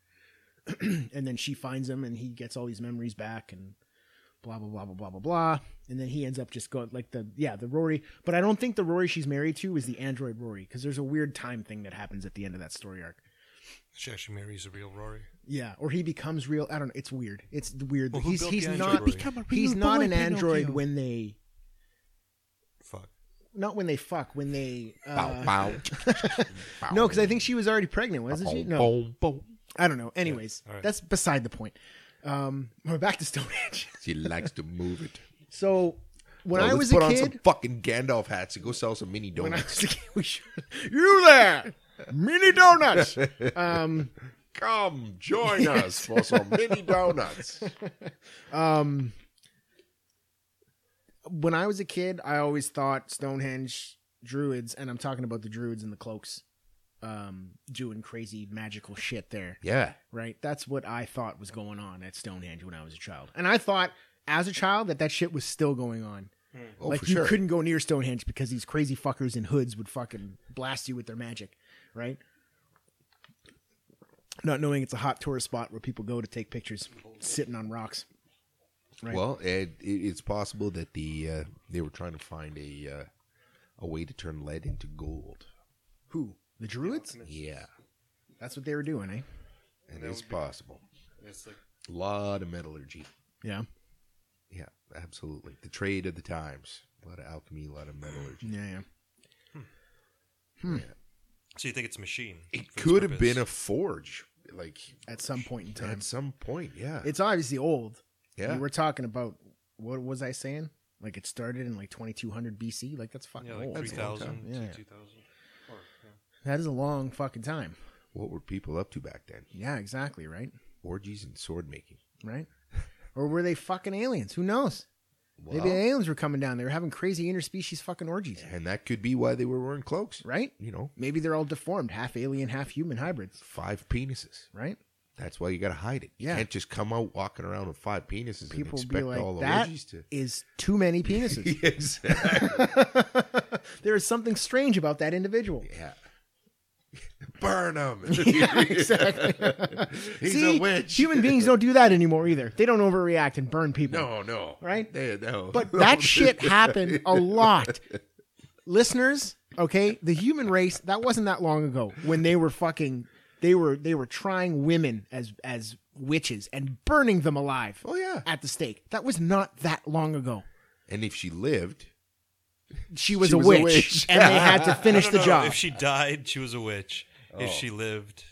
Speaker 1: (clears throat) and then she finds him, and he gets all these memories back, and blah blah blah blah blah blah blah and then he ends up just going like the yeah the rory but i don't think the rory she's married to is the android rory because there's a weird time thing that happens at the end of that story arc
Speaker 3: She actually marries a real Rory.
Speaker 1: yeah or he becomes real i don't know it's weird it's weird
Speaker 3: Well, who
Speaker 1: he's
Speaker 3: built
Speaker 1: he's
Speaker 3: the
Speaker 1: not
Speaker 3: android?
Speaker 2: Become a
Speaker 1: he's
Speaker 2: real
Speaker 1: not
Speaker 2: boy,
Speaker 1: an android
Speaker 2: Pinocchio.
Speaker 1: when they
Speaker 3: Fuck.
Speaker 1: not when they fuck when they
Speaker 2: Bow,
Speaker 1: uh,
Speaker 2: bow.
Speaker 1: (laughs) no because i think she was already pregnant wasn't she no
Speaker 2: Boom, boom.
Speaker 1: i don't know anyways
Speaker 3: all right.
Speaker 1: that's beside the point um we're back to stone age
Speaker 2: She likes to move it.
Speaker 1: (laughs) so when
Speaker 2: Now,
Speaker 1: i
Speaker 2: let's
Speaker 1: was a
Speaker 2: put on
Speaker 1: kid
Speaker 2: some fucking Gandalf hats and go sell some mini
Speaker 1: when I
Speaker 2: donuts.
Speaker 1: was a kid, we should. (laughs) You there, mini
Speaker 2: (laughs)
Speaker 1: donuts. Um,
Speaker 2: Come (laughs) join us for some mini donuts.
Speaker 1: um, when I was a kid, I always thought Stonehenge druids, and I'm talking about the druids in the cloaks, um, doing crazy magical shit there.
Speaker 2: Yeah,
Speaker 1: Right, that's what I thought was going on at Stonehenge when I was a child, and I thought as a child that that shit was still going on.
Speaker 2: oh
Speaker 1: like
Speaker 2: for
Speaker 1: you
Speaker 2: sure.
Speaker 1: couldn't go near Stonehenge because these crazy fuckers in hoods would fucking blast you with their magic, right? Not knowing it's a hot tourist spot where people go to take pictures, sitting on rocks. right.
Speaker 2: Well, it, it, it's possible that the uh, they were trying to find a uh, a way to turn lead into gold.
Speaker 1: Who? The Druids?
Speaker 2: Yeah,
Speaker 1: That's what they were doing, eh?
Speaker 2: it
Speaker 3: that
Speaker 2: is
Speaker 3: would be-
Speaker 2: possible.
Speaker 3: It's like
Speaker 2: A lot of metallurgy.
Speaker 1: Yeah.
Speaker 2: Yeah, absolutely. The trade of the times. A lot of alchemy, a lot of metallurgy.
Speaker 1: Yeah, yeah.
Speaker 3: So you think it's a machine?
Speaker 2: It
Speaker 3: for this
Speaker 2: could have
Speaker 3: purpose.
Speaker 2: been a forge, like
Speaker 1: At some point in time.
Speaker 2: at some point. Yeah,
Speaker 1: It's obviously old.
Speaker 2: yeah.
Speaker 1: We were talking about, what was I saying? Like it started in like 2200 BC. Like Oh, that's fucking
Speaker 3: yeah,
Speaker 1: old.
Speaker 3: like three
Speaker 2: That's a long
Speaker 3: thousand
Speaker 1: time. Yeah.
Speaker 3: two thousand. Or yeah.
Speaker 1: That is a long fucking time.
Speaker 2: What were people up to back then?
Speaker 1: Yeah, exactly, right?
Speaker 2: Orgies and sword making.
Speaker 1: Right? (laughs) or were they fucking aliens? Who knows?
Speaker 2: Well,
Speaker 1: Maybe the aliens were coming down. They were having crazy interspecies fucking orgies,
Speaker 2: and that could be why they were wearing cloaks.
Speaker 1: right?
Speaker 2: You know,
Speaker 1: Maybe they're all deformed, half alien, half human hybrids,
Speaker 2: five penises.
Speaker 1: right?
Speaker 2: That's why you got to hide it. You
Speaker 1: Yeah.
Speaker 2: can't just come out walking around with five penises
Speaker 1: People
Speaker 2: and
Speaker 1: would be
Speaker 2: expect all
Speaker 1: like,
Speaker 2: the
Speaker 1: that
Speaker 2: orgies to. (laughs)
Speaker 1: is too many penises.
Speaker 2: exactly.
Speaker 1: (laughs) there is something strange about that individual.
Speaker 2: Yeah. (laughs) Burn him.
Speaker 1: (laughs) Yeah, exactly.
Speaker 2: (laughs) He's
Speaker 1: See,
Speaker 2: a witch.
Speaker 1: human beings don't do that anymore either. They don't overreact and burn people.
Speaker 2: No, no.
Speaker 1: Right?
Speaker 2: They, no.
Speaker 1: But
Speaker 2: (laughs) No.
Speaker 1: that shit happened a lot. Listeners, okay, the human race, that wasn't that long ago when they were fucking they were they were trying women as as witches and burning them alive
Speaker 2: Oh yeah.
Speaker 1: at the stake. That was not that long ago.
Speaker 2: And if she lived,
Speaker 1: She was,
Speaker 2: She
Speaker 1: a,
Speaker 2: was a
Speaker 1: witch,
Speaker 2: witch.
Speaker 1: and they
Speaker 2: (laughs)
Speaker 1: had to finish
Speaker 3: No,
Speaker 1: the
Speaker 3: no,
Speaker 1: job.
Speaker 3: If she died, she was a witch. If she
Speaker 2: Oh.
Speaker 3: lived,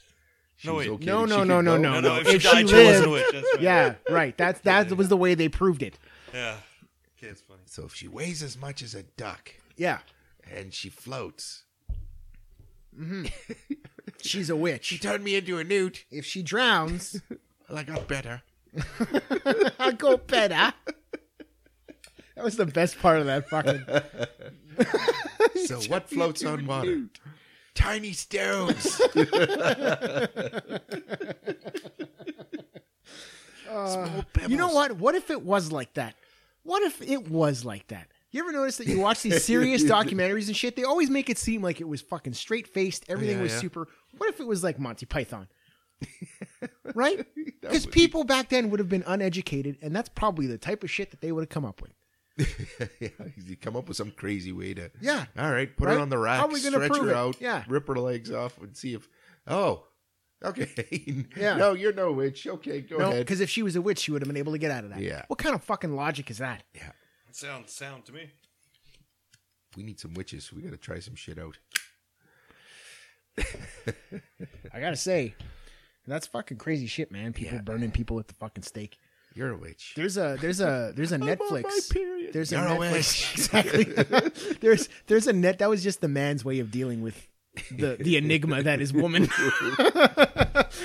Speaker 2: she
Speaker 3: No,
Speaker 2: was
Speaker 3: wait.
Speaker 2: okay.
Speaker 1: No,
Speaker 2: She
Speaker 1: no,
Speaker 2: could
Speaker 1: no, no,
Speaker 2: go.
Speaker 1: no,
Speaker 3: no, no. If, she
Speaker 1: If she
Speaker 3: died, she, wasn't
Speaker 1: lived-
Speaker 3: a witch. That's right.
Speaker 1: yeah, right. That's that was the way they proved it.
Speaker 3: Yeah. Okay, it's funny.
Speaker 2: (laughs) So if she weighs as much as a duck
Speaker 1: Yeah.
Speaker 2: and she floats,
Speaker 1: She's a
Speaker 2: she
Speaker 1: witch.
Speaker 2: turned me into a newt.
Speaker 1: If she drowns, (laughs)
Speaker 2: I got better.
Speaker 1: I'll go better. (laughs) That was the best part of that
Speaker 2: (laughs)
Speaker 1: fucking
Speaker 2: So what floats on water?
Speaker 1: (laughs)
Speaker 2: Tiny stones. (laughs) Small
Speaker 1: Uh, You know
Speaker 2: pebbles.
Speaker 1: what? What if it was like that? What if it was like that? You ever notice that you watch these
Speaker 2: (laughs)
Speaker 1: serious documentaries and shit? They always make it seem like it was fucking straight faced, everything
Speaker 2: Yeah,
Speaker 1: was
Speaker 2: yeah.
Speaker 1: super. What if it was like Monty
Speaker 2: (laughs)
Speaker 1: Python? right? Because
Speaker 2: would-
Speaker 1: people back then would have been uneducated, and that's probably the type of shit that they would have come up with.
Speaker 2: (laughs) yeah, you come up with some crazy way to.
Speaker 1: Yeah.
Speaker 2: All right, put
Speaker 1: Right?
Speaker 2: her on the rack.
Speaker 1: How are we gonna
Speaker 2: stretch
Speaker 1: prove
Speaker 2: her
Speaker 1: it?
Speaker 2: out.
Speaker 1: Yeah.
Speaker 2: Rip her legs off and see if. Oh, okay. (laughs)
Speaker 1: Yeah.
Speaker 2: No, you're no witch. Okay, go
Speaker 1: No,
Speaker 2: ahead.
Speaker 1: because if she was a witch, she would have been able to get out of that.
Speaker 2: Yeah.
Speaker 1: What kind of fucking logic is that?
Speaker 2: yeah.
Speaker 3: It sounds sound to me.
Speaker 2: we need some witches. We got to try some shit out.
Speaker 1: I gotta say, that's fucking crazy shit, man. People
Speaker 2: Yeah.
Speaker 1: burning people at the fucking stake.
Speaker 2: You're a witch.
Speaker 1: There's a there's a there's a Netflix.
Speaker 2: period.
Speaker 1: There's a
Speaker 2: You're a
Speaker 1: Netflix (laughs) exactly. (laughs) there's there's a net that was just the man's way of dealing with the the enigma that is woman. (laughs)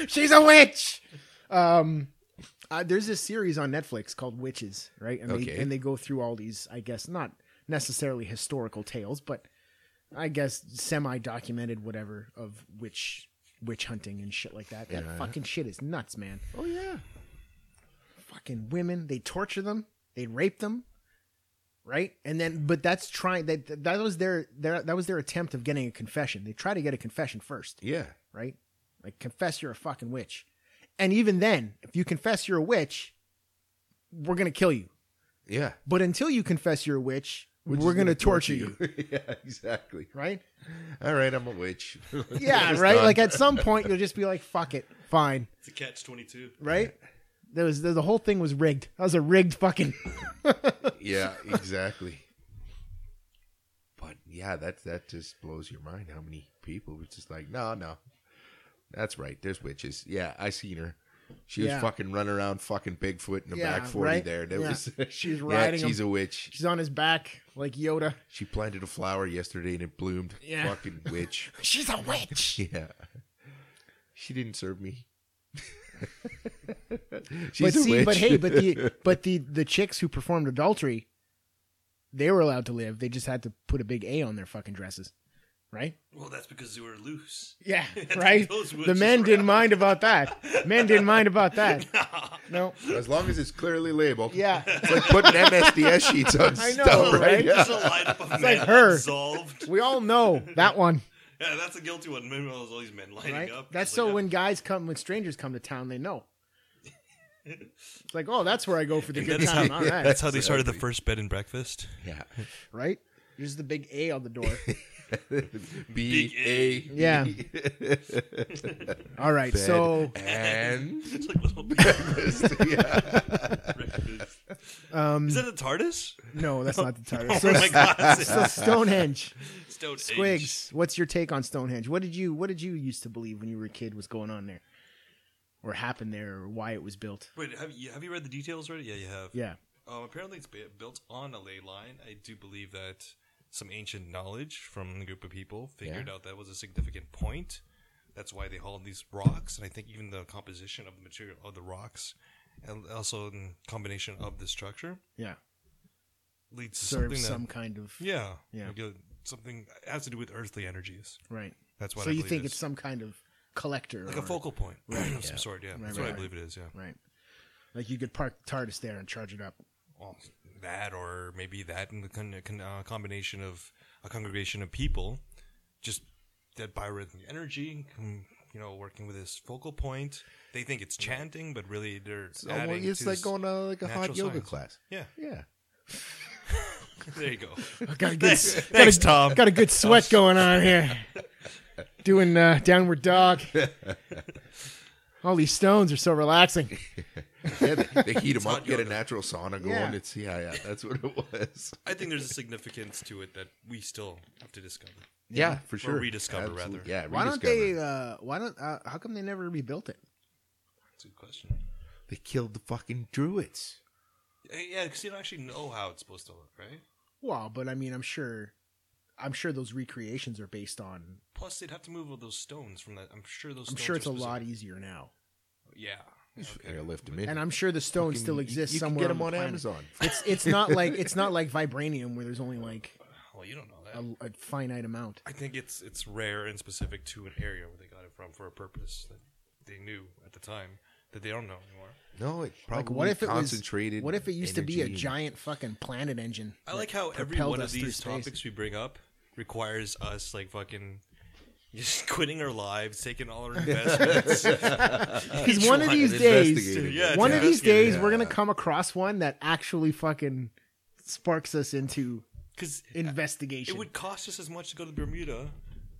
Speaker 1: She's a witch. Um, uh, there's this series on Netflix called Witches, right? And
Speaker 2: Okay.
Speaker 1: they and they go through all these, I guess, not necessarily historical tales, but I guess semi documented whatever of witch witch hunting and shit like that. That
Speaker 2: Yeah.
Speaker 1: fucking shit is nuts, man
Speaker 2: Oh yeah.
Speaker 1: fucking women. They torture them. They rape them. Right? And then but that's trying that that was their, their that was their attempt of getting a confession. They try to get a confession first,
Speaker 2: Yeah.
Speaker 1: right? Like confess you're a fucking witch. And even then, if you confess you're a witch, we're going to kill you.
Speaker 2: Yeah.
Speaker 1: But until you confess you're a witch,
Speaker 2: Witch is
Speaker 1: we're going to
Speaker 2: gonna
Speaker 1: torture you,
Speaker 2: (laughs) yeah, exactly.
Speaker 1: right?
Speaker 2: All right, I'm a witch.
Speaker 1: Yeah,
Speaker 2: (laughs) It's
Speaker 1: right?
Speaker 2: done.
Speaker 1: Like at some point you'll just be like fuck it. Fine,
Speaker 3: It's a catch twenty two.
Speaker 1: right? There was the, the whole thing was rigged. That was a rigged fucking (laughs)
Speaker 2: yeah, exactly. But yeah, that that just blows your mind how many people were just like, no, no, that's right. There's witches. Yeah, I seen her. She
Speaker 1: Yeah.
Speaker 2: was fucking running around, fucking Bigfoot in the
Speaker 1: Yeah,
Speaker 2: back forty
Speaker 1: right?
Speaker 2: there. That
Speaker 1: Yeah.
Speaker 2: was (laughs)
Speaker 1: She's
Speaker 2: yeah,
Speaker 1: riding him.
Speaker 2: She's a witch.
Speaker 1: She's on his back like Yoda. (laughs)
Speaker 2: She planted a flower yesterday and it bloomed.
Speaker 1: Yeah.
Speaker 2: Fucking
Speaker 1: (laughs)
Speaker 2: witch.
Speaker 1: She's a witch.
Speaker 2: yeah. She didn't serve me. (laughs)
Speaker 1: but
Speaker 2: she's a
Speaker 1: see,
Speaker 2: witch.
Speaker 1: but hey, but the but the the chicks who performed adultery, they were allowed to live. They just had to put a big A on their fucking dresses, right?
Speaker 3: Well, that's because they were loose.
Speaker 1: Yeah, (laughs) right.
Speaker 3: Those
Speaker 1: The
Speaker 3: witches
Speaker 1: men
Speaker 3: were
Speaker 1: didn't
Speaker 3: out.
Speaker 1: mind about that. Men didn't mind
Speaker 3: (laughs)
Speaker 1: about that. No.
Speaker 2: (laughs) as long as it's clearly labeled.
Speaker 1: Yeah.
Speaker 2: It's like putting MSDS sheets
Speaker 1: (laughs)
Speaker 2: on
Speaker 1: I know,
Speaker 2: stuff,
Speaker 1: Oh,
Speaker 2: right?
Speaker 1: right?
Speaker 2: Yeah.
Speaker 3: It's a
Speaker 1: (laughs)
Speaker 3: lineup of
Speaker 1: like
Speaker 3: men
Speaker 1: her.
Speaker 3: absolved.
Speaker 1: We all know that
Speaker 3: (laughs)
Speaker 1: one,
Speaker 3: Yeah, that's a guilty one. Maybe all these men lining
Speaker 1: right?
Speaker 3: up.
Speaker 1: That's
Speaker 3: It's
Speaker 1: so
Speaker 3: like,
Speaker 1: when guys come, when strangers come to town, they know. It's like, oh, that's where I go for
Speaker 3: (laughs)
Speaker 1: the good
Speaker 3: That's how,
Speaker 1: time. All right,
Speaker 3: that's how they started the first bed and breakfast.
Speaker 2: (laughs) yeah.
Speaker 1: right? There's the big A on the door.
Speaker 2: B A
Speaker 1: Yeah. All right, so
Speaker 2: and (laughs)
Speaker 3: (laughs) It's like little
Speaker 2: yeah.
Speaker 3: (laughs) breakfast. Um, Is that a TARDIS?
Speaker 1: no, that's not the title.
Speaker 3: (laughs) Oh
Speaker 1: So (laughs)
Speaker 3: my god, it's
Speaker 1: So Stonehenge,
Speaker 3: Stone Age.
Speaker 1: Squigs, what's your take on Stonehenge? What did you What did you used to believe when you were a kid was going on there, or happened there, or why it was built?
Speaker 3: Wait, have you have you read the details already? Yeah, you have.
Speaker 1: Yeah,
Speaker 3: Um, apparently, it's bu- built on a ley line. I do believe that some ancient knowledge from a group of people figured out that was a significant point. That's why they hauled these rocks, and I think even the composition of the material of the rocks, and also in combination of the structure,
Speaker 1: yeah,
Speaker 3: leads to something
Speaker 1: serves
Speaker 3: that
Speaker 1: some kind of
Speaker 3: yeah
Speaker 1: Yeah.
Speaker 3: like, uh, something it has to do with earthly energies.
Speaker 1: right.
Speaker 3: That's what
Speaker 1: So
Speaker 3: I
Speaker 1: you
Speaker 3: believe
Speaker 1: think
Speaker 3: it is.
Speaker 1: it's some kind of collector,
Speaker 3: like a
Speaker 1: or-
Speaker 3: focal point (clears throat) of some sort. Yeah, that's what
Speaker 1: right,
Speaker 3: I believe it is. Yeah,
Speaker 1: right? Like you could park the TARDIS there and charge it
Speaker 3: (laughs)
Speaker 1: up.
Speaker 3: well, that or maybe that and the con- con- uh, combination of a congregation of people just that biorhythmic energy com- you know working with this focal point they think it's chanting but really they're
Speaker 2: It's,
Speaker 3: adding
Speaker 2: almost, it's
Speaker 3: to
Speaker 2: like
Speaker 3: this-
Speaker 2: going to like a hot
Speaker 3: natural
Speaker 2: yoga
Speaker 3: science.
Speaker 2: class.
Speaker 3: yeah
Speaker 2: Yeah.
Speaker 3: there you go (laughs)
Speaker 1: Got a good,
Speaker 3: thanks tom
Speaker 1: got a good sweat going on here.
Speaker 3: (laughs)
Speaker 1: Doing uh, downward dog. All these stones are so relaxing.
Speaker 2: yeah they, (laughs) they heat them up,
Speaker 3: hot
Speaker 2: get a
Speaker 3: yoga.
Speaker 2: natural sauna going.
Speaker 1: Yeah.
Speaker 2: It's yeah, yeah. That's what it (laughs) was.
Speaker 3: i think there's a significance to it that we still have to discover
Speaker 2: Yeah, for sure.
Speaker 3: rediscover,
Speaker 2: Absolute-
Speaker 3: rather.
Speaker 2: Yeah.
Speaker 1: Why don't
Speaker 2: rediscover.
Speaker 1: they? Uh, why don't? Uh, how come they never rebuilt it?
Speaker 3: that's a good question
Speaker 2: They killed the fucking druids.
Speaker 3: Uh, yeah because you don't actually know how it's supposed to look right
Speaker 1: Well, but I mean, I'm sure, I'm sure those recreations are based on.
Speaker 3: plus they'd have to move all those stones from that i'm sure those
Speaker 1: I'm
Speaker 3: stones
Speaker 1: sure it's
Speaker 3: are
Speaker 1: a lot
Speaker 3: specific-
Speaker 1: easier now,
Speaker 3: yeah
Speaker 2: They're lift them in.
Speaker 1: and I'm sure the stone
Speaker 2: Fucking-
Speaker 1: still
Speaker 2: you-
Speaker 1: exists
Speaker 2: you can
Speaker 1: somewhere.
Speaker 2: get them
Speaker 1: on,
Speaker 2: on,
Speaker 1: the planet.
Speaker 2: Amazon.
Speaker 1: It's it's not like it's not like vibranium where there's only like
Speaker 3: well you don't know
Speaker 1: a,
Speaker 3: that
Speaker 1: a finite amount.
Speaker 3: I think it's it's rare and specific to an area where they got it from for a purpose that they knew at the time that they don't know anymore.
Speaker 2: No, it probably
Speaker 1: Like what if it was?
Speaker 2: concentrated.
Speaker 1: What if it used to be a
Speaker 2: energy.
Speaker 1: giant fucking planet engine? (laughs)
Speaker 3: I like how every
Speaker 1: propelled
Speaker 3: one of
Speaker 1: us through
Speaker 3: these
Speaker 1: space.
Speaker 3: topics we bring up requires us like fucking just (laughs) quitting our lives, taking all
Speaker 2: (laughs)
Speaker 3: our investments.
Speaker 1: Because
Speaker 3: Each
Speaker 1: one of
Speaker 3: one
Speaker 1: these
Speaker 3: is
Speaker 1: days,
Speaker 2: investigated.
Speaker 3: Yeah,
Speaker 1: one of these
Speaker 3: investigated.
Speaker 1: days, we're gonna come across one that actually fucking sparks us into
Speaker 3: Because
Speaker 1: investigation.
Speaker 3: it would cost us as much to go to Bermuda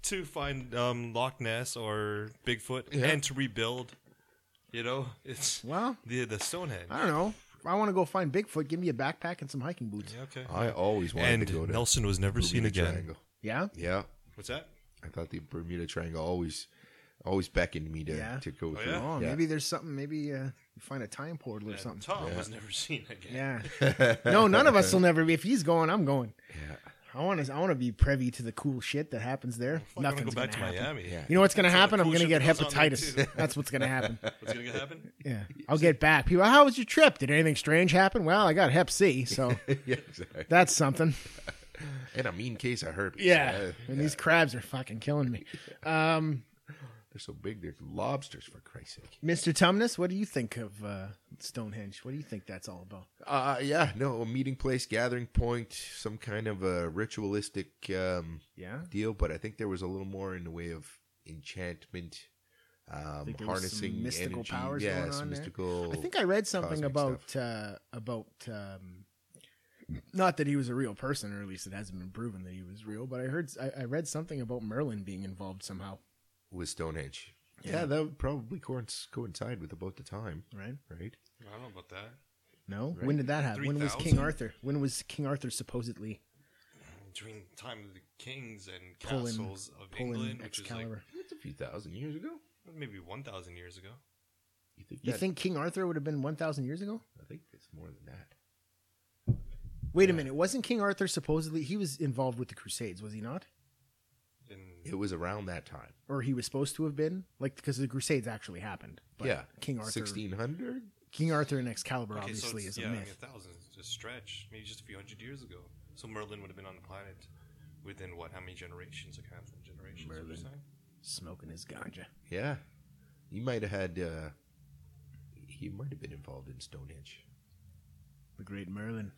Speaker 3: to find um, Loch Ness or Bigfoot and to rebuild. You know, it's
Speaker 1: well,
Speaker 3: the the Stonehenge.
Speaker 1: I don't know. I want to go find Bigfoot. Give me a backpack and some hiking boots.
Speaker 3: Yeah, okay.
Speaker 2: I always wanted
Speaker 3: and
Speaker 2: to go to
Speaker 3: Nelson was never
Speaker 2: Bermuda
Speaker 3: seen again.
Speaker 2: Triangle.
Speaker 1: Yeah,
Speaker 2: Yeah,
Speaker 3: What's that?
Speaker 2: I thought the Bermuda Triangle always always beckoned me to
Speaker 1: Yeah.
Speaker 2: to go
Speaker 3: Oh,
Speaker 2: through.
Speaker 3: yeah?
Speaker 1: Oh, maybe there's something. Maybe uh, you find a time portal or
Speaker 3: Yeah,
Speaker 1: something.
Speaker 3: Tom was never (laughs) seen again.
Speaker 1: (laughs) Yeah. no, none of us will never be. If he's going, I'm going.
Speaker 2: Yeah.
Speaker 1: I want to. I want to be privy to the cool shit that happens there.
Speaker 3: Fuck, I'm gonna
Speaker 1: Nothing's
Speaker 3: go back to
Speaker 1: happen.
Speaker 3: Miami.
Speaker 2: Yeah.
Speaker 1: You know what's gonna
Speaker 3: That's all the
Speaker 1: happen? I'm
Speaker 3: cool
Speaker 1: gonna
Speaker 3: shit
Speaker 1: get
Speaker 3: that goes on there,
Speaker 1: hepatitis.
Speaker 3: too.
Speaker 1: That's what's gonna (laughs) happen.
Speaker 3: What's gonna
Speaker 2: (laughs)
Speaker 3: happen?
Speaker 1: Yeah, I'll get back. People, how was your trip? Did anything strange happen? Well, I got Hep C, (laughs) so
Speaker 2: (laughs) yeah, exactly.
Speaker 1: that's something.
Speaker 2: And a mean case of herpes.
Speaker 1: Yeah,
Speaker 2: Uh,
Speaker 1: and these crabs are fucking killing me. Um,
Speaker 2: they're so big. They're lobsters, for Christ's sake.
Speaker 1: Mr. Tumnus, what do you think of uh, Stonehenge? What do you think that's all about?
Speaker 2: Uh, yeah, no, a meeting place, gathering point, some kind of a ritualistic um,
Speaker 1: Yeah,
Speaker 2: deal, but I think there was a little more in the way of enchantment, um,
Speaker 1: Think there was some
Speaker 2: harnessing
Speaker 1: mystical
Speaker 2: energy.
Speaker 1: powers
Speaker 2: yeah,
Speaker 1: going
Speaker 2: some
Speaker 1: on there.
Speaker 2: mystical.
Speaker 1: I think I read something
Speaker 2: cosmic
Speaker 1: about uh, about um, not that he was a real person, or at least it hasn't been proven that he was real. But I heard I, I read something about Merlin being involved somehow.
Speaker 2: was Stonehenge.
Speaker 1: Yeah.
Speaker 2: Yeah. that would probably coinc- coincide with about the time,
Speaker 1: Right?
Speaker 2: right?
Speaker 3: I don't know about that.
Speaker 1: No.
Speaker 2: Right.
Speaker 1: When did that happen? When was King
Speaker 3: 3000?
Speaker 1: Arthur? When was King Arthur supposedly
Speaker 3: Between the time of the kings and
Speaker 1: Pulling-
Speaker 3: castles of
Speaker 1: pulling
Speaker 3: England, which is like
Speaker 1: Excalibur?
Speaker 2: That's a few thousand years ago.
Speaker 3: maybe one thousand years ago.
Speaker 2: You think?
Speaker 1: you
Speaker 2: that-
Speaker 1: think King Arthur would have been one thousand years ago?
Speaker 2: I think it's more than that.
Speaker 1: Wait a minute. Wasn't King Arthur supposedly he was involved with the Crusades? Was he not?
Speaker 3: In
Speaker 2: It was around that time.
Speaker 1: Or he was supposed to have been? Like because the Crusades actually happened. But
Speaker 2: yeah,
Speaker 1: King Arthur.
Speaker 2: sixteen hundred.
Speaker 1: King Arthur and Excalibur
Speaker 3: okay,
Speaker 1: obviously
Speaker 3: so
Speaker 1: is
Speaker 3: it's,
Speaker 1: a
Speaker 3: yeah, I mean,
Speaker 1: myth.
Speaker 3: a thousand is a stretch, maybe just a few hundred years ago. So Merlin would have been on the planet within what? How many generations? Like half a generation?
Speaker 2: Merlin.
Speaker 1: Smoking his ganja.
Speaker 2: Yeah, he might have had. Uh, he might have been involved in Stonehenge.
Speaker 1: The great Merlin.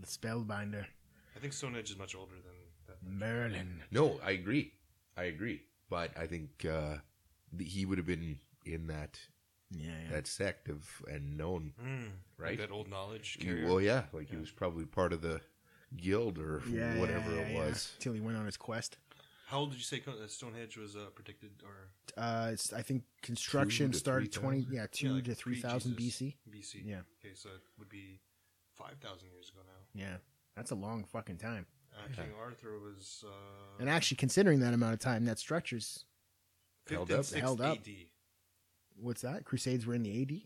Speaker 1: The spellbinder.
Speaker 3: I think Stonehenge is much older than that.
Speaker 1: Merlin.
Speaker 2: No, I agree. I agree. But I think uh, th- he would have been in that
Speaker 1: Yeah, yeah.
Speaker 2: that sect of and known.
Speaker 3: Mm,
Speaker 2: Right.
Speaker 3: That old knowledge
Speaker 2: He-
Speaker 3: carrier.
Speaker 2: well, yeah, like he was probably part of the guild or
Speaker 1: Yeah,
Speaker 2: whatever
Speaker 1: yeah,
Speaker 2: it
Speaker 1: yeah.
Speaker 2: was.
Speaker 1: Till he went on his quest.
Speaker 3: How old did you say Co- uh, Stonehenge was uh, predicted or
Speaker 1: Uh, it's, I think construction
Speaker 2: to
Speaker 1: started 20,
Speaker 2: 3,000?
Speaker 1: yeah, 2
Speaker 3: yeah, like
Speaker 1: to 3,000
Speaker 3: pre-Jesus,
Speaker 1: BC.
Speaker 3: BC.
Speaker 1: Yeah.
Speaker 3: Okay, so it would be five thousand years ago now.
Speaker 1: Yeah. That's a long fucking time.
Speaker 3: Uh, King Arthur was uh,
Speaker 1: And actually, considering that amount of time, that structure's,
Speaker 2: held up.
Speaker 3: 1560
Speaker 1: Held up.
Speaker 3: AD.
Speaker 1: what's that? Crusades were in the AD?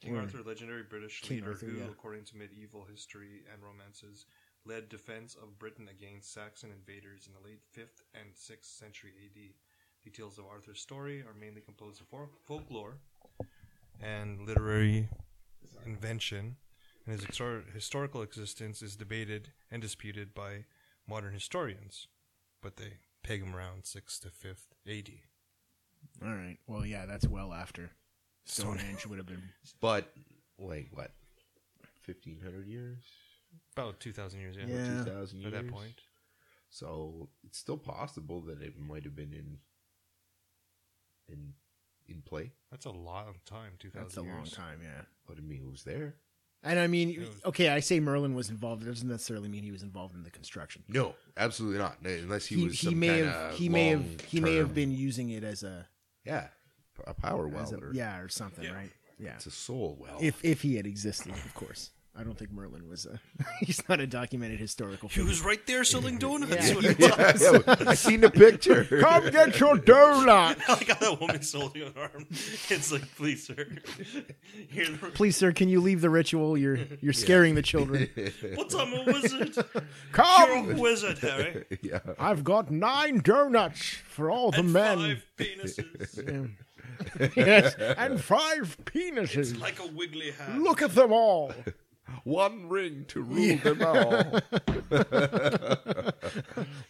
Speaker 3: King
Speaker 1: Or-
Speaker 3: Arthur, legendary British
Speaker 1: King
Speaker 3: leader
Speaker 1: Arthur,
Speaker 3: who,
Speaker 1: yeah.
Speaker 3: according to medieval history and romances, led defense of Britain against Saxon invaders in the late 5th and 6th century AD. Details of Arthur's story are mainly composed of folk- folklore and literary invention, and his exor- historical existence is debated and disputed by modern historians, but they peg him around 6th to 5th AD.
Speaker 1: All right. Well, yeah, that's well after (laughs) Stonehenge would have been.
Speaker 2: But like what, fifteen hundred years,
Speaker 3: About 2,000 years, yeah,
Speaker 1: Yeah.
Speaker 2: two thousand years
Speaker 3: at that point.
Speaker 2: So it's still possible that it might have been in in in play.
Speaker 3: That's a long time, 2,000
Speaker 1: That's a long
Speaker 3: years.
Speaker 1: time, yeah.
Speaker 2: But I mean, it was there.
Speaker 1: And I mean,
Speaker 3: It was-
Speaker 1: okay, I say Merlin was involved. It doesn't necessarily mean he was involved in the construction.
Speaker 2: No, absolutely not. Unless he,
Speaker 1: He,
Speaker 2: was.
Speaker 1: he
Speaker 2: some
Speaker 1: may
Speaker 2: kinda
Speaker 1: have he may have he may have
Speaker 2: long-term-
Speaker 1: been using it as a,
Speaker 2: Yeah, a power well.
Speaker 1: as a-
Speaker 2: or,
Speaker 1: yeah or something,
Speaker 3: Yeah.
Speaker 1: right? Yeah.
Speaker 2: it's a soul well.
Speaker 1: If if he had existed, of course. I don't think Merlin was a. (laughs) he's not a documented historical figure.
Speaker 3: right there selling donuts. (laughs)
Speaker 1: Yeah.
Speaker 3: when he-
Speaker 2: (laughs) yeah,
Speaker 1: (laughs)
Speaker 2: yeah, I seen the picture.
Speaker 1: Come get your donut.
Speaker 3: I got that woman holding an arm. It's like, please, sir. You're the-
Speaker 1: (laughs) Please, sir, can you leave the ritual? You're you're scaring the
Speaker 2: (laughs)
Speaker 1: children.
Speaker 3: What's I'm a
Speaker 1: (laughs)
Speaker 3: wizard?
Speaker 1: Come.
Speaker 3: (laughs) You're a wizard,
Speaker 1: (laughs)
Speaker 3: Harry.
Speaker 2: (laughs) yeah,
Speaker 1: I've got nine donuts for all the
Speaker 3: and
Speaker 1: men.
Speaker 3: five penises.
Speaker 1: (laughs) yes, and five penises.
Speaker 3: Like a wiggly hat.
Speaker 1: Look at them
Speaker 2: (laughs)
Speaker 1: all.
Speaker 2: one ring to rule
Speaker 1: (laughs)
Speaker 2: them all.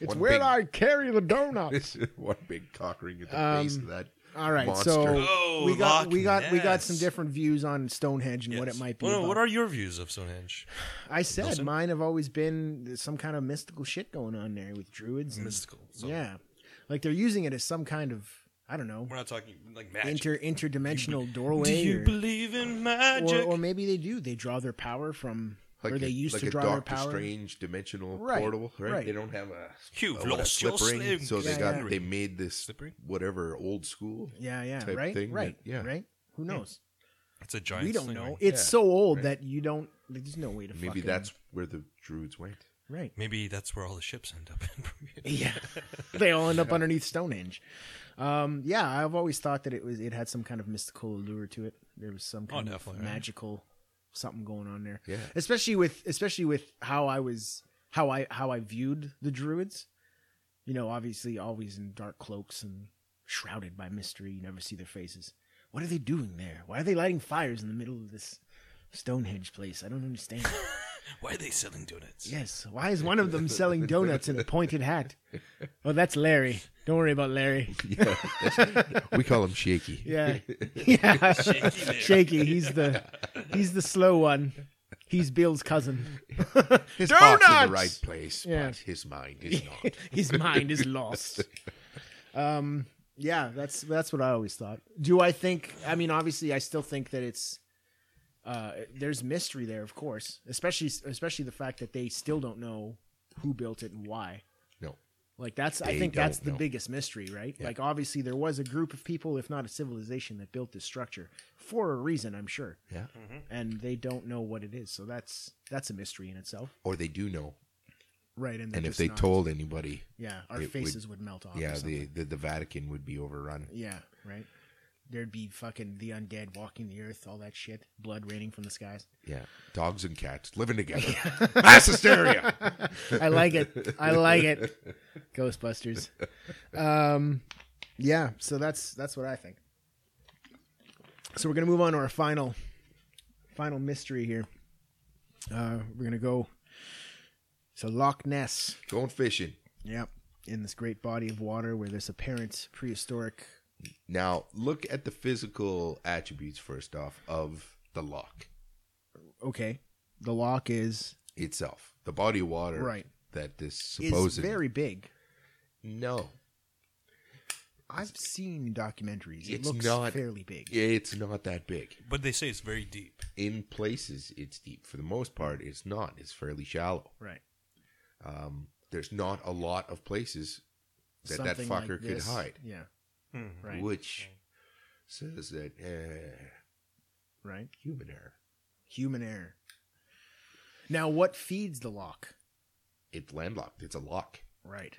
Speaker 1: It's
Speaker 2: One
Speaker 1: where
Speaker 2: big-
Speaker 1: I carry the donuts.
Speaker 2: This is one big cock ring at the base of that.
Speaker 1: Um, All right,
Speaker 2: monster.
Speaker 1: so
Speaker 3: Oh,
Speaker 1: we got
Speaker 3: Loch
Speaker 1: we got we got some
Speaker 3: Ness.
Speaker 1: different views on Stonehenge and
Speaker 3: Yes.
Speaker 1: what it might be.
Speaker 3: Well, no, what
Speaker 1: about.
Speaker 3: are your views of Stonehenge?
Speaker 1: I said
Speaker 3: Nelson?
Speaker 1: mine have always been some kind of mystical shit going on there with druids. And,
Speaker 3: Mystical. So
Speaker 1: Hmm. Yeah, like they're using it as some kind of I don't know
Speaker 3: We're not talking like magic.
Speaker 1: inter interdimensional
Speaker 3: Do
Speaker 1: doorway.
Speaker 3: you
Speaker 1: or-
Speaker 3: believe in
Speaker 1: or,
Speaker 3: magic?
Speaker 1: or maybe they do. They draw their power from
Speaker 2: Like
Speaker 1: where they
Speaker 2: a,
Speaker 1: used
Speaker 2: like
Speaker 1: to
Speaker 2: a
Speaker 1: draw
Speaker 2: Doctor
Speaker 1: their power.
Speaker 2: Strange dimensional
Speaker 1: Right,
Speaker 2: portal, right?
Speaker 1: right.
Speaker 2: They don't have a
Speaker 3: You've
Speaker 1: Oh,
Speaker 2: a- what, uh, a
Speaker 3: lost your
Speaker 2: slip ring,
Speaker 3: sling.
Speaker 2: so they
Speaker 1: Yeah,
Speaker 2: got
Speaker 1: yeah.
Speaker 2: they made this
Speaker 3: Slip ring?
Speaker 2: whatever old school.
Speaker 1: Yeah, yeah,
Speaker 2: type
Speaker 1: right,
Speaker 2: thing
Speaker 1: right,
Speaker 2: that- yeah.
Speaker 1: right. Who knows?
Speaker 3: It's a giant.
Speaker 1: we don't
Speaker 3: sling
Speaker 1: know.
Speaker 3: ring.
Speaker 1: It's
Speaker 2: Yeah,
Speaker 1: so old
Speaker 2: right.
Speaker 1: that you don't. There's no way to.
Speaker 2: Maybe
Speaker 1: fucking-
Speaker 2: that's where the druids went.
Speaker 1: (laughs) right.
Speaker 3: Maybe that's where all the ships end up in (laughs) Bermuda.
Speaker 1: Yeah, (laughs) they all end up underneath Stonehenge. Um, yeah, I've always thought that it was it had some kind of mystical allure to it. There was some kind of
Speaker 3: definitely, right?
Speaker 1: magical something going on there.
Speaker 2: Yeah.
Speaker 1: especially with especially with how I was how I how I viewed the druids. You know, obviously, always in dark cloaks and shrouded by mystery. You never see their faces. What are they doing there? Why are they lighting fires in the middle of this Stonehenge place? I don't understand.
Speaker 3: Why are they selling donuts?
Speaker 1: Yes. Why is one of them selling donuts in a pointed hat? Oh, that's Larry. Don't worry about Larry.
Speaker 2: Yeah, that's- we call him Shaky.
Speaker 1: Yeah. Yeah. Shaky, He's the he's the slow one. He's Bill's cousin.
Speaker 2: His heart's in
Speaker 1: Donuts!
Speaker 2: the right place,
Speaker 1: Yeah.
Speaker 2: but his mind is
Speaker 1: (laughs)
Speaker 2: not.
Speaker 1: (laughs) His mind is lost. Um yeah, that's that's what I always thought. Do I think I mean obviously I still think that it's uh there's mystery there, of course. Especially especially the fact that they still don't know who built it and why.
Speaker 2: no,
Speaker 1: Like that's I
Speaker 2: They
Speaker 1: think that's
Speaker 2: don't
Speaker 1: the
Speaker 2: know.
Speaker 1: biggest mystery, right? Like obviously there was a group of people, if not a civilization, that built this structure for a reason, I'm sure.
Speaker 2: yeah,
Speaker 1: And they don't know what it is. So that's that's a mystery in itself.
Speaker 2: or they do know,
Speaker 1: Right. And, they're
Speaker 2: and if
Speaker 1: just
Speaker 2: they
Speaker 1: not-
Speaker 2: told anybody,
Speaker 1: Yeah, our
Speaker 2: it would-
Speaker 1: faces would, melt off.
Speaker 2: yeah,
Speaker 1: Yeah,
Speaker 2: the, the the Vatican would be overrun.
Speaker 1: yeah, right. There'd be fucking the undead walking the earth, all that shit, blood raining from the skies.
Speaker 2: Yeah, dogs and cats living
Speaker 1: (laughs)
Speaker 2: together, mass hysteria.
Speaker 1: I like it. I like it. (laughs) Ghostbusters. Um, yeah. So that's that's what I think. So we're gonna move on to our final, final mystery here. Uh, we're gonna go to Loch Ness.
Speaker 2: Going fishing
Speaker 1: Yep. In this great body of water where this apparent prehistoric.
Speaker 2: now. Look at the physical attributes first off of the lock
Speaker 1: Okay. The loch is
Speaker 2: itself, the body of water,
Speaker 1: Right.
Speaker 2: That this
Speaker 1: is
Speaker 2: supposed
Speaker 1: very big.
Speaker 2: no,
Speaker 1: I've seen documentaries. It
Speaker 2: It's
Speaker 1: looks
Speaker 2: not-
Speaker 1: fairly big.
Speaker 2: it's not that big.
Speaker 3: But they say it's very deep.
Speaker 2: In places, it's deep. For the most part, it's not. It's fairly shallow.
Speaker 1: Right.
Speaker 2: Um, there's not a lot of places that
Speaker 1: Something
Speaker 2: that
Speaker 1: like
Speaker 2: fucker could
Speaker 1: this.
Speaker 2: hide,
Speaker 1: Yeah.
Speaker 3: Mhm.
Speaker 1: Right.
Speaker 2: which says that eh,
Speaker 1: Right.
Speaker 2: human error.
Speaker 1: human error. Now, what feeds the lock?
Speaker 2: It's landlocked. It's a lock
Speaker 1: Right.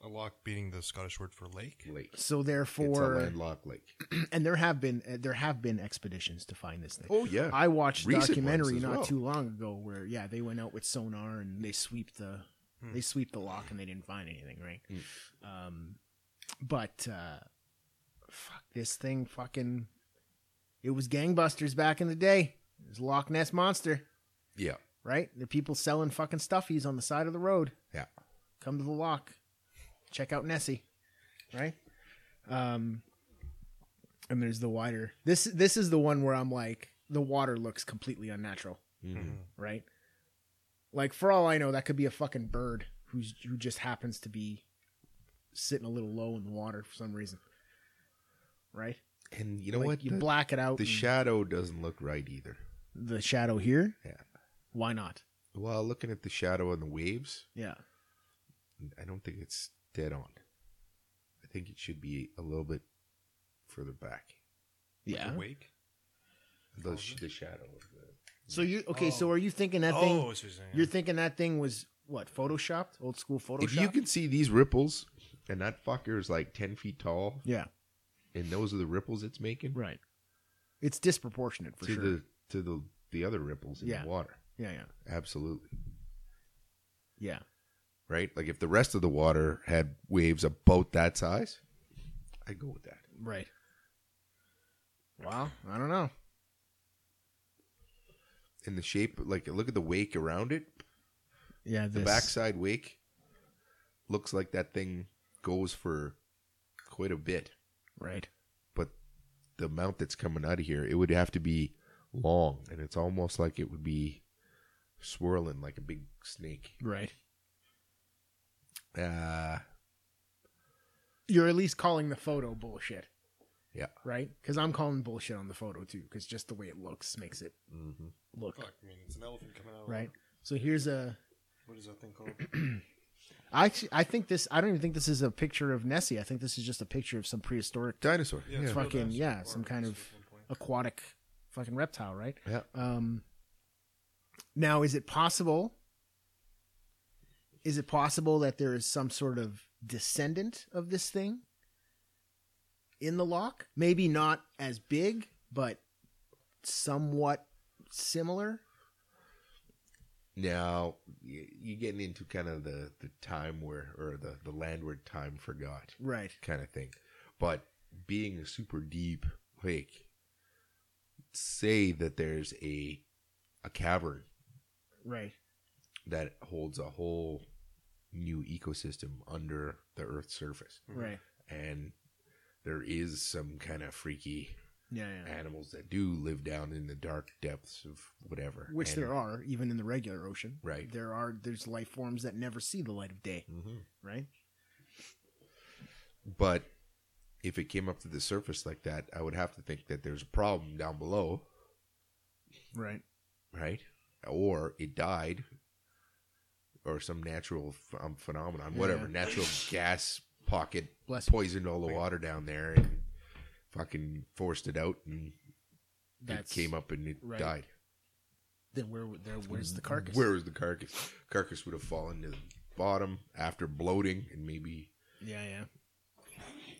Speaker 3: A lock being the Scottish word for lake.
Speaker 2: lake.
Speaker 1: So
Speaker 2: it's a
Speaker 1: therefore,
Speaker 2: landlocked lake.
Speaker 1: (clears throat) and there have been uh, there have been expeditions to find this thing.
Speaker 2: Oh yeah,
Speaker 1: I watched a
Speaker 2: Recent
Speaker 1: documentary
Speaker 2: ones as
Speaker 1: not
Speaker 2: well.
Speaker 1: too long ago where yeah they went out with sonar and they sweep the
Speaker 3: Hmm.
Speaker 1: they sweep the lock and they didn't find anything right.
Speaker 2: Hmm.
Speaker 1: Um, but uh, fuck this thing fucking it was gangbusters back in the day. It was Loch Ness monster.
Speaker 2: yeah,
Speaker 1: right? The people selling fucking stuffies on the side of the road.
Speaker 2: Yeah.
Speaker 1: Come to the lock. Check out Nessie. Right? Um and there's the wider. This this is the one where I'm like the water looks completely unnatural,
Speaker 3: Mm-hmm.
Speaker 2: Mhm.
Speaker 1: right? Like for all I know that could be a fucking bird who's who just happens to be sitting a little low in the water for some reason. Right?
Speaker 2: Mm-hmm. and you know
Speaker 1: Like,
Speaker 2: what?
Speaker 1: You
Speaker 2: the,
Speaker 1: black it out.
Speaker 2: the
Speaker 1: and
Speaker 2: shadow doesn't look right either.
Speaker 1: the shadow here?
Speaker 2: Yeah.
Speaker 1: Why not?
Speaker 2: Well, looking at the shadow on the waves,
Speaker 1: Yeah.
Speaker 2: I don't think it's dead on. I think it should be a little bit further back.
Speaker 1: Yeah.
Speaker 3: Wake.
Speaker 2: The, sh- the shadow of the
Speaker 1: So you okay? So are you thinking that thing?
Speaker 3: Oh, I see what you're saying,
Speaker 1: You're
Speaker 3: yeah.
Speaker 1: thinking that thing was what photoshopped, old school Photoshop.
Speaker 2: If you can see these ripples, and that fucker is like ten feet tall,
Speaker 1: yeah,
Speaker 2: and those are the ripples it's making
Speaker 1: right. It's disproportionate for
Speaker 2: to
Speaker 1: sure.
Speaker 2: the to the the other ripples in
Speaker 1: Yeah.
Speaker 2: the water.
Speaker 1: yeah, yeah,
Speaker 2: Absolutely.
Speaker 1: yeah.
Speaker 2: Right? Like if the rest of the water had waves about that size, I'd go with that.
Speaker 1: Right. Wow, I don't know.
Speaker 2: And the shape like look at the wake around it.
Speaker 1: Yeah,
Speaker 2: The
Speaker 1: this-
Speaker 2: backside wake looks like that thing goes for quite a bit.
Speaker 1: Right.
Speaker 2: But the amount that's coming out of here, it would have to be long and it's almost like it would be swirling like a big snake.
Speaker 1: Right.
Speaker 2: Uh
Speaker 1: You're at least calling the photo bullshit,
Speaker 2: yeah.
Speaker 1: right? Because I'm calling bullshit on the photo too. Because just the way it looks makes it
Speaker 2: Mm-hmm.
Speaker 1: look
Speaker 3: Fuck, I mean, it's an elephant coming out.
Speaker 1: right. So here's a.
Speaker 3: What is that thing called?
Speaker 1: I actually, I think this. I don't even think this is a picture of Nessie. I think this is just a picture of some prehistoric
Speaker 2: Dinosaur.
Speaker 3: Yeah, it's
Speaker 2: yeah.
Speaker 3: real
Speaker 1: fucking
Speaker 3: dinosaur,
Speaker 1: yeah,
Speaker 3: or
Speaker 1: some kind
Speaker 3: at
Speaker 1: of
Speaker 3: least at one point.
Speaker 1: aquatic fucking reptile, right?
Speaker 2: Yeah.
Speaker 1: Um, now, is it possible? Is it possible that there is some sort of descendant of this thing in the lock? Maybe not as big, but somewhat similar.
Speaker 2: Now y- you're getting into kind of the the time where or the the landward time forgot
Speaker 1: Right.
Speaker 2: kind of thing, but being a super deep lake, say that there's a a cavern
Speaker 1: Right.
Speaker 2: that holds a whole new ecosystem under the Earth's surface,
Speaker 1: Oh,
Speaker 3: Mm-hmm.
Speaker 1: Right.
Speaker 2: and there is some kind of freaky
Speaker 1: Yeah. yeah.
Speaker 2: animals that do live down in the dark depths of whatever,
Speaker 1: Which there are, even in the regular ocean.
Speaker 2: Right.
Speaker 1: There are there's life forms that never see the light of day.
Speaker 2: hmm
Speaker 1: Right.
Speaker 2: But if it came up to the surface like that, I would have to think that there's a problem down below,
Speaker 1: Right.
Speaker 2: right? Or it died, or some natural ph- um, phenomenon, whatever,
Speaker 1: (laughs)
Speaker 2: natural gas pocket
Speaker 1: Bless. you.
Speaker 2: poisoned all the water down there and fucking forced it out, and
Speaker 1: That's
Speaker 2: it came up and it
Speaker 1: right.
Speaker 2: died.
Speaker 1: Then where? There, where's the carcass?
Speaker 2: Where was the carcass? Carcass would have fallen to the bottom after bloating and maybe
Speaker 1: Yeah, yeah.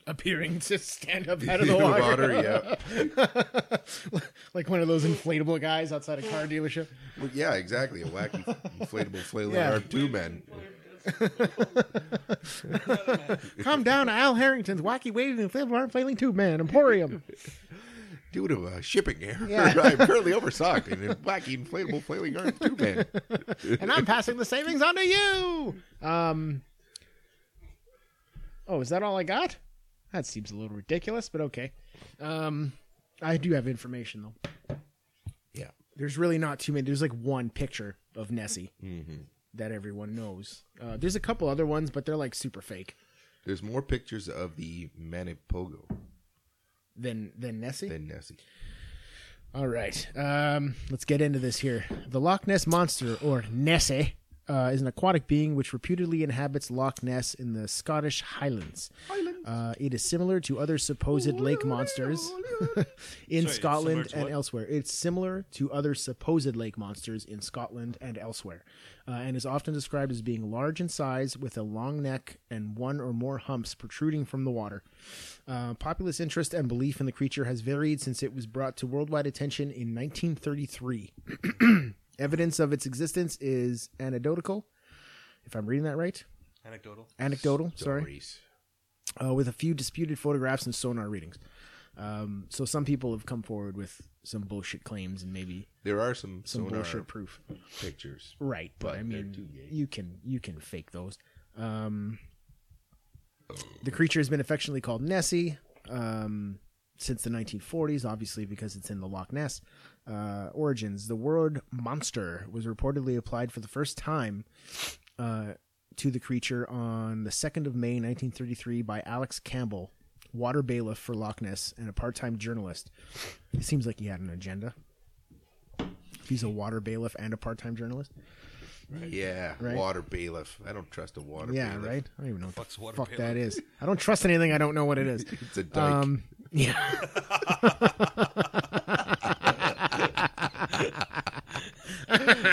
Speaker 1: Appearing to stand up (laughs) out of the
Speaker 2: In the
Speaker 1: water.
Speaker 2: water,
Speaker 1: yeah. (laughs) like one of those inflatable guys outside a car dealership.
Speaker 2: Well, yeah, exactly. A wacky
Speaker 1: (laughs)
Speaker 2: inflatable flailing
Speaker 1: Yeah.
Speaker 2: arm two man.
Speaker 1: Come down to Al Harrington's wacky waving inflatable arm flailing tube man emporium.
Speaker 2: Due to a shipping error,
Speaker 1: Yeah.
Speaker 2: (laughs) I'm currently overstocked in a wacky inflatable flailing arm two
Speaker 1: (laughs)
Speaker 2: man.
Speaker 1: and I'm passing the savings on to you. Um. Oh, is that all I got? That seems a little ridiculous, but okay. Um, I do have information though.
Speaker 2: Yeah.
Speaker 1: There's really not too many. There's like one picture of Nessie
Speaker 2: Mm-hmm.
Speaker 1: that everyone knows. Uh, there's a couple other ones, but they're like super fake.
Speaker 2: There's more pictures of the Manipogo
Speaker 1: Than than Nessie.
Speaker 2: than Nessie.
Speaker 1: All right, um, let's get into this here. The Loch Ness Monster, or Nessie, uh, is an aquatic being which reputedly inhabits Loch Ness in the Scottish Highlands. Uh, it is similar to other supposed lake monsters (laughs) in
Speaker 3: Sorry, similar
Speaker 1: Scotland
Speaker 3: to
Speaker 1: and
Speaker 3: what?
Speaker 1: elsewhere. It's similar to other supposed lake monsters in Scotland and elsewhere, uh, and is often described as being large in size with a long neck and one or more humps protruding from the water. Uh, populist interest and belief in the creature has varied since it was brought to worldwide attention in 1933. (clears throat) Evidence of its existence is anecdotal, if I'm reading that right.
Speaker 3: Anecdotal.
Speaker 1: Anecdotal, sorry
Speaker 2: Stories.
Speaker 1: uh, with a few disputed photographs and sonar readings. Um, so some people have come forward with some bullshit claims and maybe
Speaker 2: There are some,
Speaker 1: some
Speaker 2: sonar
Speaker 1: bullshit proof.
Speaker 2: pictures.
Speaker 1: Right, but,
Speaker 2: But
Speaker 1: I
Speaker 2: they're
Speaker 1: mean,
Speaker 2: too gay.
Speaker 1: you can you can fake those. Um,
Speaker 2: Oh.
Speaker 1: the creature has been affectionately called Nessie um, since the 1940s, obviously because it's in the Loch Ness. Uh, origins: The word "monster" was reportedly applied for the first time uh, to the creature on the 2nd of May 1933 by Alex Campbell, water bailiff for Loch Ness and a part-time journalist. It seems like he had an agenda. If He's a water bailiff and a part-time journalist.
Speaker 2: Yeah,
Speaker 1: Right.
Speaker 2: water bailiff. I don't trust a water
Speaker 1: Yeah,
Speaker 2: bailiff.
Speaker 1: right. I don't even know what
Speaker 3: Fuck's
Speaker 1: the
Speaker 3: water
Speaker 1: fuck
Speaker 3: bailiff.
Speaker 1: that is. I don't trust anything. I don't know what it
Speaker 3: (laughs)
Speaker 1: is.
Speaker 2: It's a dyke.
Speaker 1: Um, yeah.
Speaker 2: (laughs)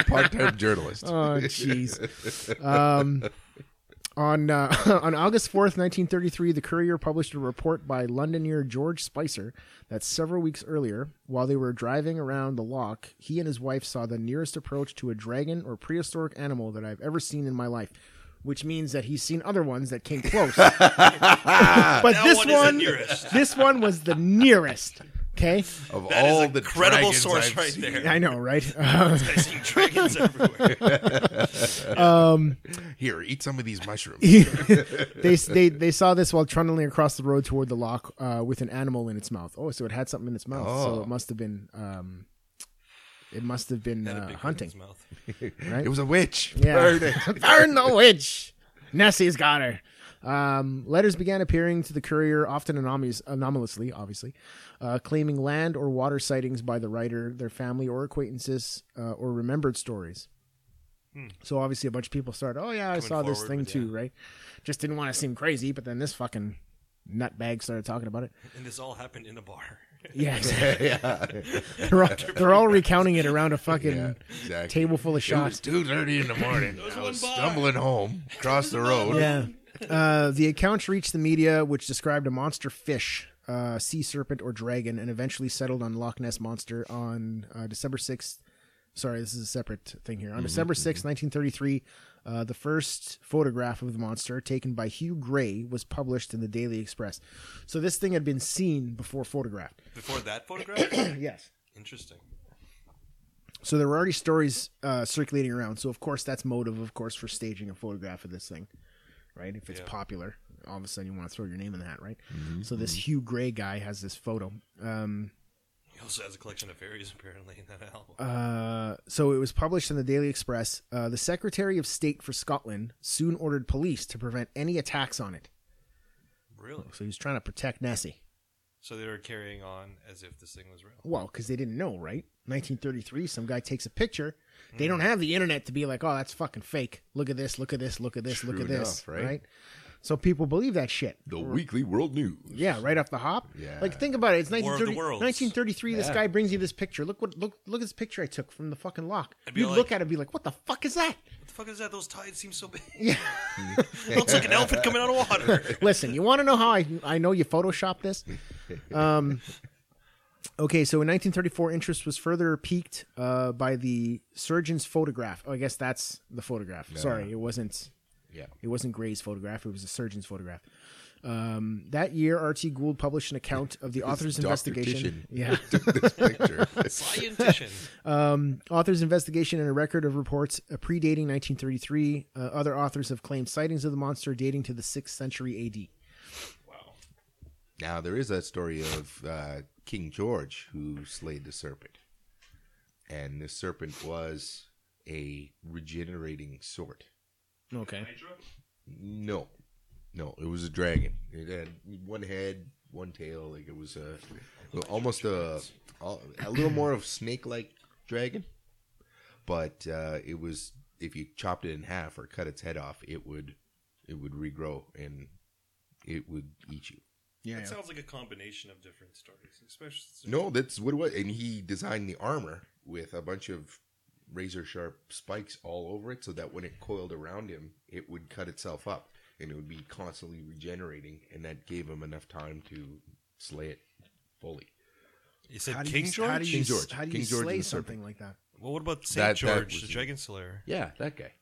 Speaker 2: Part-time journalist.
Speaker 1: (laughs)
Speaker 2: (laughs)
Speaker 1: Oh, jeez. Um, on uh, (laughs) on August fourth, nineteen thirty three, the Courier published a report by Londoner George Spicer that several weeks earlier, while they were driving around the lock, he and his wife saw the nearest approach to a dragon or prehistoric animal that I've ever seen in my life. Which means that he's seen other ones that came
Speaker 3: (laughs)
Speaker 1: close, but
Speaker 3: That
Speaker 1: this
Speaker 3: one is the
Speaker 1: one,
Speaker 3: nearest.
Speaker 1: this one was the nearest. Okay,
Speaker 2: of
Speaker 3: That is
Speaker 2: all (laughs)
Speaker 3: a
Speaker 2: the
Speaker 3: credible
Speaker 2: dragons
Speaker 3: source
Speaker 2: I've
Speaker 3: right
Speaker 2: seen,
Speaker 3: there.
Speaker 1: I know, right?
Speaker 3: (laughs) I see dragons
Speaker 1: Uh,
Speaker 3: everywhere.
Speaker 2: Here, eat some of these mushrooms.
Speaker 1: (laughs) they, they they saw this while trundling across the road toward the lock uh, with an animal in its mouth. Oh, so it had something in its mouth. So
Speaker 2: Oh.
Speaker 1: it must have been um, it must have been
Speaker 3: Had a
Speaker 1: uh,
Speaker 3: big one in
Speaker 1: hunting.
Speaker 3: his mouth.
Speaker 1: Right?
Speaker 2: It was a witch.
Speaker 1: Yeah.
Speaker 2: Burn
Speaker 1: (laughs)
Speaker 2: it.
Speaker 1: Burn the witch. Nessie's got her. Um, letters began appearing to the courier, often anonymous, anomalously, obviously, uh, claiming land or water sightings by the writer, their family or acquaintances, uh, or remembered stories.
Speaker 2: Hmm.
Speaker 1: So obviously, a bunch of people started. Oh yeah, I
Speaker 3: Coming
Speaker 1: saw this
Speaker 3: forward
Speaker 1: thing
Speaker 3: with-
Speaker 1: too, right? Just
Speaker 2: (laughs)
Speaker 1: didn't want to seem crazy, but then this fucking nutbag started talking about it.
Speaker 3: And this all happened in a bar.
Speaker 1: Yeah, exactly.
Speaker 2: yeah.
Speaker 1: (laughs) they're, all, they're all recounting it around a fucking
Speaker 2: Yeah, exactly.
Speaker 1: table full of
Speaker 2: It was
Speaker 1: shots.
Speaker 2: two thirty in the morning. I was
Speaker 3: one bar.
Speaker 2: stumbling home across the road.
Speaker 1: Yeah. Uh, the accounts reached the media, which described a monster fish, uh, sea serpent, or dragon, and eventually settled on Loch Ness Monster on uh, December 6th. Sorry, this is a separate thing here. On December 6th, 1933, uh, the first photograph of the monster, taken by Hugh Gray, was published in the Daily Express. So this thing had been seen before photographed.
Speaker 3: Before that
Speaker 1: (coughs)
Speaker 3: photograph?
Speaker 1: Yes.
Speaker 3: Interesting.
Speaker 1: So there were already stories uh, circulating around. So of course that's motive, of course, for staging a photograph of this thing, right? If it's
Speaker 3: Yeah.
Speaker 1: popular, all of a sudden you want to throw your name in the hat, right? So this Hugh Gray guy has this photo. Um,
Speaker 3: He also has a collection of fairies, apparently, in that album.
Speaker 1: uh, so it was published in the Daily Express. Uh, the Secretary of State for Scotland soon ordered police to prevent any attacks on it.
Speaker 3: really?
Speaker 1: So he was trying to protect Nessie.
Speaker 3: So they were carrying on as if this thing was real.
Speaker 1: Well, because they didn't know, right? 1933, some guy takes a picture. They don't have the internet to be like, oh, that's fucking fake. Look at this, look at this, look at this, look
Speaker 2: True
Speaker 1: at this,
Speaker 2: enough, right?
Speaker 1: right? So people believe that shit.
Speaker 2: The Weekly World News.
Speaker 1: Yeah, right off the hop.
Speaker 2: Yeah.
Speaker 1: Like think about it. It's
Speaker 3: War of the
Speaker 1: 1930,
Speaker 3: Worlds.
Speaker 1: 1933. This
Speaker 2: Yeah.
Speaker 1: guy brings you this picture. Look what look look at this picture I took from the fucking lock.
Speaker 3: I'd be
Speaker 1: You would
Speaker 3: like-
Speaker 1: look at it and be like, what the fuck is that?
Speaker 3: What the fuck is that? Those tides seem so big. (laughs)
Speaker 1: Yeah.
Speaker 3: Looks like an elephant coming out of
Speaker 1: (laughs)
Speaker 3: water.
Speaker 1: Listen, you want to know how I I know you photoshopped (laughs) this? Um, okay, so in 1934, interest was further piqued uh, by the surgeon's photograph. Oh, I guess that's the photograph. Sorry, it wasn't.
Speaker 2: Yeah.
Speaker 1: It wasn't Gray's photograph. It was a surgeon's photograph. Um, that year, R.T. Gould published an account of the author's
Speaker 2: Dr.
Speaker 1: investigation.
Speaker 2: Titian.
Speaker 1: (laughs) Yeah.
Speaker 2: This picture. (laughs)
Speaker 3: Scientician.
Speaker 1: author's investigation and a record of reports uh, predating 1933. Uh, other authors have claimed sightings of the monster dating to the 6th century AD.
Speaker 3: Wow.
Speaker 2: now there is that story of uh, King George who slayed the serpent, and the serpent was a regenerating sort.
Speaker 1: Okay.
Speaker 2: No, no, it was a dragon. It had one head, one tail. Like it was a almost a a little more of snake-like dragon, but uh, it was if you chopped it in half or cut its head off, it would it would regrow and it would eat you.
Speaker 1: Yeah.
Speaker 3: That sounds like a combination of different stories, especially.
Speaker 2: No, that's what it was. And he designed the armor with a bunch of razor sharp spikes all over it so that when it coiled around him, it would cut itself up and it would be constantly regenerating. And that gave him enough time to slay it fully.
Speaker 3: You said
Speaker 1: How do
Speaker 3: King
Speaker 1: you,
Speaker 3: George?
Speaker 1: How do you,
Speaker 2: King George.
Speaker 1: How do you
Speaker 2: King George
Speaker 1: slay
Speaker 2: and the serpent.
Speaker 1: something like that?
Speaker 3: well, what about
Speaker 2: That-
Speaker 3: Saint
Speaker 2: that
Speaker 3: George,
Speaker 2: was
Speaker 3: the
Speaker 2: the-
Speaker 3: dragon slayer?
Speaker 2: Yeah, that guy.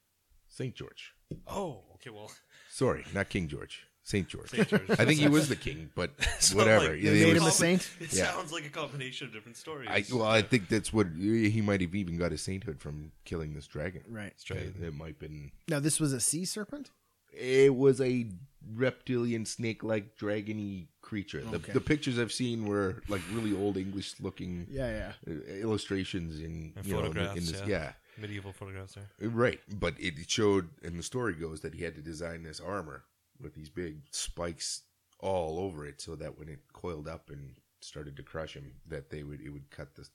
Speaker 2: St. George.
Speaker 3: Oh, okay, well. (laughs)
Speaker 2: Sorry, not King George. St. George.
Speaker 3: Saint George.
Speaker 2: I think he was the king,
Speaker 1: (laughs)
Speaker 2: but
Speaker 3: So,
Speaker 2: whatever.
Speaker 3: like,
Speaker 2: Yeah,
Speaker 1: they
Speaker 2: it
Speaker 1: made
Speaker 2: was-
Speaker 1: him a saint?
Speaker 3: It
Speaker 2: Yeah.
Speaker 3: sounds like a combination of different stories.
Speaker 2: I, well, I think that's what he might have even got his sainthood from killing this dragon.
Speaker 1: Right.
Speaker 3: Dragon.
Speaker 2: It might have been
Speaker 1: Now, this was a sea serpent?
Speaker 2: It was a reptilian snake like dragony creature.
Speaker 1: Okay.
Speaker 2: The, the pictures I've seen were like really old English looking
Speaker 1: Yeah, yeah.
Speaker 2: uh, illustrations in,
Speaker 3: And
Speaker 2: you know, in the- in
Speaker 3: photographs,
Speaker 2: this-
Speaker 3: yeah. medieval photographs there.
Speaker 2: yeah. Right. But it showed and the story goes that he had to design this armor with these big spikes all over it so that when it coiled up and started to crush him that they would it would cut the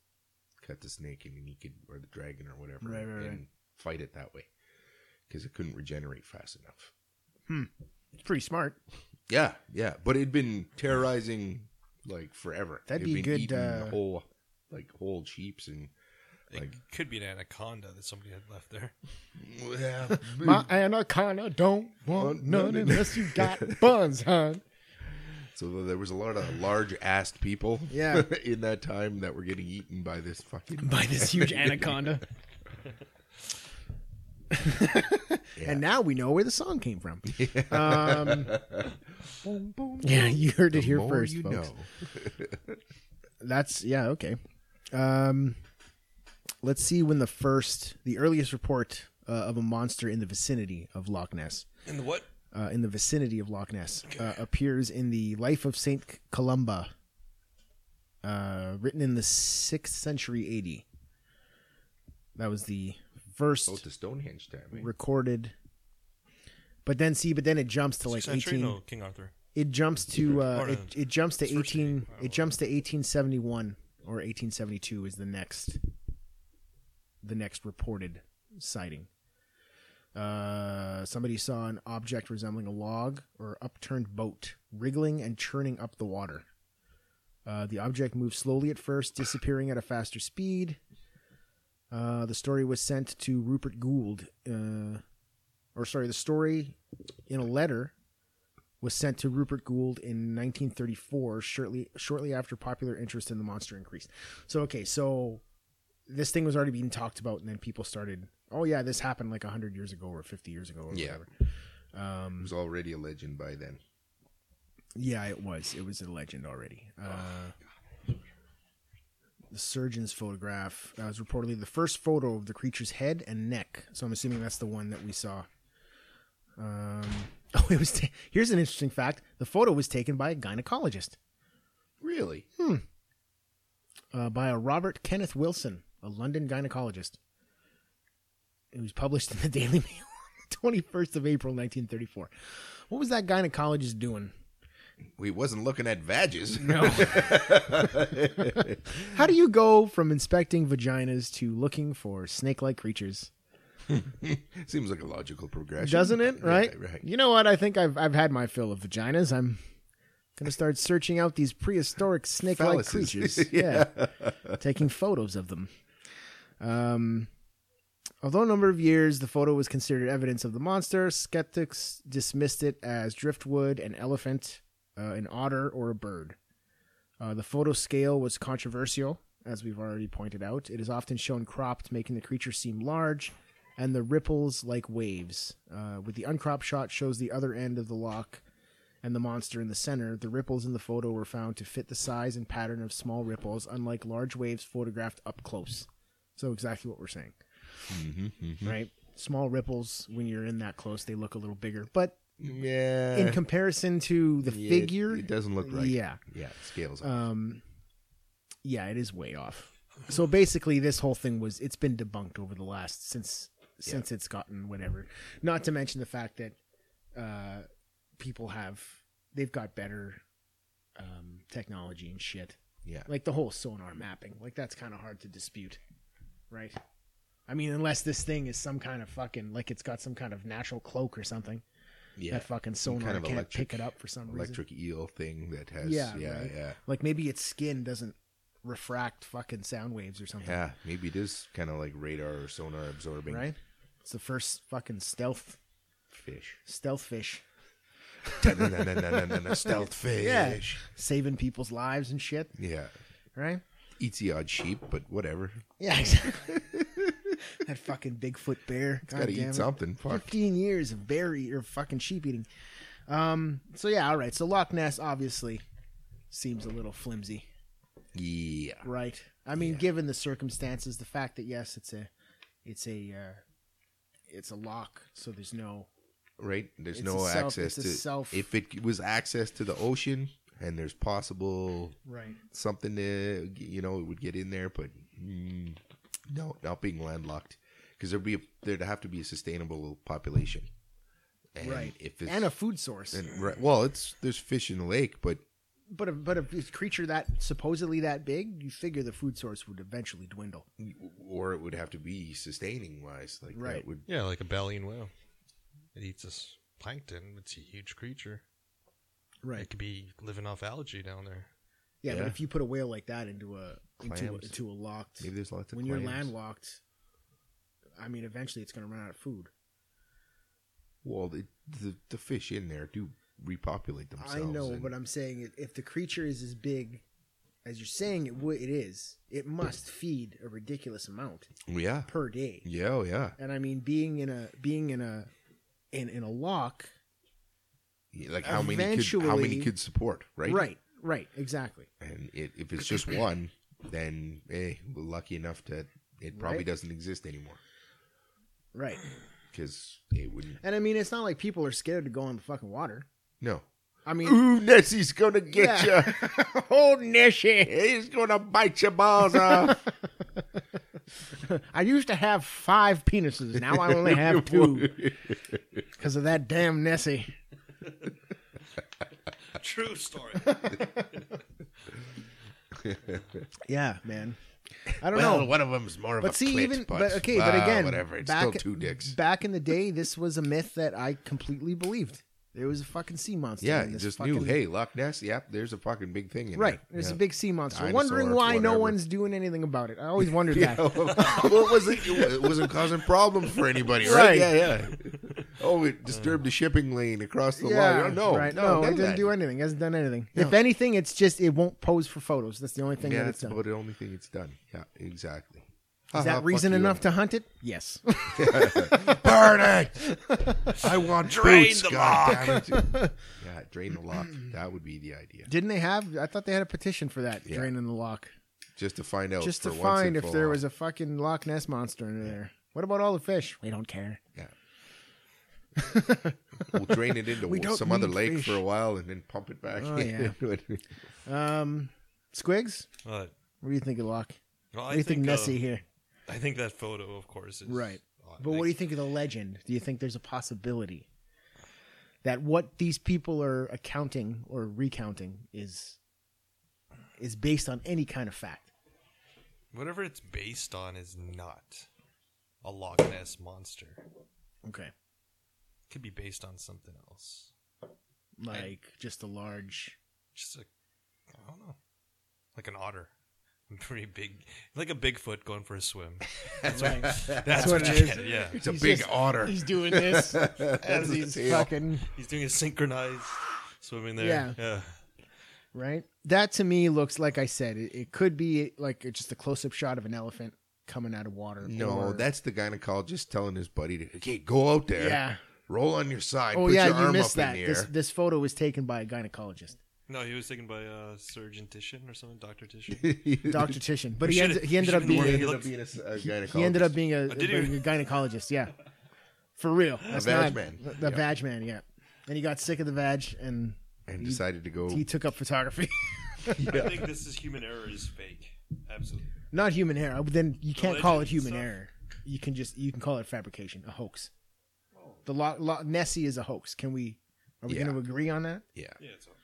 Speaker 2: cut the snake and he could or the dragon or whatever
Speaker 1: Right, right, right.
Speaker 2: and fight it that way because it couldn't regenerate fast enough.
Speaker 1: It's pretty smart.
Speaker 2: Yeah, yeah, but it'd been terrorizing like forever.
Speaker 1: That'd
Speaker 2: It'd
Speaker 1: be
Speaker 2: been
Speaker 1: good,
Speaker 2: eating
Speaker 1: uh,
Speaker 2: whole, like whole sheep's and
Speaker 3: It
Speaker 2: Like-
Speaker 3: could be an anaconda that somebody had left (laughs) there.
Speaker 2: yeah, (laughs)
Speaker 1: My anaconda don't want
Speaker 2: Oh, no,
Speaker 1: none
Speaker 2: no, no.
Speaker 1: unless you (laughs) got buns, huh?
Speaker 2: so there was a lot of large-assed people.
Speaker 1: Yeah.
Speaker 2: (laughs) in that time that were getting eaten by this fucking.
Speaker 1: By (laughs) this huge anaconda. And now we know where the song came (laughs) from. Um,
Speaker 2: Boom, boom.
Speaker 1: yeah, you heard
Speaker 2: The
Speaker 1: it here
Speaker 2: more
Speaker 1: first,
Speaker 2: you
Speaker 1: folks.
Speaker 2: know.
Speaker 1: That's yeah, okay. Um, let's see when the first, the earliest report uh, of a monster in the vicinity of Loch Ness,
Speaker 3: And the what?
Speaker 1: uh, in the vicinity of Loch Ness, uh, appears in the Life of Saint Columba, uh, written in the sixth century AD. That was the first
Speaker 2: Oh, it's the Stonehenge time. eh?
Speaker 1: recorded. But then see, but then it jumps to like
Speaker 3: century?
Speaker 1: eighteen.
Speaker 3: No, King Arthur.
Speaker 1: It jumps to uh,
Speaker 3: Or
Speaker 1: it,
Speaker 3: the
Speaker 1: it jumps to
Speaker 3: first
Speaker 1: eighteen.
Speaker 3: eighty.
Speaker 1: It jumps to eighteen seventy one or eighteen seventy two is the next, the next reported sighting. Uh, somebody saw an object resembling a log or upturned boat wriggling and churning up the water. Uh, the object moved slowly at first, disappearing at a faster speed. Uh, the story was sent to Rupert Gould, uh, or sorry, the story in a letter was sent to Rupert Gould in 1934, shortly shortly after popular interest in the monster increased. So okay, so this thing was already being talked about, and then people started, oh yeah, this happened like 100 years ago or 50 years ago or
Speaker 2: Yeah.
Speaker 1: whatever. Um,
Speaker 2: It was already a legend by then.
Speaker 1: yeah, it was. It was a legend already. Uh, the surgeon's photograph uh, was reportedly the first photo of the creature's head and neck. So I'm assuming that's the one that we saw. Um, (laughs) oh, it was. Ta- Here's an interesting fact: the photo was taken by a gynecologist,
Speaker 2: Really?
Speaker 1: uh, by a Robert Kenneth Wilson, a London gynecologist. It was published in the (laughs) Daily Mail, on the 21st of April, 1934. What was that gynecologist doing?
Speaker 2: We wasn't looking at vages.
Speaker 1: No. How do you go from inspecting vaginas to looking for snake-like creatures?
Speaker 2: (laughs) Seems like a logical progression,
Speaker 1: Doesn't it?
Speaker 2: Yeah,
Speaker 1: Right?
Speaker 2: right.
Speaker 1: You know what? I think I've I've had my fill of vaginas. I'm gonna start searching out these prehistoric snake-like
Speaker 2: Phalluses.
Speaker 1: creatures. Yeah, taking photos of them. Um. Although a number of years, the photo was considered evidence of the monster. Skeptics dismissed it as driftwood, an elephant, uh, an otter, or a bird. Uh, the photo scale was controversial, as we've already pointed out. It is often shown cropped, making the creature seem large, and the ripples like waves. Uh, with the uncropped shot shows the other end of the lock and the monster in the center. The ripples in the photo were found to fit the size and pattern of small ripples, unlike large waves photographed up close. So exactly what we're saying,
Speaker 2: Mm-hmm,
Speaker 1: right? Small ripples when you're in that close, they look a little bigger, but
Speaker 2: Yeah.
Speaker 1: in comparison to the
Speaker 2: Eh. Yeah, it-
Speaker 1: figure,
Speaker 2: It, doesn't look right.
Speaker 1: Yeah.
Speaker 2: Yeah. Scales. up.
Speaker 1: Um, yeah, it is way off. So basically, this whole thing was it's been debunked over the last since since it's gotten whatever. Not to mention the fact that uh, people have they've got better um, technology and shit.
Speaker 2: yeah.
Speaker 1: Like the whole sonar mapping, like that's kind of hard to dispute, right? I mean, unless this thing is some kind of fucking like it's got some kind of natural cloak or something.
Speaker 2: Yeah.
Speaker 1: That fucking sonar
Speaker 2: kind of
Speaker 1: can't
Speaker 2: electric-
Speaker 1: pick it up for some reason.
Speaker 2: Electric eel thing that has.
Speaker 1: Yeah,
Speaker 2: Yeah. Yeah.
Speaker 1: right.
Speaker 2: Yeah.
Speaker 1: Like maybe its skin doesn't refract fucking sound waves or something.
Speaker 2: Maybe it is kind of like radar or sonar absorbing
Speaker 1: Right? It's the first fucking stealth (laughs)
Speaker 2: fish.
Speaker 1: stealth fish
Speaker 2: Da-na-na-na-na-na-na,
Speaker 1: (laughs)
Speaker 2: Stealth fish.
Speaker 1: saving people's lives and shit,
Speaker 2: Yeah.
Speaker 1: right?
Speaker 2: Eats the odd sheep, but whatever. (laughs)
Speaker 1: Yeah, exactly. (laughs) that fucking Bigfoot bear. God
Speaker 2: Got to
Speaker 1: damn
Speaker 2: eat
Speaker 1: it.
Speaker 2: something. Fuck.
Speaker 1: 15 years of berry or fucking sheep eating. Um so yeah, all right. So Loch Ness obviously seems a little flimsy,
Speaker 2: Yeah.
Speaker 1: right? I mean, given the circumstances, the fact that yes, it's a it's a uh, it's a lock, so there's no
Speaker 2: Right. There's
Speaker 1: It's
Speaker 2: no
Speaker 1: a self-
Speaker 2: access
Speaker 1: it's a
Speaker 2: to.
Speaker 1: self-
Speaker 2: If it was access to the ocean and there's possible
Speaker 1: right.
Speaker 2: something to you know it would get in there, but mm, no, not being landlocked because there'd be a, there'd have to be a sustainable population, and
Speaker 1: Right.
Speaker 2: If it's
Speaker 1: and a food source.
Speaker 2: and, right, well, it's there's fish in the lake, but
Speaker 1: but a, but a creature that supposedly that big, you figure the food source would eventually dwindle.
Speaker 2: or it would have to be sustaining wise, like
Speaker 1: Right.
Speaker 2: that would
Speaker 3: Yeah, like a baleen whale. It eats us plankton. It's a huge creature. It could be living off algae down there.
Speaker 1: Yeah, but
Speaker 2: Yeah.
Speaker 1: if you put a whale like that into a into a,
Speaker 2: Clams.
Speaker 1: into a locked
Speaker 2: maybe there's lots of
Speaker 1: when you're
Speaker 2: clams.
Speaker 1: landlocked, I mean, eventually it's going to run out of food.
Speaker 2: Well, the, the the fish in there do repopulate themselves.
Speaker 1: I know,
Speaker 2: and-
Speaker 1: but I'm saying it, if the creature is as big as you're saying it would, it is. It must feed a ridiculous amount
Speaker 2: yeah,
Speaker 1: per day.
Speaker 2: yeah, oh, yeah.
Speaker 1: And I mean, being in a being in a in in a lock,
Speaker 2: Yeah, Like how many could how many
Speaker 1: Eventually-
Speaker 2: could support, right?
Speaker 1: right, right exactly.
Speaker 2: and it,
Speaker 1: (clears throat)
Speaker 2: if it's just one, then eh, we're lucky enough that it probably
Speaker 1: Right.
Speaker 2: doesn't exist anymore
Speaker 1: Right.
Speaker 2: because it wouldn't.
Speaker 1: And I mean, it's not like people are scared to go in the fucking water.
Speaker 2: No.
Speaker 1: I mean,
Speaker 2: Ooh, Nessie's gonna get
Speaker 1: Yeah. (laughs)
Speaker 2: you. Old Nessie, he's gonna bite your balls off.
Speaker 1: I used to have five penises. Now (laughs) I
Speaker 2: (laughs)
Speaker 1: only have two because of that damn Nessie.
Speaker 3: True story.
Speaker 1: Yeah, man. I don't
Speaker 2: well,
Speaker 1: know.
Speaker 2: one of them's more of
Speaker 1: But
Speaker 2: a
Speaker 1: see,
Speaker 2: clit,
Speaker 1: even
Speaker 2: but,
Speaker 1: but okay, but
Speaker 2: ah,
Speaker 1: again,
Speaker 2: whatever. It's
Speaker 1: back,
Speaker 2: still two dicks.
Speaker 1: Back in the day, this was a myth that I completely believed. There was a fucking sea monster.
Speaker 2: Yeah,
Speaker 1: in
Speaker 2: you
Speaker 1: this
Speaker 2: just
Speaker 1: fucking,
Speaker 2: knew, hey, Loch Ness, yep, there's a fucking big thing in
Speaker 1: Right,
Speaker 2: there.
Speaker 1: there's
Speaker 2: Yeah.
Speaker 1: a big sea monster.
Speaker 2: Dinosaur,
Speaker 1: Wondering why no
Speaker 2: whatever.
Speaker 1: one's doing anything about it. I always (laughs) wondered
Speaker 2: (laughs) Yeah,
Speaker 1: that.
Speaker 2: what was it? It wasn't causing problems for anybody, right?
Speaker 1: Right.
Speaker 2: Yeah, yeah. Oh, it disturbed the shipping lane across the
Speaker 1: yeah,
Speaker 2: line. Oh, no,
Speaker 1: right.
Speaker 2: no,
Speaker 1: No, it
Speaker 2: none of
Speaker 1: didn't
Speaker 2: that.
Speaker 1: do anything. It hasn't done anything.
Speaker 2: No.
Speaker 1: If anything, it's just it won't pose for photos. That's the only thing
Speaker 2: Yeah,
Speaker 1: that it's
Speaker 2: that's
Speaker 1: done.
Speaker 2: about the only thing it's done. Yeah, exactly.
Speaker 1: Is
Speaker 2: Uh-huh,
Speaker 1: that reason enough to hunt it? Yes.
Speaker 2: (laughs) burn it? I want
Speaker 3: Drain
Speaker 2: boots,
Speaker 3: the
Speaker 2: God damn it. (laughs) Yeah, drain the lock. That would be the idea.
Speaker 1: (laughs) Didn't they have? I thought they had a petition for that
Speaker 2: Yeah.
Speaker 1: draining the lock,
Speaker 2: Just to find out.
Speaker 1: just to
Speaker 2: for once
Speaker 1: find
Speaker 2: and
Speaker 1: if
Speaker 2: for
Speaker 1: there
Speaker 2: all.
Speaker 1: was a fucking Loch Ness monster in there. What about all the fish? We don't care.
Speaker 2: Yeah.
Speaker 1: (laughs)
Speaker 2: we'll drain it into
Speaker 1: We don't
Speaker 2: some other
Speaker 1: need
Speaker 2: lake
Speaker 1: fish.
Speaker 2: for a while and then pump it back
Speaker 1: Oh,
Speaker 2: (laughs) in.
Speaker 1: Um, Squigs,
Speaker 3: Uh,
Speaker 1: what do you think of Loch?
Speaker 3: well,
Speaker 1: What
Speaker 3: I
Speaker 1: do you think,
Speaker 3: uh,
Speaker 1: Nessie here?
Speaker 3: I think that photo, of course, is
Speaker 1: Right.
Speaker 2: Oh,
Speaker 3: uh,
Speaker 1: But what do you think of the legend? Do you think there's a possibility that what these people are accounting or recounting is is based on any kind of fact?
Speaker 3: whatever it's based on is not a Loch Ness monster.
Speaker 1: Okay,
Speaker 3: It could be based on something else.
Speaker 1: like just a large.
Speaker 3: Just a, I don't know, like an otter, pretty big, like a Bigfoot going for
Speaker 1: (laughs)
Speaker 3: a swim.
Speaker 1: Like,
Speaker 2: (laughs)
Speaker 3: That's
Speaker 1: what
Speaker 3: what,
Speaker 1: it
Speaker 3: you
Speaker 1: is.
Speaker 3: get, Yeah,
Speaker 2: It's a
Speaker 1: He's
Speaker 2: big
Speaker 1: just-
Speaker 2: otter.
Speaker 1: he's doing this as
Speaker 2: (laughs) That's the
Speaker 1: he's
Speaker 2: tail.
Speaker 1: fucking
Speaker 3: he's doing a synchronized swimming there.
Speaker 1: Yeah. right? That to me looks like I said it, it could be like just a close up shot of an elephant coming out of water.
Speaker 2: No,
Speaker 1: or-
Speaker 2: that's the gynecologist telling his buddy to okay, go out there,
Speaker 1: yeah.
Speaker 2: roll on your side,
Speaker 1: Oh
Speaker 2: put
Speaker 1: yeah,
Speaker 2: your
Speaker 1: you
Speaker 2: arm
Speaker 1: missed
Speaker 2: up
Speaker 1: that.
Speaker 2: in the
Speaker 1: This
Speaker 2: air.
Speaker 1: this photo was taken by a
Speaker 2: (laughs)
Speaker 1: gynecologist,
Speaker 3: No, he was taken by a surgeon Titian or something, Doctor
Speaker 1: (laughs)
Speaker 2: (laughs)
Speaker 3: Titian.
Speaker 1: Dr. Titian, but
Speaker 3: We
Speaker 1: he
Speaker 3: should've-
Speaker 1: ended, he
Speaker 3: we
Speaker 1: ended up
Speaker 3: should've warned
Speaker 1: being
Speaker 3: him.
Speaker 2: a, s- a gynecologist.
Speaker 1: he ended up being a,
Speaker 3: did he?
Speaker 1: being a gynecologist, yeah. For real. That's
Speaker 2: vag
Speaker 1: not-
Speaker 2: man.
Speaker 1: The
Speaker 2: Yeah.
Speaker 1: vag man, yeah. And he got sick of the vag and
Speaker 2: and decided to go.
Speaker 1: he took up photography.
Speaker 3: I think this is human error is fake. Absolutely.
Speaker 1: Not human error. Then you can't
Speaker 3: legend
Speaker 1: call it
Speaker 3: and
Speaker 1: human
Speaker 3: stuff.
Speaker 1: error. You can just you can call it fabrication, a hoax. The lo- lo- Nessie is a hoax. Can we? Are we
Speaker 2: Yeah.
Speaker 1: going to agree on that?
Speaker 2: yeah,
Speaker 3: Yeah, it's a hoax.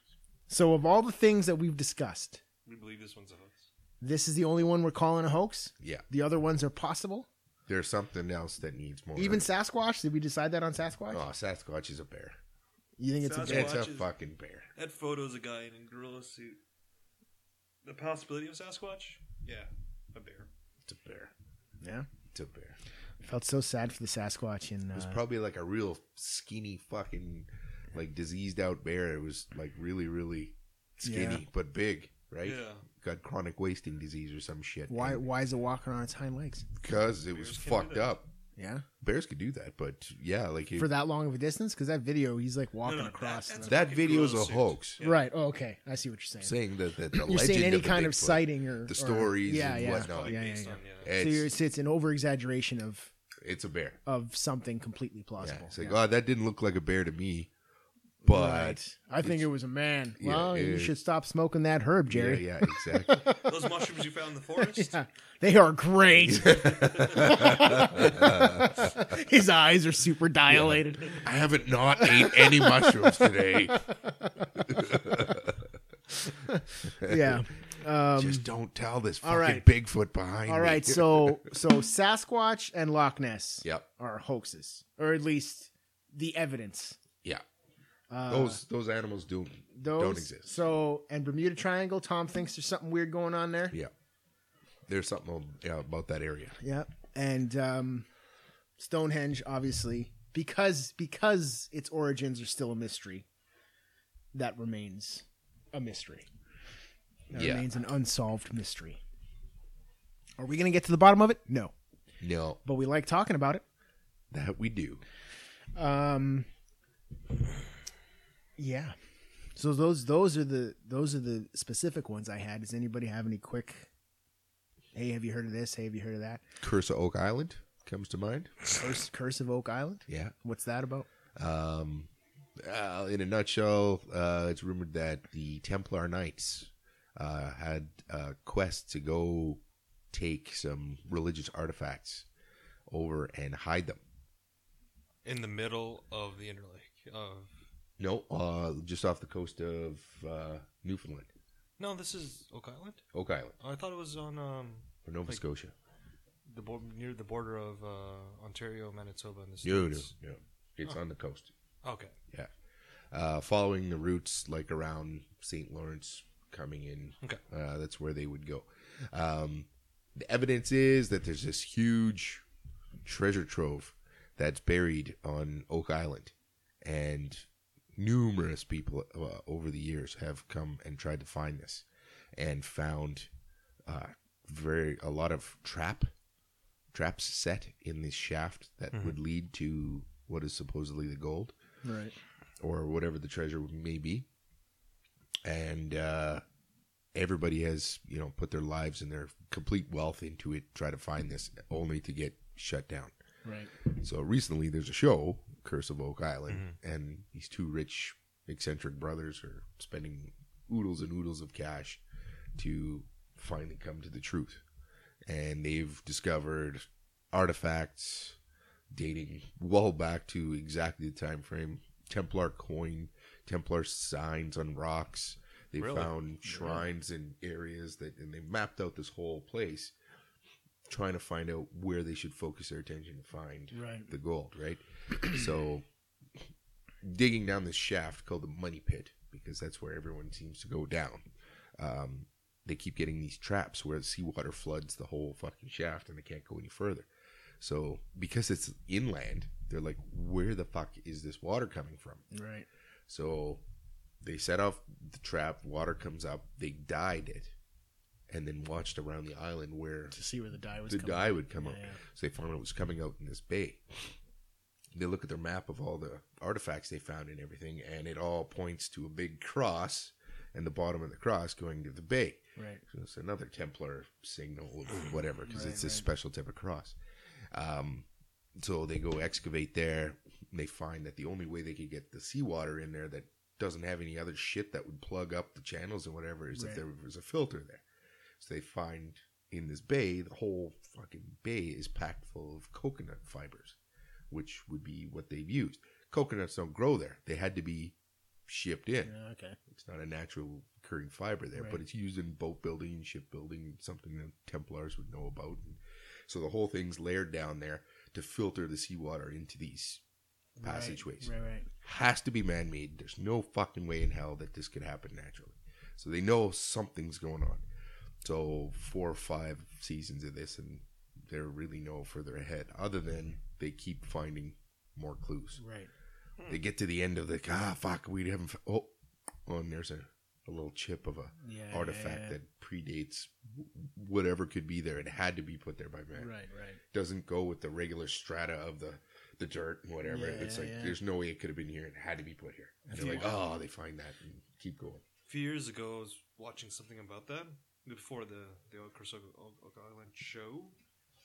Speaker 1: So, of all the things that we've discussed,
Speaker 3: We believe this one's a hoax.
Speaker 1: this is the only one we're calling a hoax.
Speaker 2: yeah.
Speaker 1: The other ones are possible.
Speaker 2: There's something else that needs more.
Speaker 1: Even Sasquatch. Did we decide that on Sasquatch?
Speaker 2: oh, Sasquatch is a bear.
Speaker 1: you think it's a
Speaker 3: Sasquatch.
Speaker 1: bear?
Speaker 2: It's a
Speaker 3: is-
Speaker 2: fucking bear.
Speaker 3: That photo's a guy in a gorilla suit. The possibility of Sasquatch? Yeah, a bear.
Speaker 2: It's a bear.
Speaker 1: Yeah.
Speaker 2: It's a bear.
Speaker 1: Felt so sad for the Sasquatch and.
Speaker 2: It was
Speaker 1: Uh,
Speaker 2: probably like a real skinny fucking like diseased out bear. It was like really, really skinny
Speaker 1: Yeah.
Speaker 2: but big, right?
Speaker 3: Yeah.
Speaker 2: Got chronic wasting disease or some shit.
Speaker 1: why? Why is it walking on its hind legs?
Speaker 2: Because it was
Speaker 3: Bears can do
Speaker 2: fucked
Speaker 3: that.
Speaker 2: up.
Speaker 1: Yeah.
Speaker 2: Bears could do that, but yeah, like it,
Speaker 1: For that long of a distance, because that video, he's like walking
Speaker 3: no, that-
Speaker 1: across.
Speaker 3: that's
Speaker 1: the-
Speaker 2: that
Speaker 3: Fucking
Speaker 2: video is a
Speaker 3: gorilla suit.
Speaker 2: hoax.
Speaker 3: Yeah.
Speaker 1: Right. Oh, okay. I see what you're saying.
Speaker 2: Saying that, that the
Speaker 1: (laughs) you're
Speaker 2: legend
Speaker 1: saying any
Speaker 2: of the
Speaker 1: kind of
Speaker 2: Bigfoot,
Speaker 1: sighting or
Speaker 2: the
Speaker 1: or-
Speaker 2: stories
Speaker 1: yeah,
Speaker 2: and
Speaker 1: yeah.
Speaker 2: whatnot.
Speaker 1: Yeah, yeah,
Speaker 3: based
Speaker 1: yeah.
Speaker 3: on, yeah.
Speaker 1: So you're,
Speaker 2: It's,
Speaker 1: it's, it's an over exaggeration of
Speaker 2: it's a bear.
Speaker 1: of something completely
Speaker 2: Yeah.
Speaker 1: plausible.
Speaker 2: It's like,
Speaker 1: Yeah.
Speaker 2: oh, that didn't look like a bear to me, but
Speaker 1: Right. I think it was a man.
Speaker 2: Yeah,
Speaker 1: well, you
Speaker 2: it-
Speaker 1: should stop smoking that herb, Jerry.
Speaker 2: yeah, yeah, exactly.
Speaker 1: (laughs)
Speaker 3: Those mushrooms you found in the forest?
Speaker 1: Yeah. (laughs) They are
Speaker 2: (laughs)
Speaker 1: great. (laughs) His eyes are super dilated.
Speaker 2: I haven't not ate any
Speaker 1: (laughs)
Speaker 2: mushrooms today. (laughs)
Speaker 1: Yeah.
Speaker 2: Just don't tell this fucking
Speaker 1: Um, all right.
Speaker 2: Bigfoot behind
Speaker 1: All
Speaker 2: me.
Speaker 1: right. So so Sasquatch and Loch Ness
Speaker 2: Yep.
Speaker 1: are hoaxes, or at least the evidence.
Speaker 2: Yeah. those those animals do
Speaker 1: Uh, Those,
Speaker 2: don't exist.
Speaker 1: So and Bermuda Triangle. Tom thinks there's something weird going on there.
Speaker 2: yeah. There's something ab- yeah, about that area.
Speaker 1: Yeah, and um, Stonehenge, obviously, because because its origins are still a mystery, that remains a mystery. That
Speaker 2: Yeah.
Speaker 1: remains an unsolved mystery. Are we going to get to the bottom of it? No,
Speaker 2: No,
Speaker 1: but we like talking about it.
Speaker 2: that we do.
Speaker 1: Um, yeah. So those those are the those are the specific ones I had. Does anybody have any quick? Hey, have you heard of this? Hey, have you heard of that?
Speaker 2: Curse of Oak Island comes to mind.
Speaker 1: Curse,
Speaker 2: (laughs)
Speaker 1: Curse of Oak Island.
Speaker 2: Yeah.
Speaker 1: What's that about?
Speaker 2: Um, uh, in a nutshell, uh, it's rumored that the Templar Knights uh, had a quest to go take some religious artifacts over and hide them.
Speaker 3: In the middle of the Interlake. Of...
Speaker 2: No, uh, just off the coast of uh, Newfoundland,
Speaker 3: No, this is Oak Island?
Speaker 2: Oak Island,
Speaker 3: I thought it was on um,
Speaker 2: or Nova
Speaker 3: Like-
Speaker 2: Scotia.
Speaker 3: the bor- near the border of uh, Ontario, Manitoba, and the
Speaker 2: No, no,
Speaker 3: States.
Speaker 2: no. It's on the coast.
Speaker 3: Okay.
Speaker 2: Yeah. uh, following the routes like around St. Lawrence coming in.
Speaker 3: Okay.
Speaker 2: Uh, that's where they would go. Um, the evidence is that there's this huge treasure trove that's buried on Oak Island, and numerous people uh, over the years have come and tried to find this, and found uh, very a lot of trap traps set in this shaft that would lead to what is supposedly the gold
Speaker 1: Right.
Speaker 2: or whatever the treasure may be. And uh, everybody has, you know, put their lives and their complete wealth into it, try to find this, only to get shut down.
Speaker 1: Right.
Speaker 2: So recently, there's a show, Curse of Oak Island, and these two rich, eccentric brothers are spending oodles and oodles of cash to finally come to the truth. And they've discovered artifacts dating well back to exactly the time frame Templar coin, Templar signs on rocks. They
Speaker 3: Really?
Speaker 2: found shrines in areas that, and they mapped out this whole place trying to find out where they should focus their attention to find
Speaker 1: Right.
Speaker 2: the gold, right? so digging down this shaft called the money pit because that's where everyone seems to go down. Um, they keep getting these traps where the seawater floods the whole fucking shaft and they can't go any further. So because it's inland, they're like, where the fuck is this water coming from?
Speaker 1: Right.
Speaker 2: So they set off the trap, water comes up, they dyed it, and then watched around the island where
Speaker 1: To see where the die was.
Speaker 2: the
Speaker 1: coming
Speaker 2: dye
Speaker 1: from.
Speaker 2: would come
Speaker 1: Yeah,
Speaker 2: up.
Speaker 1: yeah.
Speaker 2: So they found it was coming out in this bay. They look at their map of all the artifacts they found and everything, and it all points to a big cross and the bottom of the cross going to the bay.
Speaker 1: Right.
Speaker 2: So it's another Templar signal or whatever, because
Speaker 1: Mm-hmm. Right,
Speaker 2: it's this
Speaker 1: right.
Speaker 2: special type of cross. Um, so they go excavate there. And they find that the only way they could get the seawater in there that doesn't have any other shit that would plug up the channels and whatever is
Speaker 1: Right.
Speaker 2: if there was a filter there. So they find in this bay, the whole fucking bay is packed full of coconut fibers, which would be what they've used. Coconuts don't grow there, they had to be shipped in.
Speaker 1: Yeah, okay.
Speaker 2: It's not a natural occurring fiber there,
Speaker 1: Right.
Speaker 2: but it's used in boat building and shipbuilding, something that Templars would know about. And so the whole thing's layered down there to filter the seawater into these.
Speaker 1: Right,
Speaker 2: Passageways.
Speaker 1: Right. Right.
Speaker 2: Has to be man made. There's no fucking way in hell that this could happen naturally. So they know something's going on. So four or five seasons of this, and they're really no further ahead, other than they keep finding more clues.
Speaker 1: Right.
Speaker 2: They get to the end of the ah fuck, we haven't. f- Oh, oh, and there's a, a little chip of a
Speaker 1: Yeah. yeah,
Speaker 2: artifact
Speaker 1: yeah.
Speaker 2: that predates w- whatever could be there. It had to be put there by man.
Speaker 1: Right. Right.
Speaker 2: Doesn't go with the regular strata of the the dirt and whatever.
Speaker 1: Yeah,
Speaker 2: it's like
Speaker 1: yeah.
Speaker 2: there's no way it could have been here. It had to be put here. And they're like, oh, they find that and keep going.
Speaker 3: A few years ago, I was watching something about that before the the Oak Oak Oak Island show.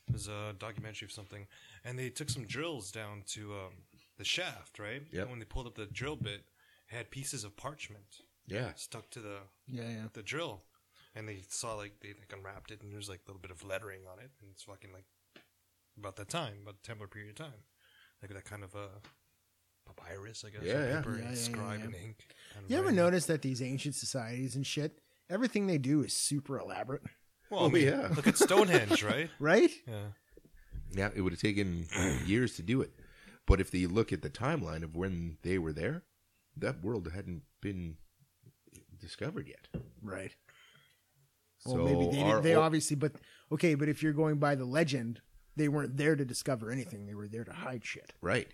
Speaker 3: It was a documentary of something, and they took some drills down to um, the shaft, right?
Speaker 2: Yep.
Speaker 3: And When they pulled up the drill bit, it had pieces of parchment
Speaker 2: Yeah,
Speaker 3: stuck to the
Speaker 1: Yeah. Yeah.
Speaker 3: the drill, and they saw like they like unwrapped it, and there's like a little bit of lettering on it, and it's fucking like about that time, about the Templar period of time, like that kind of uh, papyrus, I guess, on
Speaker 2: Yeah, yeah.
Speaker 3: paper
Speaker 1: Yeah, yeah,
Speaker 3: inscribed
Speaker 1: yeah,
Speaker 3: in ink. kind of
Speaker 1: You ever
Speaker 3: writing.
Speaker 1: notice that these ancient societies and shit, everything they do is super elaborate,
Speaker 3: Well,
Speaker 2: Oh,
Speaker 3: I mean,
Speaker 2: yeah.
Speaker 3: Look at (laughs) Stonehenge, right?
Speaker 1: right?
Speaker 3: Yeah.
Speaker 2: yeah. It would have taken (clears throat) years to do it, but if they look at the timeline of when they were there, that world hadn't been discovered yet.
Speaker 1: Right. Well,
Speaker 2: So
Speaker 1: maybe they,
Speaker 2: our
Speaker 1: did, they
Speaker 2: old-
Speaker 1: obviously, but okay, but if you're going by the legend, they weren't there to discover anything. They were there to hide shit,
Speaker 2: Right,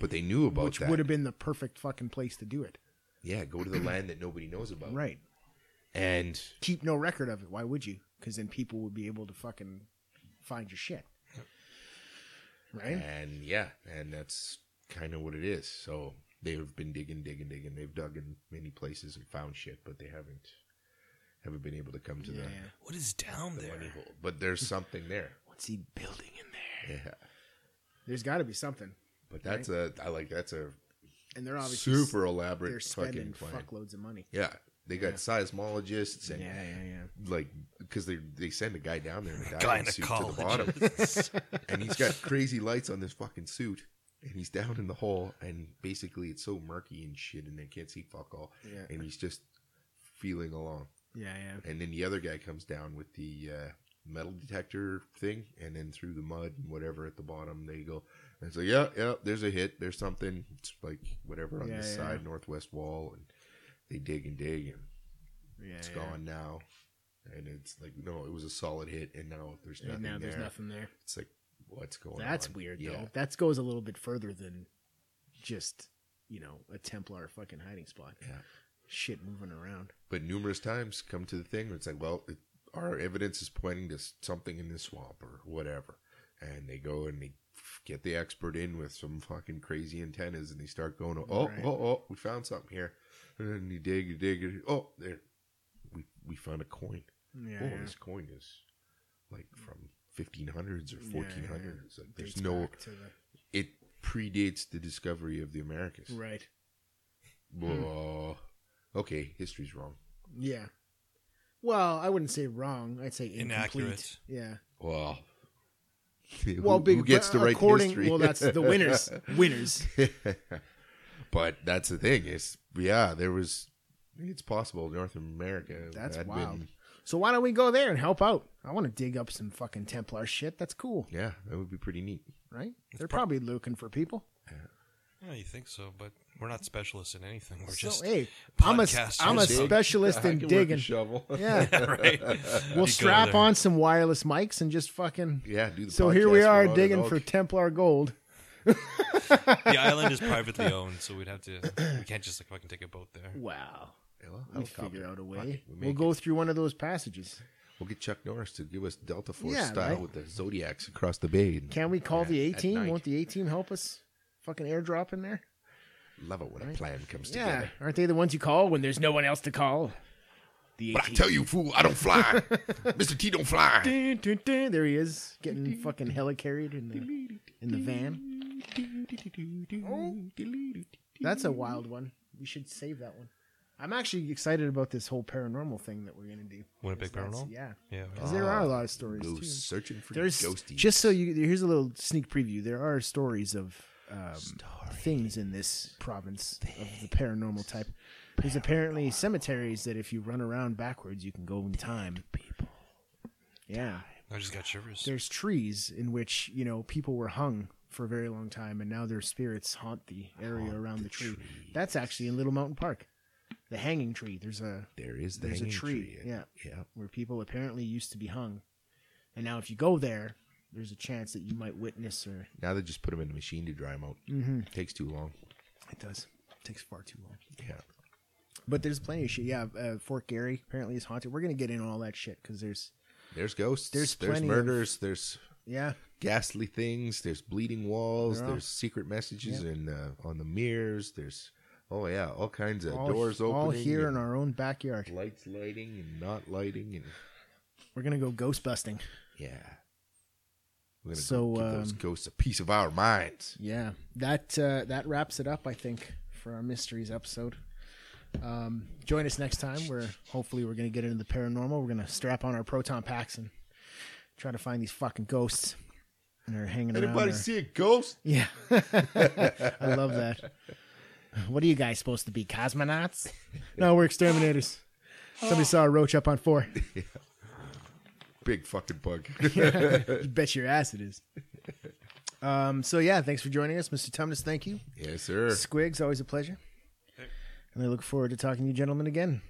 Speaker 2: but they knew about
Speaker 1: which
Speaker 2: that.
Speaker 1: would have been the perfect fucking place to do it.
Speaker 2: yeah, go to the land that nobody knows about.
Speaker 1: Right.
Speaker 2: and
Speaker 1: Keep no record of it. Why would you? Because then people would be able to fucking find your shit. Right.
Speaker 2: And yeah, and that's kind of what it is. So they've been digging, digging, digging. They've dug in many places and found shit, but they haven't haven't been able to come to
Speaker 1: Yeah.
Speaker 2: the,
Speaker 3: What is down
Speaker 2: the
Speaker 3: there?
Speaker 2: money hole.
Speaker 1: (laughs)
Speaker 2: But there's something there.
Speaker 1: What's he building in there?
Speaker 2: Yeah.
Speaker 1: There's got to be something,
Speaker 2: But that's a I like that's a
Speaker 1: and they're obviously
Speaker 2: super
Speaker 1: They're
Speaker 2: elaborate fucking
Speaker 1: spending
Speaker 2: plan.
Speaker 1: fuckloads of money.
Speaker 2: Yeah. They got seismologists and
Speaker 1: yeah.
Speaker 2: like because they they send a guy down there in a diving suit to the bottom.
Speaker 3: Gynecologist.
Speaker 2: (laughs) and he's got crazy lights on this fucking suit. And he's down in the hole, and basically it's so murky and shit, and they can't see fuck all.
Speaker 1: Yeah.
Speaker 2: And he's just feeling along.
Speaker 1: Yeah, yeah.
Speaker 2: And then the other guy comes down with the uh, metal detector thing, and then through the mud and whatever at the bottom, they go, And so, yeah, yeah, there's a hit. There's something. It's like whatever on
Speaker 1: Yeah,
Speaker 2: this
Speaker 1: yeah.
Speaker 2: side, northwest wall, and they dig and dig, and
Speaker 1: Yeah,
Speaker 2: it's
Speaker 1: yeah.
Speaker 2: gone now. And it's like, no, it was a solid hit, and now there's
Speaker 1: And
Speaker 2: nothing
Speaker 1: now
Speaker 2: there.
Speaker 1: there's nothing there.
Speaker 2: It's like, what's going on?
Speaker 1: That's weird
Speaker 2: Yeah.
Speaker 1: though. That goes a little bit further than just you know a Templar fucking hiding spot.
Speaker 2: Yeah.
Speaker 1: Shit moving around.
Speaker 2: But numerous times come to the thing where it's like, well, it, our evidence is pointing to s- something in the swamp or whatever. And they go and they f- get the expert in with some fucking crazy antennas and they start going, oh,
Speaker 1: Right.
Speaker 2: oh, oh, we found something here. And you dig, you dig, you- oh, there. We, we found a coin.
Speaker 1: Yeah.
Speaker 2: oh,
Speaker 1: yeah.
Speaker 2: this coin is like from 1500s or
Speaker 1: Yeah,
Speaker 2: 1400s.
Speaker 1: yeah.
Speaker 2: It's Like, there's
Speaker 1: Dates
Speaker 2: no,
Speaker 1: back to the-
Speaker 2: it predates the discovery of the Americas.
Speaker 1: right. Hmm.
Speaker 2: Whoa. Okay, history's wrong.
Speaker 1: Yeah. Well, I wouldn't say wrong. I'd say incomplete.
Speaker 3: Inaccurate.
Speaker 1: Yeah.
Speaker 2: Well, (laughs) who,
Speaker 1: Well, big,
Speaker 2: who gets to
Speaker 1: but
Speaker 2: write
Speaker 1: according,
Speaker 2: history?
Speaker 1: Well, that's the winners. (laughs) winners.
Speaker 2: (laughs) but that's the thing is, yeah, there was. It's possible North America.
Speaker 1: That's
Speaker 2: had
Speaker 1: wild.
Speaker 2: been-
Speaker 1: So why don't we go there and help out? I want to dig up some fucking Templar shit. That's cool,
Speaker 2: yeah, that would be pretty neat.
Speaker 1: right? They're
Speaker 3: prob-
Speaker 1: probably looking for people.
Speaker 3: Yeah, you think so, but we're not specialists in anything. We're
Speaker 1: So
Speaker 3: just
Speaker 1: hey, I'm a
Speaker 3: podcasters.
Speaker 1: I'm a
Speaker 3: Dig.
Speaker 1: specialist
Speaker 2: I
Speaker 1: in
Speaker 2: can work a
Speaker 1: digging.
Speaker 2: shovel.
Speaker 1: Yeah.
Speaker 3: (laughs) right. You go
Speaker 1: We'll strap
Speaker 3: there.
Speaker 1: on some wireless mics and just fucking.
Speaker 2: (laughs) yeah. Do the
Speaker 1: so here we
Speaker 2: podcast
Speaker 1: are
Speaker 2: remote and
Speaker 1: digging
Speaker 2: all-
Speaker 1: for Templar gold.
Speaker 3: The island is privately owned, so we'd have to. We can't just like fucking take a boat there.
Speaker 1: Wow.
Speaker 2: Yeah, well,
Speaker 1: We'll
Speaker 2: helicopter.
Speaker 1: figure out a
Speaker 2: Fuck
Speaker 1: way.
Speaker 2: it,
Speaker 1: We'll
Speaker 2: make
Speaker 1: go
Speaker 2: it.
Speaker 1: through one of those passages.
Speaker 2: We'll get Chuck Norris to give us Delta Force
Speaker 1: Yeah,
Speaker 2: style
Speaker 1: right.
Speaker 2: with the zodiacs across the bay. And
Speaker 1: Can we call
Speaker 2: Yeah,
Speaker 1: the A
Speaker 2: at
Speaker 1: team?
Speaker 2: night.
Speaker 1: Won't the A team help us? Fucking airdrop in there.
Speaker 2: love it when a plan comes
Speaker 1: Yeah,
Speaker 2: together.
Speaker 1: aren't they the ones you call when there's no one else to call? The
Speaker 2: But I tell you, fool, I
Speaker 1: (laughs)
Speaker 2: don't fly. Mister T don't fly.
Speaker 1: Dun, dun, dun. There he is, getting fucking helicarried in the in the van. Oh. That's a wild one. We should save that one. I'm actually excited about this whole paranormal thing that we're gonna do.
Speaker 3: Winnipeg
Speaker 1: That's-
Speaker 3: Paranormal?
Speaker 1: Yeah,
Speaker 3: Yeah.
Speaker 1: because there are a lot of stories
Speaker 2: Go
Speaker 1: too.
Speaker 2: searching for
Speaker 1: There's
Speaker 2: ghosties.
Speaker 1: just so you here's a little sneak preview. There are stories of um, things in this province of the paranormal type. There's apparently cemeteries that if you run around backwards, you can go in time. People, yeah.
Speaker 3: I just got shivers.
Speaker 1: There's trees in which you know people were hung for a very long time, and now their spirits haunt the area around the, tree. That's actually in Little Mountain Park, the hanging tree. There's a
Speaker 2: there is the
Speaker 1: there's a
Speaker 2: hanging
Speaker 1: tree.
Speaker 2: tree.
Speaker 1: Yeah
Speaker 2: yeah.
Speaker 1: where people apparently used to be hung. And now if you go there, there's a chance that you might witness or
Speaker 2: Now they just put them in the machine to dry them out.
Speaker 1: Mhm.
Speaker 2: Takes too long.
Speaker 1: it does. takes far too long.
Speaker 2: Yeah.
Speaker 1: But there's plenty of shit. Yeah, uh, Fort Gary apparently is haunted. We're going to get in all that shit cuz there's
Speaker 2: There's ghosts.
Speaker 1: There's
Speaker 2: There's
Speaker 1: plenty of-
Speaker 2: murders. There's
Speaker 1: yeah,
Speaker 2: ghastly things. There's bleeding walls.
Speaker 1: There are.
Speaker 2: there's secret messages in uh, on the mirrors. There's oh yeah, all kinds of
Speaker 1: all,
Speaker 2: doors opening.
Speaker 1: all here in
Speaker 2: and
Speaker 1: our own backyard.
Speaker 2: lights lighting and not lighting and
Speaker 1: We're going to go ghost busting.
Speaker 2: yeah. We're gonna
Speaker 1: So,
Speaker 2: go give those
Speaker 1: um,
Speaker 2: ghosts a piece of our minds.
Speaker 1: Yeah. That uh, that wraps it up I think for our mysteries episode. Um, join us next time where hopefully we're going to get into the paranormal. We're going to strap on our proton packs and try to find these fucking ghosts. And they're hanging around.
Speaker 2: Anybody
Speaker 1: our-
Speaker 2: see a ghost?
Speaker 1: Yeah. (laughs) I love that. What are you guys supposed to be?
Speaker 2: (laughs)
Speaker 1: Cosmonauts? No, we're exterminators. Somebody saw a roach up on four.
Speaker 2: Big fucking bug. (laughs)
Speaker 1: You bet your ass it is. Um, so yeah, thanks for joining us, Mr. Tumnus. Thank you.
Speaker 2: yes, sir.
Speaker 1: Squigs, always a pleasure. And I look forward to talking to you gentlemen again.